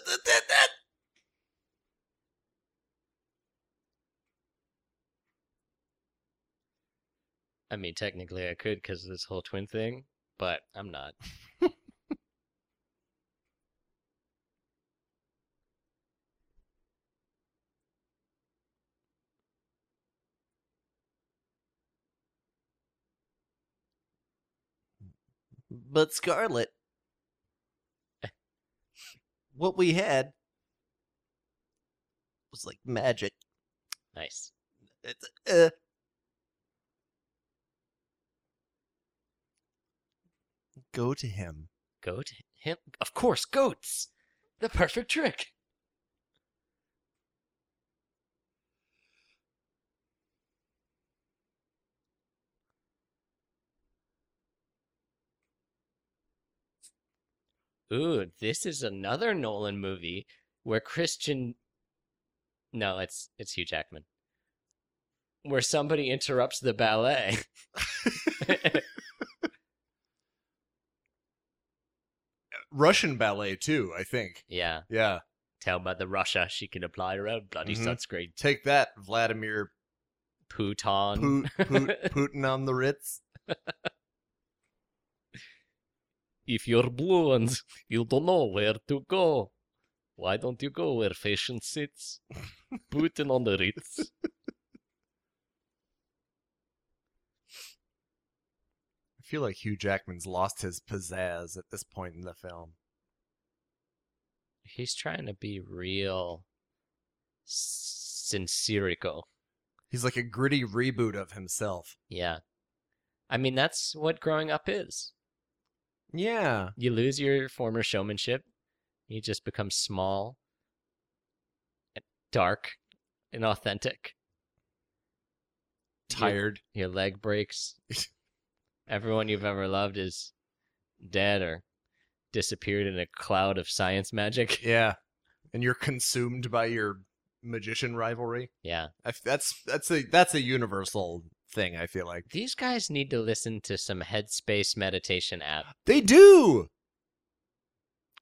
[SPEAKER 3] I mean, technically I could because of this whole twin thing, but I'm not.
[SPEAKER 4] But Scarlet, what we had was like magic.
[SPEAKER 3] Nice.
[SPEAKER 4] It's, uh,
[SPEAKER 2] Go to him.
[SPEAKER 3] Goat? Him? Of course, goats! The perfect trick! Ooh, this is another Nolan movie where Christian. No, it's it's Hugh Jackman. Where somebody interrupts the ballet.
[SPEAKER 2] Russian ballet too, I think.
[SPEAKER 3] Yeah.
[SPEAKER 2] Yeah.
[SPEAKER 3] Tell by the Russia she can apply her own bloody
[SPEAKER 2] Mhm.
[SPEAKER 3] sunscreen.
[SPEAKER 2] Take that, Vladimir
[SPEAKER 3] Putin.
[SPEAKER 2] Put, Put, Putin on the Ritz.
[SPEAKER 3] if you're blue and you don't know where to go, why don't you go where fashion sits? Putin on the Ritz.
[SPEAKER 2] I feel like Hugh Jackman's lost his pizzazz at this point in the film.
[SPEAKER 3] He's trying to be real sincerico.
[SPEAKER 2] He's like a gritty reboot of himself.
[SPEAKER 3] Yeah. I mean, that's what growing up is.
[SPEAKER 2] Yeah.
[SPEAKER 3] You lose your former showmanship, you just become small, and dark, inauthentic. Your-
[SPEAKER 2] Tired.
[SPEAKER 3] your leg breaks. Everyone you've ever loved is dead or disappeared in a cloud of science magic.
[SPEAKER 2] Yeah. And you're consumed by your magician rivalry.
[SPEAKER 3] Yeah.
[SPEAKER 2] I f that's that's a that's a universal thing. I feel like
[SPEAKER 3] These guys need to listen to some headspace meditation app.
[SPEAKER 2] they do.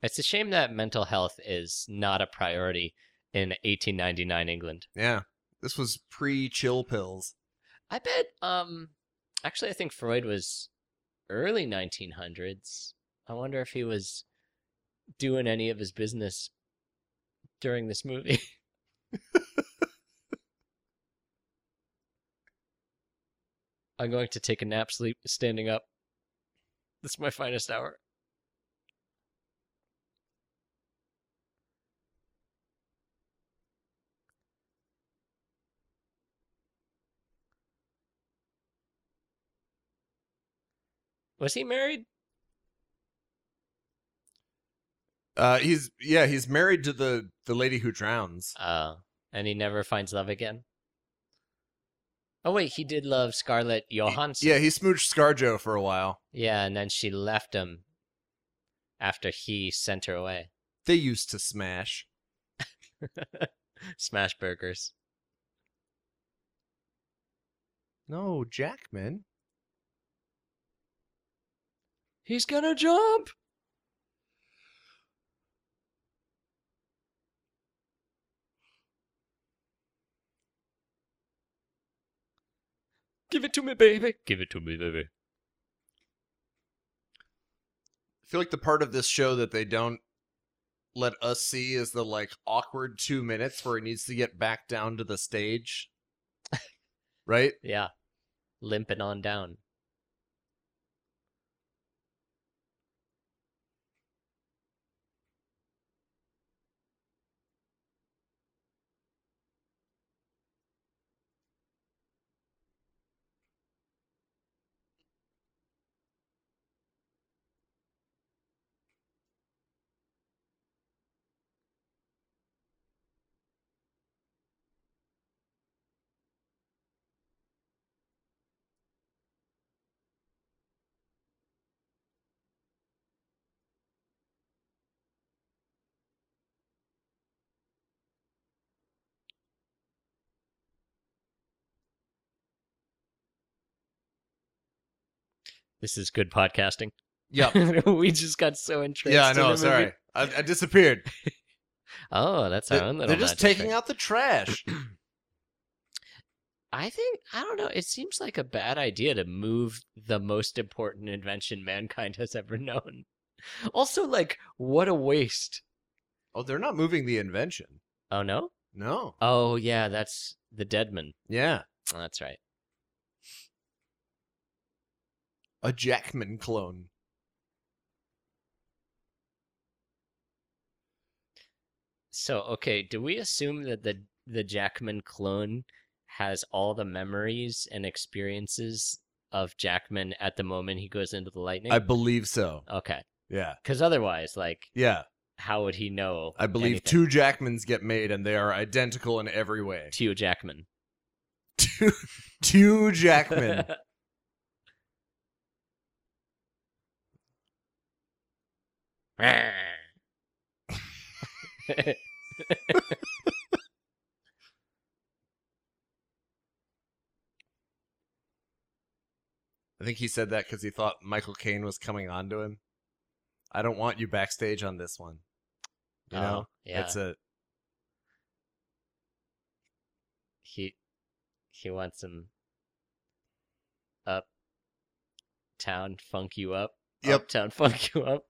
[SPEAKER 3] It's a shame that mental health is not a priority in 1899 England.
[SPEAKER 2] Yeah. This was pre chill pills.
[SPEAKER 3] I bet um actually I think Freud was early 1900s. I wonder if he was doing any of his business during this movie. I'm going to take a nap sleep standing up. This is my finest hour. Was he married?
[SPEAKER 2] Uh, he's yeah, he's married to the the lady who drowns.
[SPEAKER 3] Uh, and he never finds love again. Oh wait, he did love Scarlett Johansson.
[SPEAKER 2] Yeah, he smooched ScarJo for a while.
[SPEAKER 3] Yeah, and then she left him after he sent her away.
[SPEAKER 2] They used to smash.
[SPEAKER 3] Smash burgers.
[SPEAKER 2] No, Jackman.
[SPEAKER 3] He's gonna jump. Give it to me, baby.
[SPEAKER 5] Give it to me, baby.
[SPEAKER 2] I feel like the part of this show that they don't let us see is the like awkward two minutes where he needs to get back down to the stage. right?
[SPEAKER 3] Yeah. Limping on down. This is good podcasting.
[SPEAKER 2] Yeah.
[SPEAKER 3] we just got so entranced.
[SPEAKER 2] yeah, I
[SPEAKER 3] in the
[SPEAKER 2] know.
[SPEAKER 3] movie.
[SPEAKER 2] Sorry, I, I disappeared.
[SPEAKER 3] Oh, that's
[SPEAKER 2] They-
[SPEAKER 3] our own
[SPEAKER 2] they're
[SPEAKER 3] little.
[SPEAKER 2] just
[SPEAKER 3] magic
[SPEAKER 2] taking
[SPEAKER 3] thing.
[SPEAKER 2] out the trash.
[SPEAKER 3] I think I don't know. It seems like a bad idea to move the most important invention mankind has ever known. Also, like, what a waste.
[SPEAKER 2] oh, they're not moving the invention.
[SPEAKER 3] Oh no.
[SPEAKER 2] No.
[SPEAKER 3] Oh yeah, that's the Deadman.
[SPEAKER 2] Yeah,
[SPEAKER 3] Oh, That's right.
[SPEAKER 2] a Jackman clone.
[SPEAKER 3] So okay, do we assume that the the Jackman clone has all the memories and experiences of Jackman at the moment he goes into the lightning?
[SPEAKER 2] I believe so.
[SPEAKER 3] okay,
[SPEAKER 2] Yeah.
[SPEAKER 3] because otherwise, like,
[SPEAKER 2] Yeah.
[SPEAKER 3] how would he know?
[SPEAKER 2] I believe
[SPEAKER 3] anything?
[SPEAKER 2] two Jackmans get made and they are identical in every way.
[SPEAKER 3] Two Jackman.
[SPEAKER 2] Two, two Jackman. I think he said that because he thought Michael Caine was coming on to him. I don't want you backstage on this one. You
[SPEAKER 3] Oh,
[SPEAKER 2] know,
[SPEAKER 3] yeah.
[SPEAKER 2] it's a
[SPEAKER 3] he he wants him up town funk you up.
[SPEAKER 2] Yep.
[SPEAKER 3] Uptown funk you up.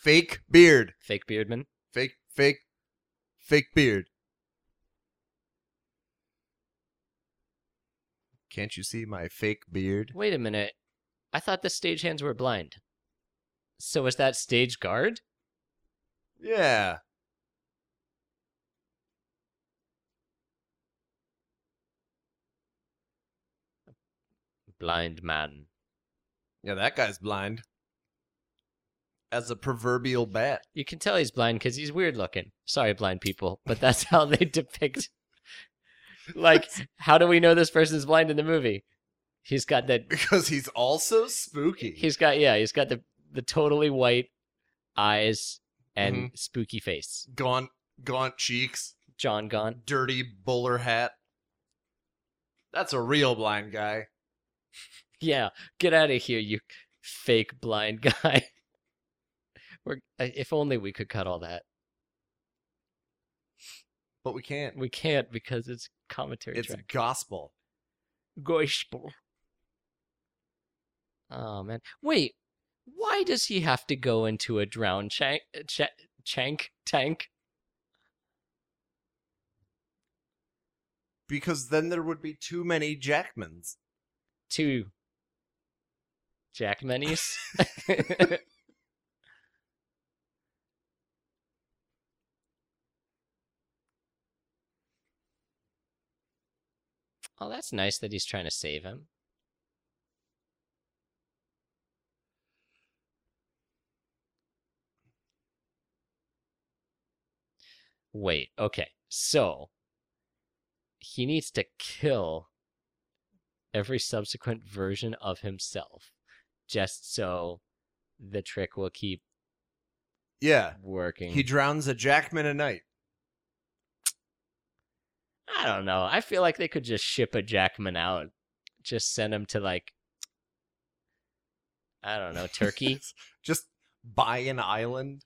[SPEAKER 2] fake beard,
[SPEAKER 3] Fake beardman.
[SPEAKER 2] fake, fake, fake beard. Can't you see my fake beard?
[SPEAKER 3] Wait a minute. I thought the stagehands were blind. So is that stage guard?
[SPEAKER 2] Yeah.
[SPEAKER 3] Blind man.
[SPEAKER 2] Yeah, that guy's blind. As a proverbial bat.
[SPEAKER 3] You can tell he's blind because he's weird looking. Sorry, blind people, but that's how they depict. like, how do we know this person's blind in the movie? He's got that.
[SPEAKER 2] Because he's also spooky.
[SPEAKER 3] He's got yeah. He's got the the totally white eyes and
[SPEAKER 2] Mm-hmm.
[SPEAKER 3] spooky face.
[SPEAKER 2] gaunt gaunt cheeks,
[SPEAKER 3] John gone.
[SPEAKER 2] dirty bowler hat. That's a real blind guy.
[SPEAKER 3] Yeah, get out of here, you fake blind guy. We're, uh, if only we could cut all that.
[SPEAKER 2] But we can't.
[SPEAKER 3] We can't because it's commentary
[SPEAKER 2] It's
[SPEAKER 3] track.
[SPEAKER 2] gospel.
[SPEAKER 3] gospel. Oh man, wait. Why does he have to go into a drown chank, ch- chank tank?
[SPEAKER 2] Because then there would be too many Jackmans.
[SPEAKER 3] Two Jackmanis. oh, that's nice that he's trying to save him. Wait, okay. So he needs to kill every subsequent version of himself just so the trick will keep
[SPEAKER 2] Yeah.
[SPEAKER 3] working.
[SPEAKER 2] He drowns a Jackman a night.
[SPEAKER 3] I don't know. I feel like they could just ship a Jackman out. Just send him to like I don't know, Turkey.
[SPEAKER 2] Just buy an island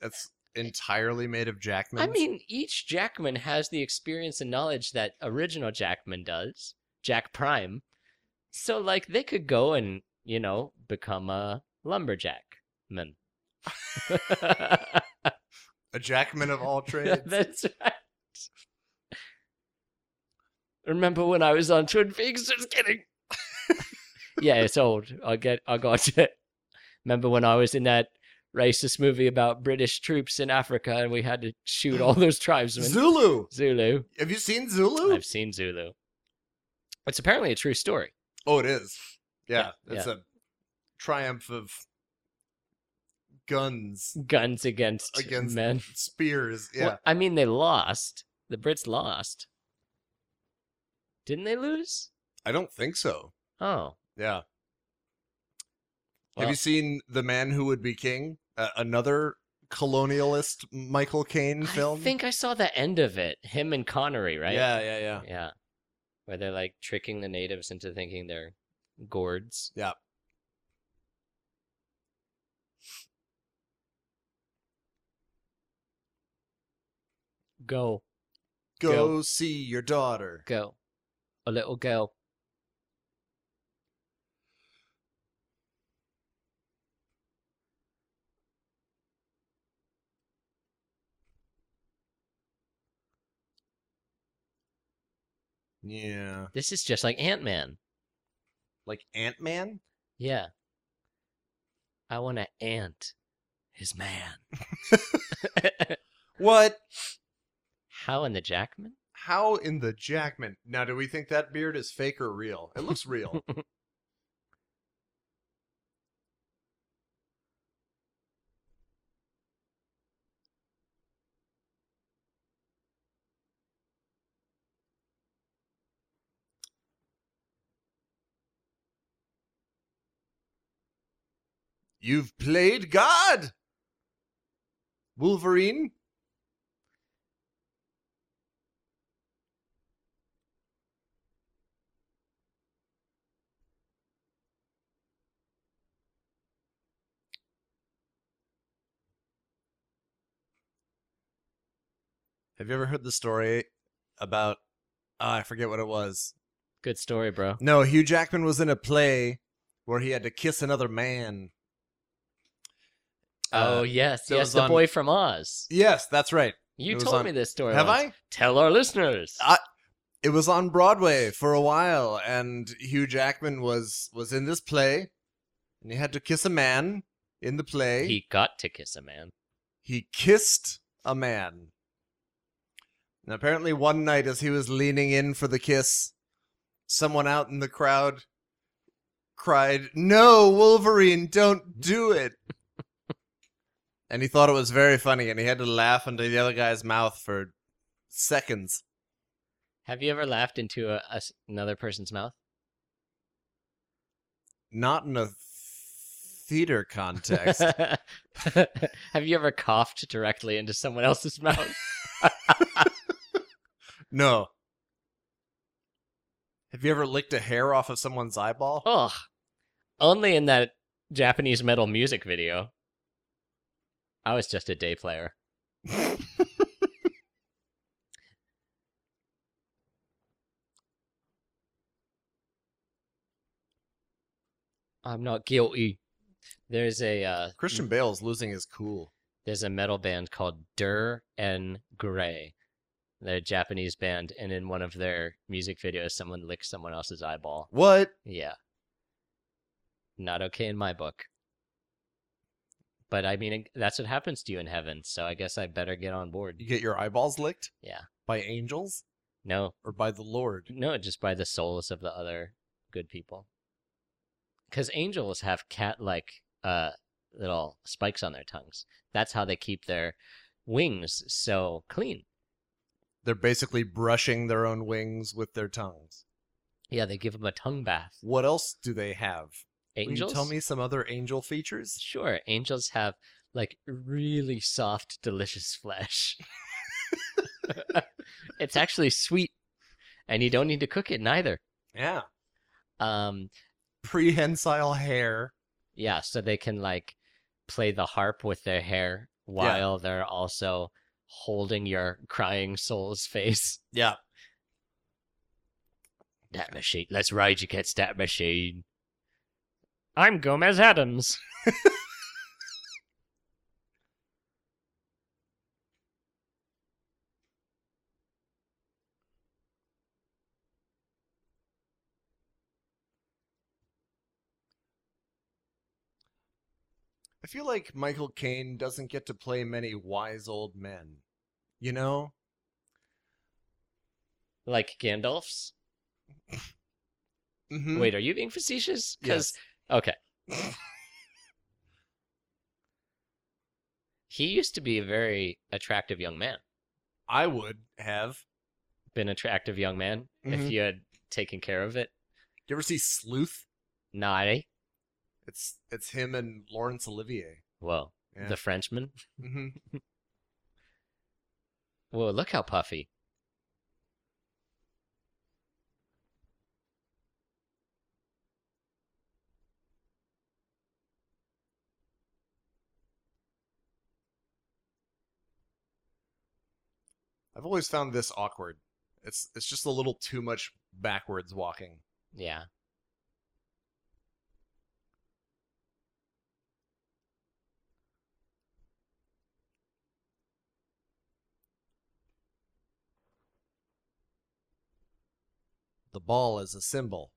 [SPEAKER 2] that's entirely made of Jackmans.
[SPEAKER 3] I mean, each Jackman has the experience and knowledge that original Jackman does, Jack Prime. So like they could go and, you know, become a lumberjackman.
[SPEAKER 2] a Jackman of all trades.
[SPEAKER 3] That's right. Remember when I was on Twin Peaks? Just kidding. yeah, it's old. I get. I got it. Remember when I was in that racist movie about British troops in Africa and we had to shoot all those tribesmen?
[SPEAKER 2] Zulu.
[SPEAKER 3] Zulu.
[SPEAKER 2] Have you seen Zulu?
[SPEAKER 3] I've seen Zulu. It's apparently a true story.
[SPEAKER 2] Oh, it is. Yeah,
[SPEAKER 3] Yeah,
[SPEAKER 2] it's a triumph of guns,
[SPEAKER 3] Guns against,
[SPEAKER 2] Against-
[SPEAKER 3] men.
[SPEAKER 2] spears. Yeah,
[SPEAKER 3] Well, I mean, they lost. The Brits lost. Didn't they lose?
[SPEAKER 2] I don't think so.
[SPEAKER 3] Oh.
[SPEAKER 2] Yeah.
[SPEAKER 3] Well-
[SPEAKER 2] Have you seen The Man Who Would Be King? Uh, another colonialist Michael Caine film.
[SPEAKER 3] I think I saw the end of it. Him and Connery, right?
[SPEAKER 2] Yeah, yeah, yeah.
[SPEAKER 3] Yeah. Where they're like tricking the natives into thinking they're gourds.
[SPEAKER 2] Yeah.
[SPEAKER 3] Go,
[SPEAKER 2] Go,
[SPEAKER 3] Go.
[SPEAKER 2] see your daughter.
[SPEAKER 3] go. A little girl.
[SPEAKER 2] Yeah,
[SPEAKER 3] This is just like Ant Man.
[SPEAKER 2] like Ant Man.
[SPEAKER 3] Yeah. I want to ant his man.
[SPEAKER 2] What?
[SPEAKER 3] How in the Jackman?
[SPEAKER 2] How in the Jackman? Now, do we think that beard is fake or real? It looks real. You've played God! Wolverine? Have you ever heard the story about? ah, I forget what it was.
[SPEAKER 3] Good story, bro.
[SPEAKER 2] No, Hugh Jackman was in a play where he had to kiss another man.
[SPEAKER 3] oh
[SPEAKER 2] Uh,
[SPEAKER 3] yes,
[SPEAKER 2] that
[SPEAKER 3] Oh, yes,
[SPEAKER 2] was
[SPEAKER 3] the
[SPEAKER 2] on-
[SPEAKER 3] boy from Oz.
[SPEAKER 2] yes, that's right. it
[SPEAKER 3] You
[SPEAKER 2] was
[SPEAKER 3] told
[SPEAKER 2] on-
[SPEAKER 3] me this story.
[SPEAKER 2] Have
[SPEAKER 3] once.
[SPEAKER 2] I?
[SPEAKER 3] Tell our listeners.
[SPEAKER 2] I- it was on Broadway for a while, and Hugh Jackman was was in this play, and he had to kiss a man in the play.
[SPEAKER 3] he got to kiss a man.
[SPEAKER 2] He kissed a man. And apparently, one night as he was leaning in for the kiss, someone out in the crowd cried, "No, Wolverine, don't do it!" and he thought it was very funny, and he had to laugh into the other guy's mouth for seconds.
[SPEAKER 3] Have you ever laughed into a, a s- another person's mouth?
[SPEAKER 2] Not in a theater context.
[SPEAKER 3] Have you ever coughed directly into someone else's mouth?
[SPEAKER 2] No. Have you ever licked a hair off of someone's eyeball?
[SPEAKER 3] Ugh. Only in that Japanese metal music video. I was just a day player. I'm not guilty. There's a uh,
[SPEAKER 2] Christian Bale's losing his cool.
[SPEAKER 3] there's a metal band called Dur en Grey. They're a Japanese band, and in one of their music videos, someone licks someone else's eyeball.
[SPEAKER 2] What?
[SPEAKER 3] Yeah. Not okay in my book. But I mean, that's what happens to you in heaven, so I guess I better get on board.
[SPEAKER 2] You get your eyeballs licked?
[SPEAKER 3] Yeah.
[SPEAKER 2] By angels
[SPEAKER 3] No,
[SPEAKER 2] or by the Lord?
[SPEAKER 3] no, just by the souls of the other good people. Because angels have cat like uh, little spikes on their tongues. That's how they keep their wings so clean.
[SPEAKER 2] They're basically brushing their own wings with their tongues.
[SPEAKER 3] Yeah, they give them a tongue bath.
[SPEAKER 2] What else do they have?
[SPEAKER 3] Angels?
[SPEAKER 2] Will you tell me some other angel features?
[SPEAKER 3] Sure, angels have like really soft, delicious flesh. it's actually sweet, and you don't need to cook it neither.
[SPEAKER 2] Yeah.
[SPEAKER 3] Um,
[SPEAKER 2] Prehensile hair.
[SPEAKER 3] yeah, so they can like play the harp with their hair while they're also holding your crying soul's face.
[SPEAKER 2] Yeah.
[SPEAKER 3] That machine. Let's ride against that machine. I'm Gomez Adams.
[SPEAKER 2] I feel like Michael Caine doesn't get to play many wise old men. You know?
[SPEAKER 3] Like Gandalf's.
[SPEAKER 2] Mm-hmm.
[SPEAKER 3] Wait, are you being facetious? Because
[SPEAKER 2] Yes.
[SPEAKER 3] okay. he used to be a very attractive young man.
[SPEAKER 2] I would have.
[SPEAKER 3] Been attractive young man if
[SPEAKER 2] Mhm.
[SPEAKER 3] you had taken care of it.
[SPEAKER 2] You ever see Sleuth?
[SPEAKER 3] Naughty.
[SPEAKER 2] It's it's him and Laurence Olivier.
[SPEAKER 3] Whoa.
[SPEAKER 2] Yeah.
[SPEAKER 3] The Frenchman.
[SPEAKER 2] Mm-hmm.
[SPEAKER 3] Whoa, look how puffy.
[SPEAKER 2] I've always found this awkward. It's it's just a little too much backwards walking.
[SPEAKER 3] Yeah.
[SPEAKER 2] The ball is a symbol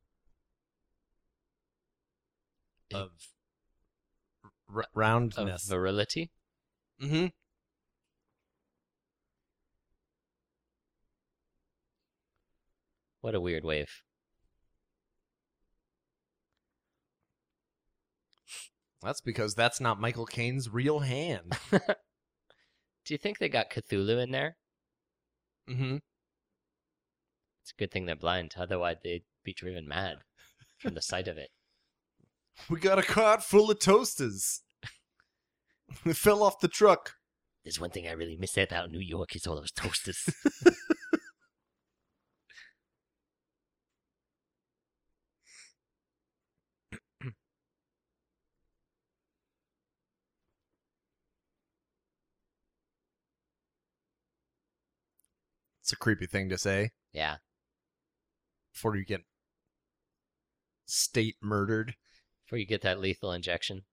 [SPEAKER 3] It-
[SPEAKER 2] of r-
[SPEAKER 3] Of
[SPEAKER 2] roundness.
[SPEAKER 3] virility.
[SPEAKER 2] mm-hmm.
[SPEAKER 3] What a weird wave.
[SPEAKER 2] That's because that's not Michael Caine's real hand.
[SPEAKER 3] Do you think they got Cthulhu in there?
[SPEAKER 2] mm-hmm.
[SPEAKER 3] It's a good thing they're blind, otherwise they'd be driven mad from the sight of it.
[SPEAKER 2] We got a cart full of toasters. it fell off the truck.
[SPEAKER 3] There's one thing I really miss about New York is all those toasters.
[SPEAKER 2] It's a creepy thing to say
[SPEAKER 3] Yeah.
[SPEAKER 2] before you get state murdered.
[SPEAKER 3] Before you get that lethal injection.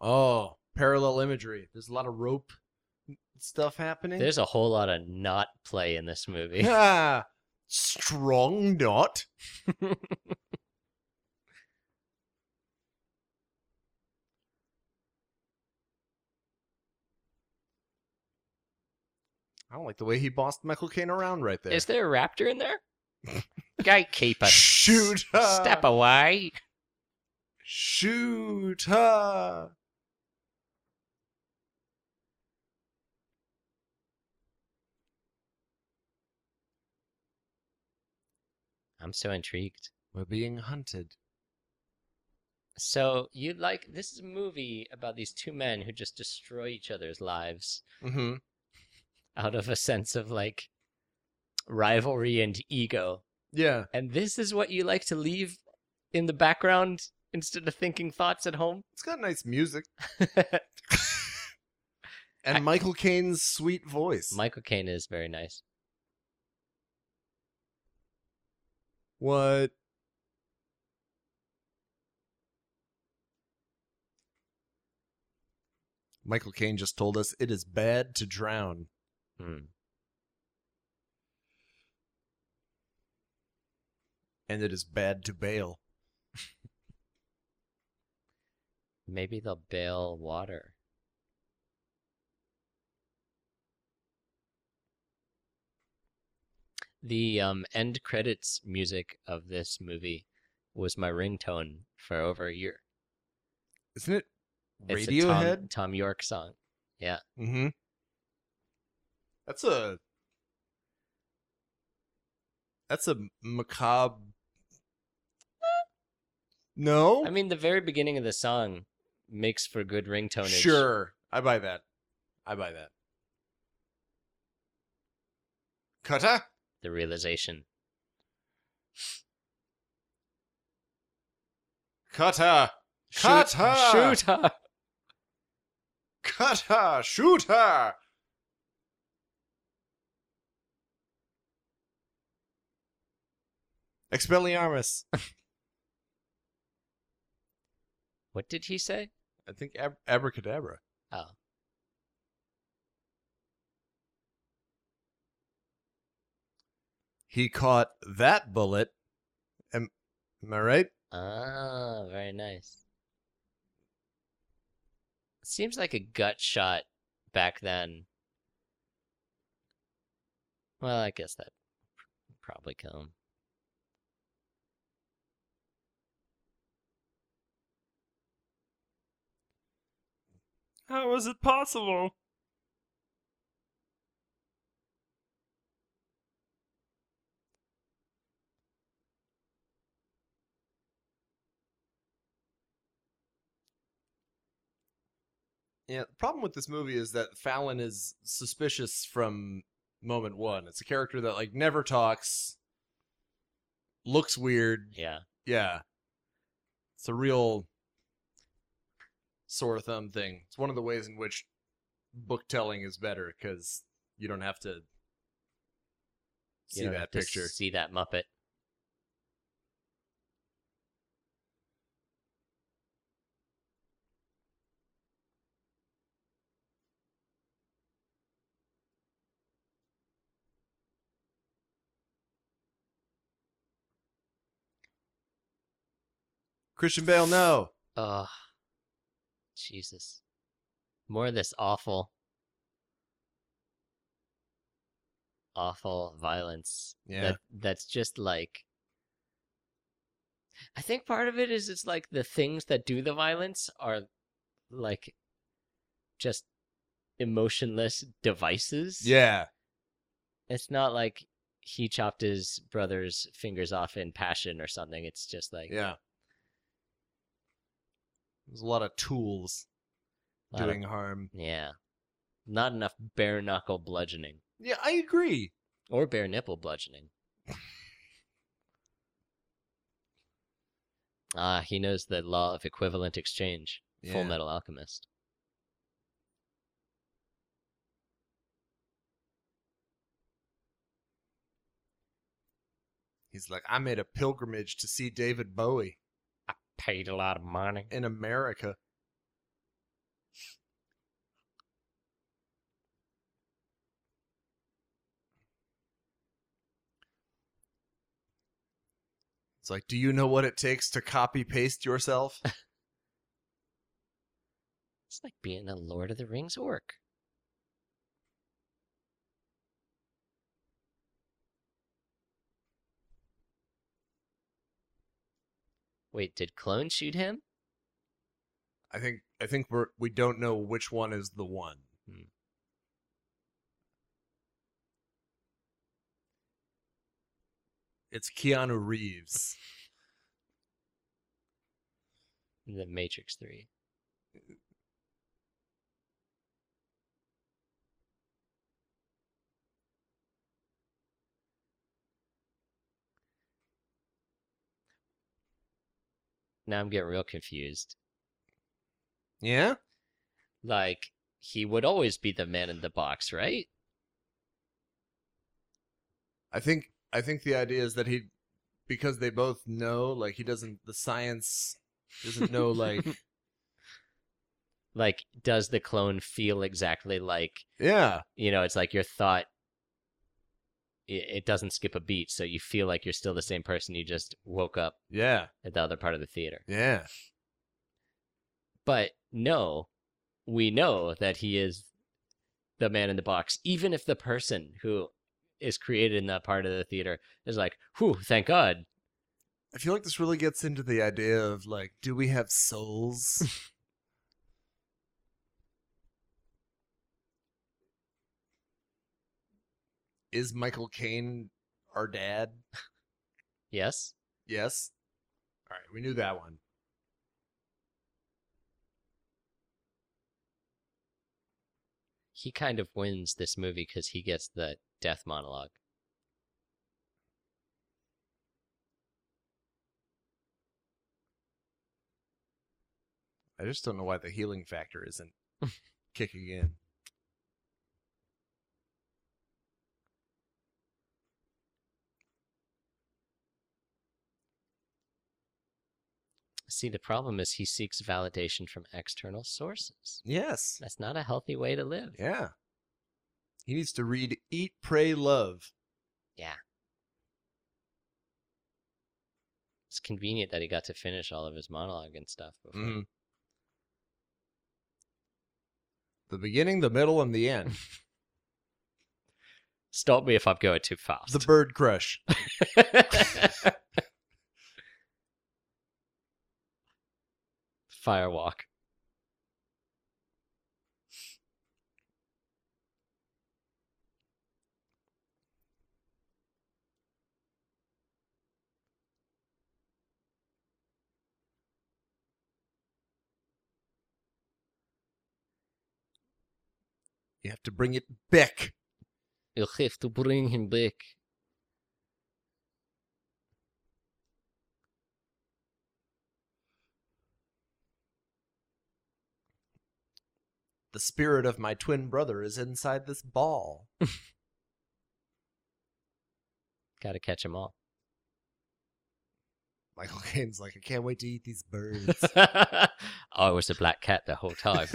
[SPEAKER 2] Oh, parallel imagery. There's a lot of rope stuff happening.
[SPEAKER 3] There's a whole lot of not play in this movie.
[SPEAKER 2] ah, strong knot. I don't like the way he bossed Michael Caine around right there.
[SPEAKER 3] Is there a raptor in there? Guy, keep it.
[SPEAKER 2] Shoot her!
[SPEAKER 3] Step away.
[SPEAKER 2] Shoot her!
[SPEAKER 3] I'm so intrigued.
[SPEAKER 2] We're being hunted.
[SPEAKER 3] So you like this is a movie about these two men who just destroy each other's lives
[SPEAKER 2] Mm-hmm.
[SPEAKER 3] out of a sense of like rivalry and ego.
[SPEAKER 2] Yeah.
[SPEAKER 3] And this is what you like to leave in the background instead of thinking thoughts at home.
[SPEAKER 2] It's got nice music. And Michael Caine's sweet voice.
[SPEAKER 3] Michael Caine is very nice.
[SPEAKER 2] what? Michael Caine just told us it is bad to drown.
[SPEAKER 3] Hmm.
[SPEAKER 2] And it is bad to bail.
[SPEAKER 3] Maybe they'll bail water. The um, end credits music of this movie was my ringtone for over a year.
[SPEAKER 2] Isn't it
[SPEAKER 3] It's a Tom,
[SPEAKER 2] Radiohead?
[SPEAKER 3] Tom York song.
[SPEAKER 2] Mm-hmm. That's a that's a macabre. No,
[SPEAKER 3] I mean, the very beginning of the song makes for good ringtone.
[SPEAKER 2] sure, I buy that. I buy that. Cutter.
[SPEAKER 3] The realization.
[SPEAKER 2] Cutter.
[SPEAKER 3] Shoot-
[SPEAKER 2] Cut her!
[SPEAKER 3] Shoot her!
[SPEAKER 2] Cut her! Shoot her! Expelliarmus.
[SPEAKER 3] What did he say?
[SPEAKER 2] I think ab- abracadabra.
[SPEAKER 3] Oh.
[SPEAKER 2] He caught that bullet. Am, am I right?
[SPEAKER 3] Ah, very nice. Seems like a gut shot back then. Well, I guess that probably kill him.
[SPEAKER 4] How is it possible?
[SPEAKER 2] Yeah. The problem with this movie is that Fallon is suspicious from moment one. It's a character that like never talks, looks weird.
[SPEAKER 3] Yeah.
[SPEAKER 2] Yeah. It's a real sore thumb thing. It's one of the ways in which book telling is better because you don't have to
[SPEAKER 3] you
[SPEAKER 2] see
[SPEAKER 3] don't have
[SPEAKER 2] that
[SPEAKER 3] to
[SPEAKER 2] picture.
[SPEAKER 3] See that Muppet.
[SPEAKER 2] Christian Bale, no.
[SPEAKER 3] Oh, Jesus. More of this awful, awful violence.
[SPEAKER 2] Yeah.
[SPEAKER 3] That, that's just like. I think part of it is it's like the things that do the violence are like just emotionless devices.
[SPEAKER 2] Yeah.
[SPEAKER 3] It's not like he chopped his brother's fingers off in passion or something. It's just like
[SPEAKER 2] Yeah. There's a lot of tools
[SPEAKER 3] a lot of-
[SPEAKER 2] doing harm.
[SPEAKER 3] Yeah. Not enough bare knuckle bludgeoning
[SPEAKER 2] Yeah, I agree.
[SPEAKER 3] or bare nipple bludgeoning. Ah, he knows the law of equivalent exchange.
[SPEAKER 2] Yeah.
[SPEAKER 3] Full Metal Alchemist.
[SPEAKER 2] He's like, I made a pilgrimage to see David Bowie
[SPEAKER 3] Paid a lot of money.
[SPEAKER 2] in America. It's like, do you know what it takes to copy paste yourself?
[SPEAKER 3] It's like being a Lord of the Rings orc. Wait, did Clone shoot him?
[SPEAKER 2] I think I think we're we don't know which one is the one.
[SPEAKER 3] Hmm.
[SPEAKER 2] It's Keanu Reeves.
[SPEAKER 3] in The Matrix 3. Now I'm getting real confused.
[SPEAKER 2] yeah?
[SPEAKER 3] Like, he would always be the man in the box, right?
[SPEAKER 2] I think I think the idea is that he because they both know, like he doesn't the science doesn't know like
[SPEAKER 3] Like, does the clone feel exactly like
[SPEAKER 2] Yeah.
[SPEAKER 3] you know, it's like your thought it, it doesn't skip a beat, so you feel like you're still the same person you just woke up
[SPEAKER 2] Yeah.
[SPEAKER 3] at the other part of the theater.
[SPEAKER 2] Yeah.
[SPEAKER 3] But no, we know that he is the man in the box, even if the person who is created in that part of the theater is like, whew, thank God.
[SPEAKER 2] I feel like this really gets into the idea of like, do we have souls? Is Michael Caine our dad?
[SPEAKER 3] Yes?
[SPEAKER 2] Yes. All right, we knew that one.
[SPEAKER 3] He kind of wins this movie because he gets the death monologue.
[SPEAKER 2] I just don't know why the healing factor isn't kicking in.
[SPEAKER 3] See, the problem is he seeks validation from external sources.
[SPEAKER 2] Yes.
[SPEAKER 3] That's not a healthy way to live.
[SPEAKER 2] Yeah. He needs to read Eat, Pray, Love.
[SPEAKER 3] it's convenient that he got to finish all of his monologue and stuff before.
[SPEAKER 2] Mhm. The beginning, the middle, and the end.
[SPEAKER 3] Stop me if I'm going too fast.
[SPEAKER 2] the Bird Crush.
[SPEAKER 3] Firewalk.
[SPEAKER 2] You have to bring it back.
[SPEAKER 3] You'll have to bring him back.
[SPEAKER 2] The spirit of my twin brother is inside this ball.
[SPEAKER 3] Gotta catch him all.
[SPEAKER 2] Michael Caine's like, I can't wait to eat these birds.
[SPEAKER 3] I Oh, was a black cat the whole time.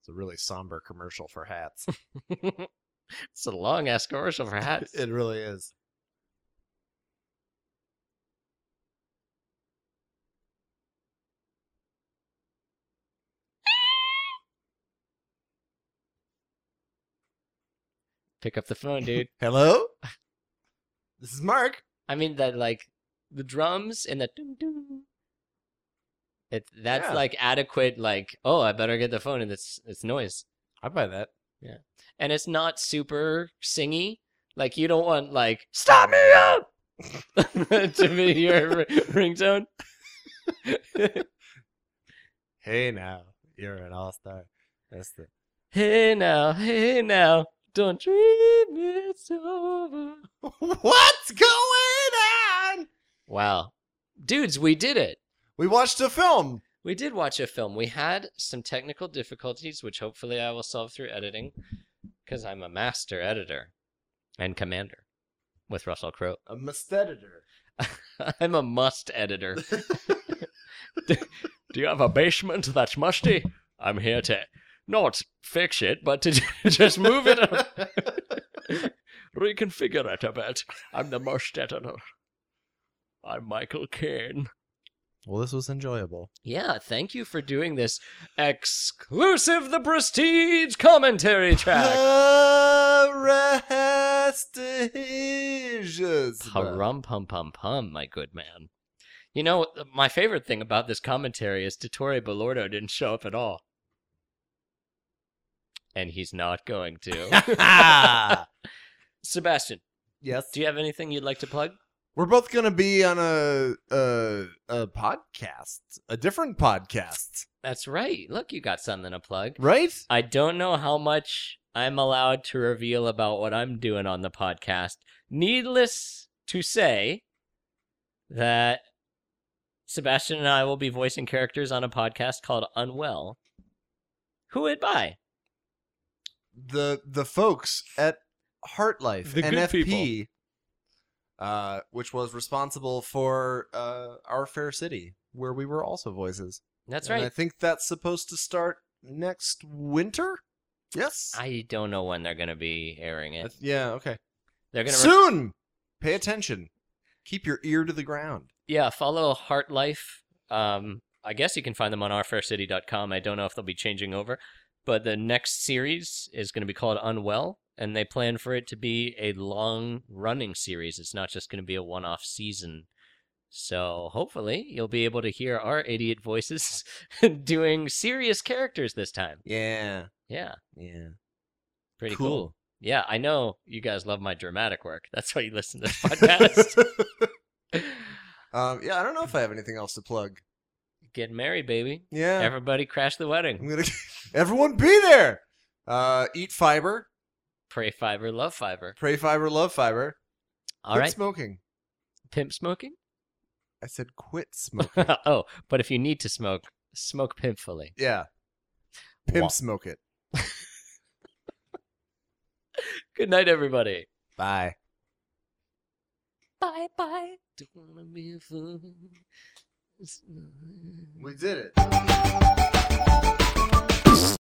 [SPEAKER 2] It's a really somber commercial for hats.
[SPEAKER 3] it's a long ass commercial for hats.
[SPEAKER 2] it really is.
[SPEAKER 3] Pick up the phone, dude.
[SPEAKER 2] Hello? This is Mark.
[SPEAKER 3] I mean that like the drums and the doo doo. It that's
[SPEAKER 2] Yeah.
[SPEAKER 3] like adequate. Like oh, I better get the phone and it's it's noise
[SPEAKER 2] I buy that.
[SPEAKER 3] and it's not super singy. Like you don't want like stop me up to be your r- ringtone.
[SPEAKER 2] Hey now, you're an all star. That's the
[SPEAKER 3] Hey now, hey now, don't dream it's over.
[SPEAKER 2] What's going on?
[SPEAKER 3] Wow. Dudes, we did it.
[SPEAKER 2] We watched a film.
[SPEAKER 3] We did watch a film. We had some technical difficulties, which hopefully I will solve through editing because I'm a master editor and commander with Russell Crowe.
[SPEAKER 2] A musteditor.
[SPEAKER 3] I'm a must editor. do, do you have a basement that's musty? I'm here to not fix it, but to just move it, reconfigure it a bit. I'm the must editor. I'm Michael Caine.
[SPEAKER 2] Well, this was enjoyable.
[SPEAKER 3] Yeah, thank you for doing this exclusive The Prestige commentary track.
[SPEAKER 2] Prestigious.
[SPEAKER 3] Parum pum pum pum, my good man. You know, my favorite thing about this commentary is Dottore Belordo didn't show up at all. And he's not going to. Sebastian,
[SPEAKER 2] yes.
[SPEAKER 3] do you have anything you'd like to plug?
[SPEAKER 2] We're both going to be on a, a a podcast, a different podcast,
[SPEAKER 3] That's right. Look, you got something to plug.
[SPEAKER 2] right?
[SPEAKER 3] I don't know how much I'm allowed to reveal about what I'm doing on the podcast. Needless to say that Sebastian and I will be voicing characters on a podcast called Unwell. Who would buy?
[SPEAKER 2] The the folks at Heartlife
[SPEAKER 1] The good
[SPEAKER 2] NFP, uh, which was responsible for uh, our fair city, where we were also voices.
[SPEAKER 3] That's
[SPEAKER 2] And I
[SPEAKER 3] right.
[SPEAKER 2] think that's supposed to start next winter. Yes.
[SPEAKER 3] I don't know when they're going to be airing
[SPEAKER 2] I
[SPEAKER 3] it.
[SPEAKER 2] th- yeah. Okay.
[SPEAKER 3] They're going to
[SPEAKER 2] Soon. Pay attention. Keep your ear to the ground.
[SPEAKER 3] yeah, follow Heart Life. Um, I guess you can find them on ourfaircity.com. I don't know if they'll be changing over, but the next series is going to be called Unwell, and they plan for it to be a long running series. It's not just going to be a one off season. So hopefully you'll be able to hear our idiot voices doing serious characters this time.
[SPEAKER 2] Yeah.
[SPEAKER 3] Yeah,
[SPEAKER 2] Yeah.
[SPEAKER 3] pretty cool. Yeah, I know you guys love my dramatic work. That's why you listen to this podcast.
[SPEAKER 2] um, yeah, I don't know if I have anything else to plug.
[SPEAKER 3] Get married, baby.
[SPEAKER 2] Yeah.
[SPEAKER 3] Everybody crash the wedding.
[SPEAKER 2] I'm gonna everyone be there. Uh, eat fiber,
[SPEAKER 3] Pray fiber, love fiber.
[SPEAKER 2] pray fiber, love fiber.
[SPEAKER 3] All
[SPEAKER 2] quit
[SPEAKER 3] right,
[SPEAKER 2] smoking.
[SPEAKER 3] pimp smoking.
[SPEAKER 2] I said quit smoking.
[SPEAKER 3] oh, but if you need to smoke, smoke pimpfully.
[SPEAKER 2] yeah. Pimp
[SPEAKER 5] Wha-
[SPEAKER 2] smoke it.
[SPEAKER 3] Good night, everybody.
[SPEAKER 2] Bye.
[SPEAKER 3] Bye bye. Don't wanna be a fool. It's-
[SPEAKER 2] We did it.